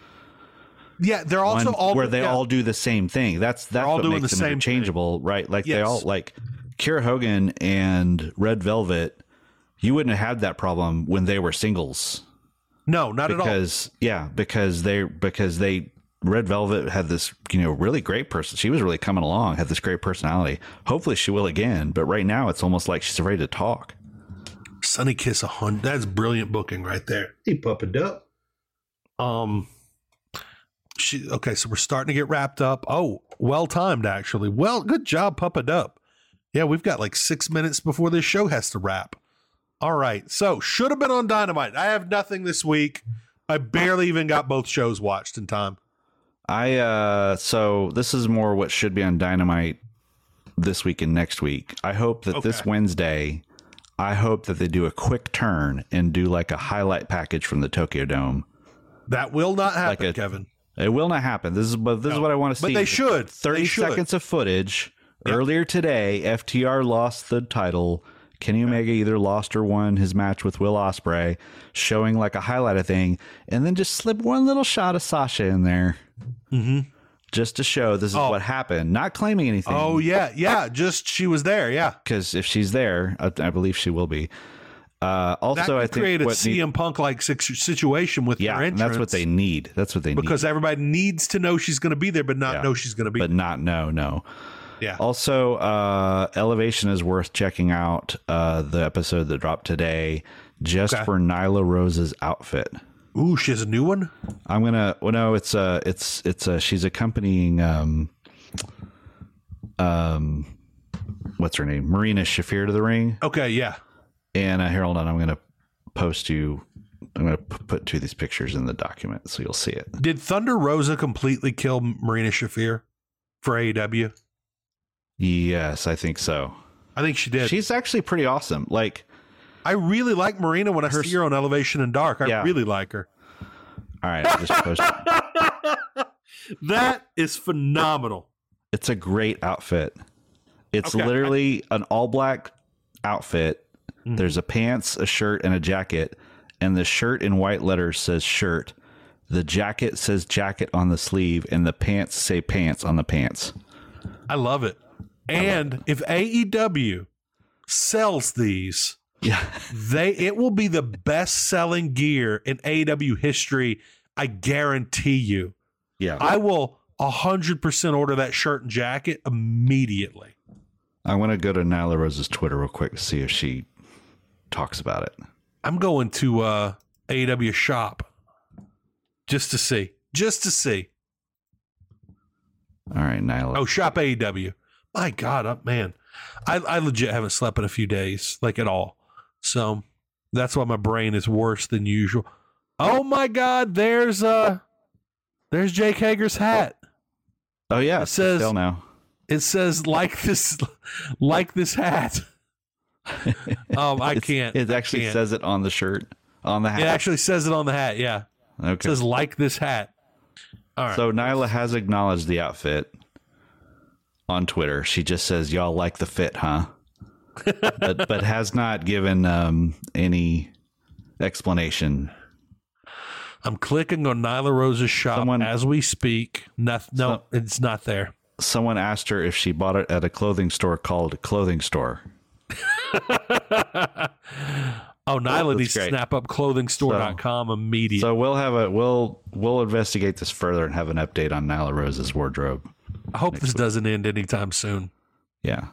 Speaker 2: Yeah, they're also
Speaker 3: one
Speaker 2: all
Speaker 3: where they
Speaker 2: yeah.
Speaker 3: all do the same thing. That's that's
Speaker 2: all
Speaker 3: what
Speaker 2: doing
Speaker 3: makes
Speaker 2: the
Speaker 3: them
Speaker 2: same thing.
Speaker 3: interchangeable, right? Like they all
Speaker 2: Yes.
Speaker 3: like Kira Hogan and Red Velvet. You wouldn't have had that problem when they were singles
Speaker 2: No, not at all.
Speaker 3: because yeah, because they because they Red Velvet had this you know really great person. She was really coming along, had this great personality. Hopefully she will again, but right now it's almost like she's afraid to talk.
Speaker 2: Sunny Kiss a hundred. That's brilliant booking right there. He puppened up. Um, she okay. So we're starting to get wrapped up. Oh, well timed actually. Well, good job, puppened up. Yeah, we've got like six minutes before this show has to wrap. All right. So should have been on Dynamite. I have nothing this week. I barely even got both shows watched in time.
Speaker 3: I uh so this is more what should be on Dynamite this week and next week. I hope that this
Speaker 2: Okay.
Speaker 3: Wednesday I hope that they do a quick turn and do like a highlight package from the Tokyo Dome.
Speaker 2: That will not happen,
Speaker 3: a-
Speaker 2: Kevin.
Speaker 3: It will not happen. This is but this is
Speaker 2: No.
Speaker 3: what I want to
Speaker 2: But
Speaker 3: see.
Speaker 2: they should. They
Speaker 3: 30
Speaker 2: should.
Speaker 3: seconds of footage. Earlier today, FTR lost the title. Kenny Omega either lost or won his match with Will Ospreay, showing like a highlight of thing, and then just slip one little shot of Sasha in there. Mm-hmm. Just to show this is
Speaker 2: Oh.
Speaker 3: what happened, not claiming anything.
Speaker 2: Oh yeah, yeah. Just she was there. Yeah.
Speaker 3: because if she's there, I, I believe she will be. Uh,
Speaker 2: That
Speaker 3: also, I
Speaker 2: could create
Speaker 3: think
Speaker 2: a
Speaker 3: what need-
Speaker 2: CM Punk like situation with
Speaker 3: yeah,
Speaker 2: her
Speaker 3: and
Speaker 2: entrance.
Speaker 3: that's what they need. That's what they need.
Speaker 2: because everybody needs to know she's going to be there, but not
Speaker 3: Yeah.
Speaker 2: know she's going to be.
Speaker 3: but not no no.
Speaker 2: yeah,
Speaker 3: Also, uh, Elevation is worth checking out uh, the episode that dropped today just
Speaker 2: Okay.
Speaker 3: for Nyla Rose's outfit.
Speaker 2: ooh, she has a new one.
Speaker 3: I'm gonna. Well, no, it's uh it's it's uh she's accompanying um um what's her name Marina Shafir to the ring.
Speaker 2: Okay, yeah,
Speaker 3: And uh, here, hold on, I'm gonna post you. I'm gonna p- put two of these pictures in the document so you'll see it.
Speaker 2: did Thunder Rosa completely kill Marina Shafir for E AEW?
Speaker 3: Yes, I think so.
Speaker 2: I think she did.
Speaker 3: She's actually pretty awesome. Like.
Speaker 2: I really like Marina when I
Speaker 3: Her-
Speaker 2: see her on Elevation and Dark. I
Speaker 3: Yeah.
Speaker 2: really like her.
Speaker 3: All right, I just posted.
Speaker 2: That is phenomenal.
Speaker 3: It's a great outfit. It's
Speaker 2: Okay.
Speaker 3: literally an all black outfit. There's a pants, a shirt, and a jacket. And the shirt in white letters says shirt. The jacket says jacket on the sleeve, and the pants say pants on the pants.
Speaker 2: I love it. And if AEW sells these,
Speaker 3: Yeah.
Speaker 2: they it will be the best selling gear in AEW history. I guarantee you.
Speaker 3: (laughs) Yeah. I,
Speaker 2: I will 100% order that shirt and jacket immediately.
Speaker 3: want to go to Nyla Rose's Twitter real quick to see if she talks about it.
Speaker 2: I'm going to uh AW shop. just to see, just to see.
Speaker 3: All right, Nyla.
Speaker 2: Oh, shop AEW. My God, up man, I I legit haven't slept in a few days, like at all. So that's why my brain is worse than usual. Oh my God, there's uh, there's Jake Hager's hat.
Speaker 3: Oh, yeah. It
Speaker 2: says-
Speaker 3: still now.
Speaker 2: It says like this, (laughs) like this
Speaker 3: (laughs)
Speaker 2: hat. Um, I
Speaker 3: It's-
Speaker 2: can't.
Speaker 3: It
Speaker 2: I
Speaker 3: actually
Speaker 2: can't.
Speaker 3: says it on the shirt, on the hat.
Speaker 2: It actually says it on the hat. Yeah, it
Speaker 3: okay.
Speaker 2: says like this hat. All right.
Speaker 3: So Nyla has acknowledged the outfit on Twitter. She just says, "Y'all like the fit,
Speaker 2: (laughs)
Speaker 3: huh?" but but has not given um, any explanation.
Speaker 2: I'm clicking on Nyla Rose's shop
Speaker 3: Someone-
Speaker 2: as we speak. No, no, it's not there. (laughs)
Speaker 3: Someone asked her if she bought it at a clothing store called Clothing Store.
Speaker 2: Oh, Nyla
Speaker 3: that's
Speaker 2: needs to
Speaker 3: great.
Speaker 2: snap up clothingstore.com immediately.
Speaker 3: So we'll have a we'll we'll investigate this further and have an update on Nyla Rose's wardrobe.
Speaker 2: I hope this doesn't end anytime soon.
Speaker 3: Yeah,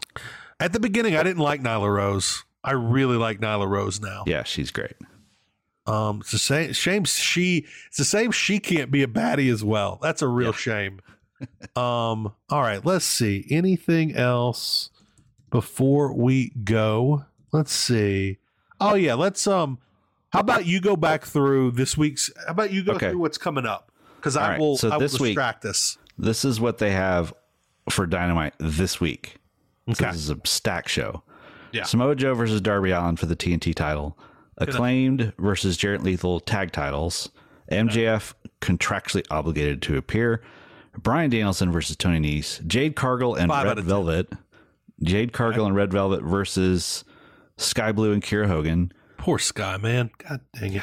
Speaker 2: At the beginning, I didn't like Nyla Rose. I really like Nyla Rose now.
Speaker 3: yeah, she's great.
Speaker 2: Um, it's the same shame she it's the same she can't be a baddie as well. That's a real shame. um, all right, let's see. Anything else before we go? Let's see. Oh yeah, let's um how about you go back through this week's how about you go
Speaker 3: Okay.
Speaker 2: through what's coming up? Because
Speaker 3: All
Speaker 2: I
Speaker 3: right,
Speaker 2: will
Speaker 3: so
Speaker 2: I will
Speaker 3: this week-
Speaker 2: distract us.
Speaker 3: This is what they have for Dynamite this week. So
Speaker 2: Okay.
Speaker 3: this is a stack show.
Speaker 2: Yeah.
Speaker 3: Samoa Joe versus Darby Allen for the TNT title. Acclaimed versus Jarrett Lethal tag titles. MJF contractually obligated to appear. Brian Danielson versus Tony Nese. Jade Cargill and
Speaker 2: Five out
Speaker 3: Red
Speaker 2: of ten.
Speaker 3: Velvet. Jade Cargill and Red Velvet versus Sky Blue and Kira Hogan.
Speaker 2: Poor Sky, man. God dang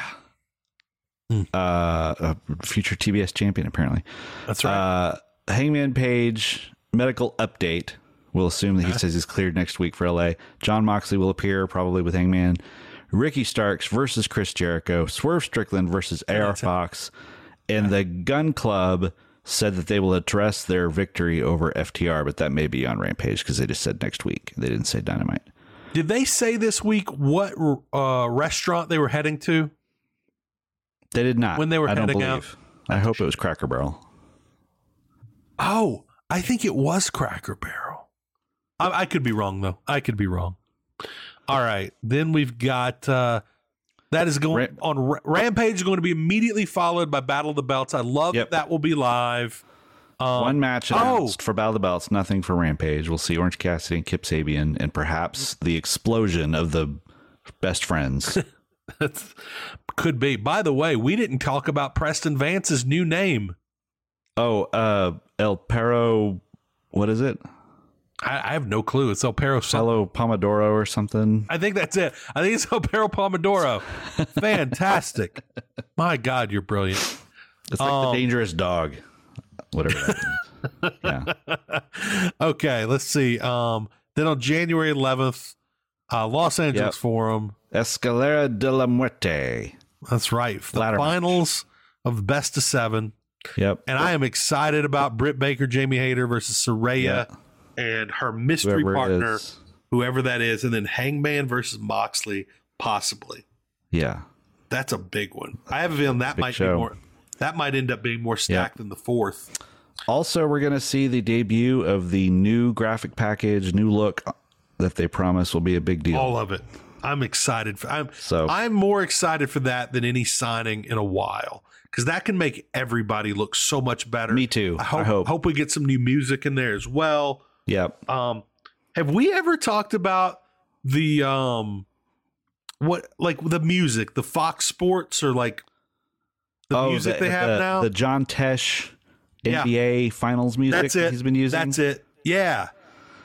Speaker 2: it.
Speaker 3: Uh, a future TBS champion, apparently.
Speaker 2: That's right.
Speaker 3: Uh, Hangman Page medical update. We'll assume that he
Speaker 2: Uh-huh.
Speaker 3: says he's cleared next week for LA. John Moxley will appear probably with Hangman. Ricky Starks versus Chris Jericho. Swerve Strickland versus AR Fox.
Speaker 2: Uh-huh.
Speaker 3: And the Gun Club said that they will address their victory over FTR, but that may be on Rampage because they just said next week. They didn't say Dynamite.
Speaker 2: Did they say this week what uh restaurant they were heading to?
Speaker 3: They did not.
Speaker 2: When they were
Speaker 3: I don't
Speaker 2: heading
Speaker 3: believe.
Speaker 2: out.
Speaker 3: I hope it was Cracker Barrel.
Speaker 2: Oh, I think it was Cracker Barrel. I, I could be wrong though. I could be wrong. All right, then we've got uh, that is going
Speaker 3: Ram-
Speaker 2: on. Ra- Rampage is going to be immediately followed by Battle of the Belts. I love
Speaker 3: Yep.
Speaker 2: that, that will be live. Um,
Speaker 3: One match
Speaker 2: oh.
Speaker 3: announced for Battle of the Belts, nothing for Rampage. We'll see Orange Cassidy and Kip Sabian, and perhaps the explosion of the best
Speaker 2: (laughs)
Speaker 3: friends.
Speaker 2: (laughs) That's, could be. By the way, we didn't talk about Preston Vance's new name.
Speaker 3: oh, uh, El Perro, what is it?
Speaker 2: I, I have no clue. It's El Perro. something.
Speaker 3: Pelo Pomodoro or something?
Speaker 2: I think that's it. I think it's El Perro
Speaker 3: (laughs)
Speaker 2: Pomodoro. Fantastic. My God, you're brilliant.
Speaker 3: It's like
Speaker 2: Um,
Speaker 3: the dangerous dog, whatever. That
Speaker 2: (laughs)
Speaker 3: means. yeah,
Speaker 2: okay, let's see. Um, then on January 11th, uh, Los Angeles
Speaker 3: Yep.
Speaker 2: Forum.
Speaker 3: Escalera de la Muerte.
Speaker 2: That's right. The
Speaker 3: Ladder match.
Speaker 2: finals of the best of seven.
Speaker 3: Yep.
Speaker 2: And I am excited about Britt Baker, Jamie Hayter versus Soraya
Speaker 3: Yeah.
Speaker 2: and her mystery
Speaker 3: Whoever it
Speaker 2: uh, partner,
Speaker 3: is.
Speaker 2: whoever that is. And then Hangman versus Moxley, possibly.
Speaker 3: Yeah.
Speaker 2: That's a big one. I have a feeling that
Speaker 3: Big
Speaker 2: might
Speaker 3: show.
Speaker 2: be more. That might end up being more stacked than the fourth.
Speaker 3: Also, we're going to see the debut of the new graphic package, new look that they promise will be a big deal.
Speaker 2: All of it. I'm excited for. I'm
Speaker 3: So-
Speaker 2: I'm more excited for that than any signing in a while because that can make everybody look so much better.
Speaker 3: Me too.
Speaker 2: I hope,
Speaker 3: I hope.
Speaker 2: we get some new music in there as well.
Speaker 3: Yep.
Speaker 2: Um, have we ever talked about the um, what like the music, the Fox Sports or like the music they have
Speaker 3: Oh, the,
Speaker 2: now?
Speaker 3: The John Tesh
Speaker 2: Yeah.
Speaker 3: NBA Finals music
Speaker 2: That's it.
Speaker 3: he's been using.
Speaker 2: That's it. Yeah.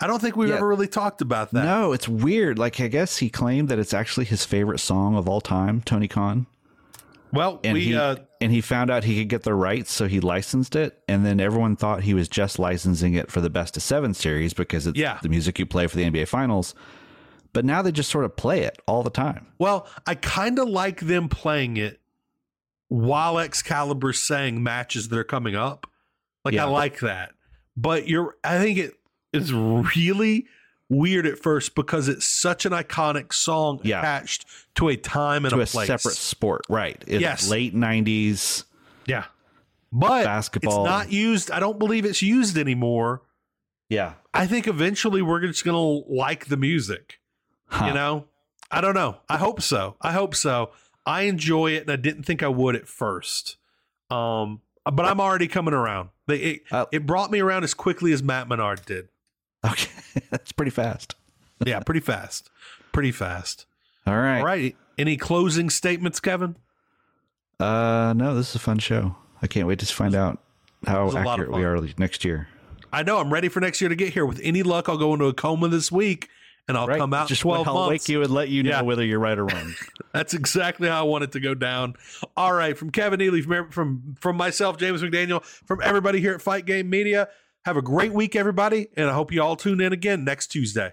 Speaker 2: I don't think we've
Speaker 3: Yeah.
Speaker 2: ever really talked about that.
Speaker 3: No, it's weird. Like I guess he claimed that it's actually his favorite song of all time, Tony Khan.
Speaker 2: Well,
Speaker 3: And
Speaker 2: we
Speaker 3: he
Speaker 2: uh,
Speaker 3: and he found out he could get the rights, so he licensed it, and then everyone thought he was just licensing it for the best of seven series because it's
Speaker 2: Yeah.
Speaker 3: the music you play for the NBA Finals. But now they just sort of play it all the time.
Speaker 2: Well, I kind of like them playing it while Excalibur's saying matches that are coming up. Like
Speaker 3: Yeah.
Speaker 2: I like that. But you're I think it is really weird at first because it's such an iconic song
Speaker 3: Yeah.
Speaker 2: attached to a time and
Speaker 3: to
Speaker 2: a,
Speaker 3: a
Speaker 2: place.
Speaker 3: separate sport, right? It's
Speaker 2: Yes.
Speaker 3: late '90s.
Speaker 2: yeah. But
Speaker 3: Basketball.
Speaker 2: it's not used. I don't believe it's used anymore.
Speaker 3: Yeah.
Speaker 2: I think eventually we're just going to like the music.
Speaker 3: Huh.
Speaker 2: You know, I don't know. I hope so. I hope so. I enjoy it, and I didn't think I would at first. Um, but I'm already coming around. They, it,
Speaker 3: Uh,
Speaker 2: it brought me around as quickly as Matt Menard did.
Speaker 3: Okay. (laughs) That's pretty fast.
Speaker 2: Yeah, pretty fast. Pretty fast.
Speaker 3: All right.
Speaker 2: All right. Any closing statements, Kevin?
Speaker 3: Uh, no, this is a fun show. I can't wait to find out how
Speaker 2: This is a lot of
Speaker 3: accurate we
Speaker 2: fun.
Speaker 3: are next year.
Speaker 2: I know I'm ready for next year to get here. With any luck, I'll go into a coma this week, and I'll
Speaker 3: Right?
Speaker 2: come out in
Speaker 3: Just
Speaker 2: 12
Speaker 3: I'll
Speaker 2: months.
Speaker 3: wake you and let you know
Speaker 2: Yeah.
Speaker 3: whether you're right or
Speaker 2: (laughs)
Speaker 3: wrong.
Speaker 2: That's exactly how I want it to go down. All right, from Kevin Ely, from from, from myself, James McDaniel, from everybody here at Fight Game Media. Have a great week, everybody, and I hope you all tune in again next Tuesday.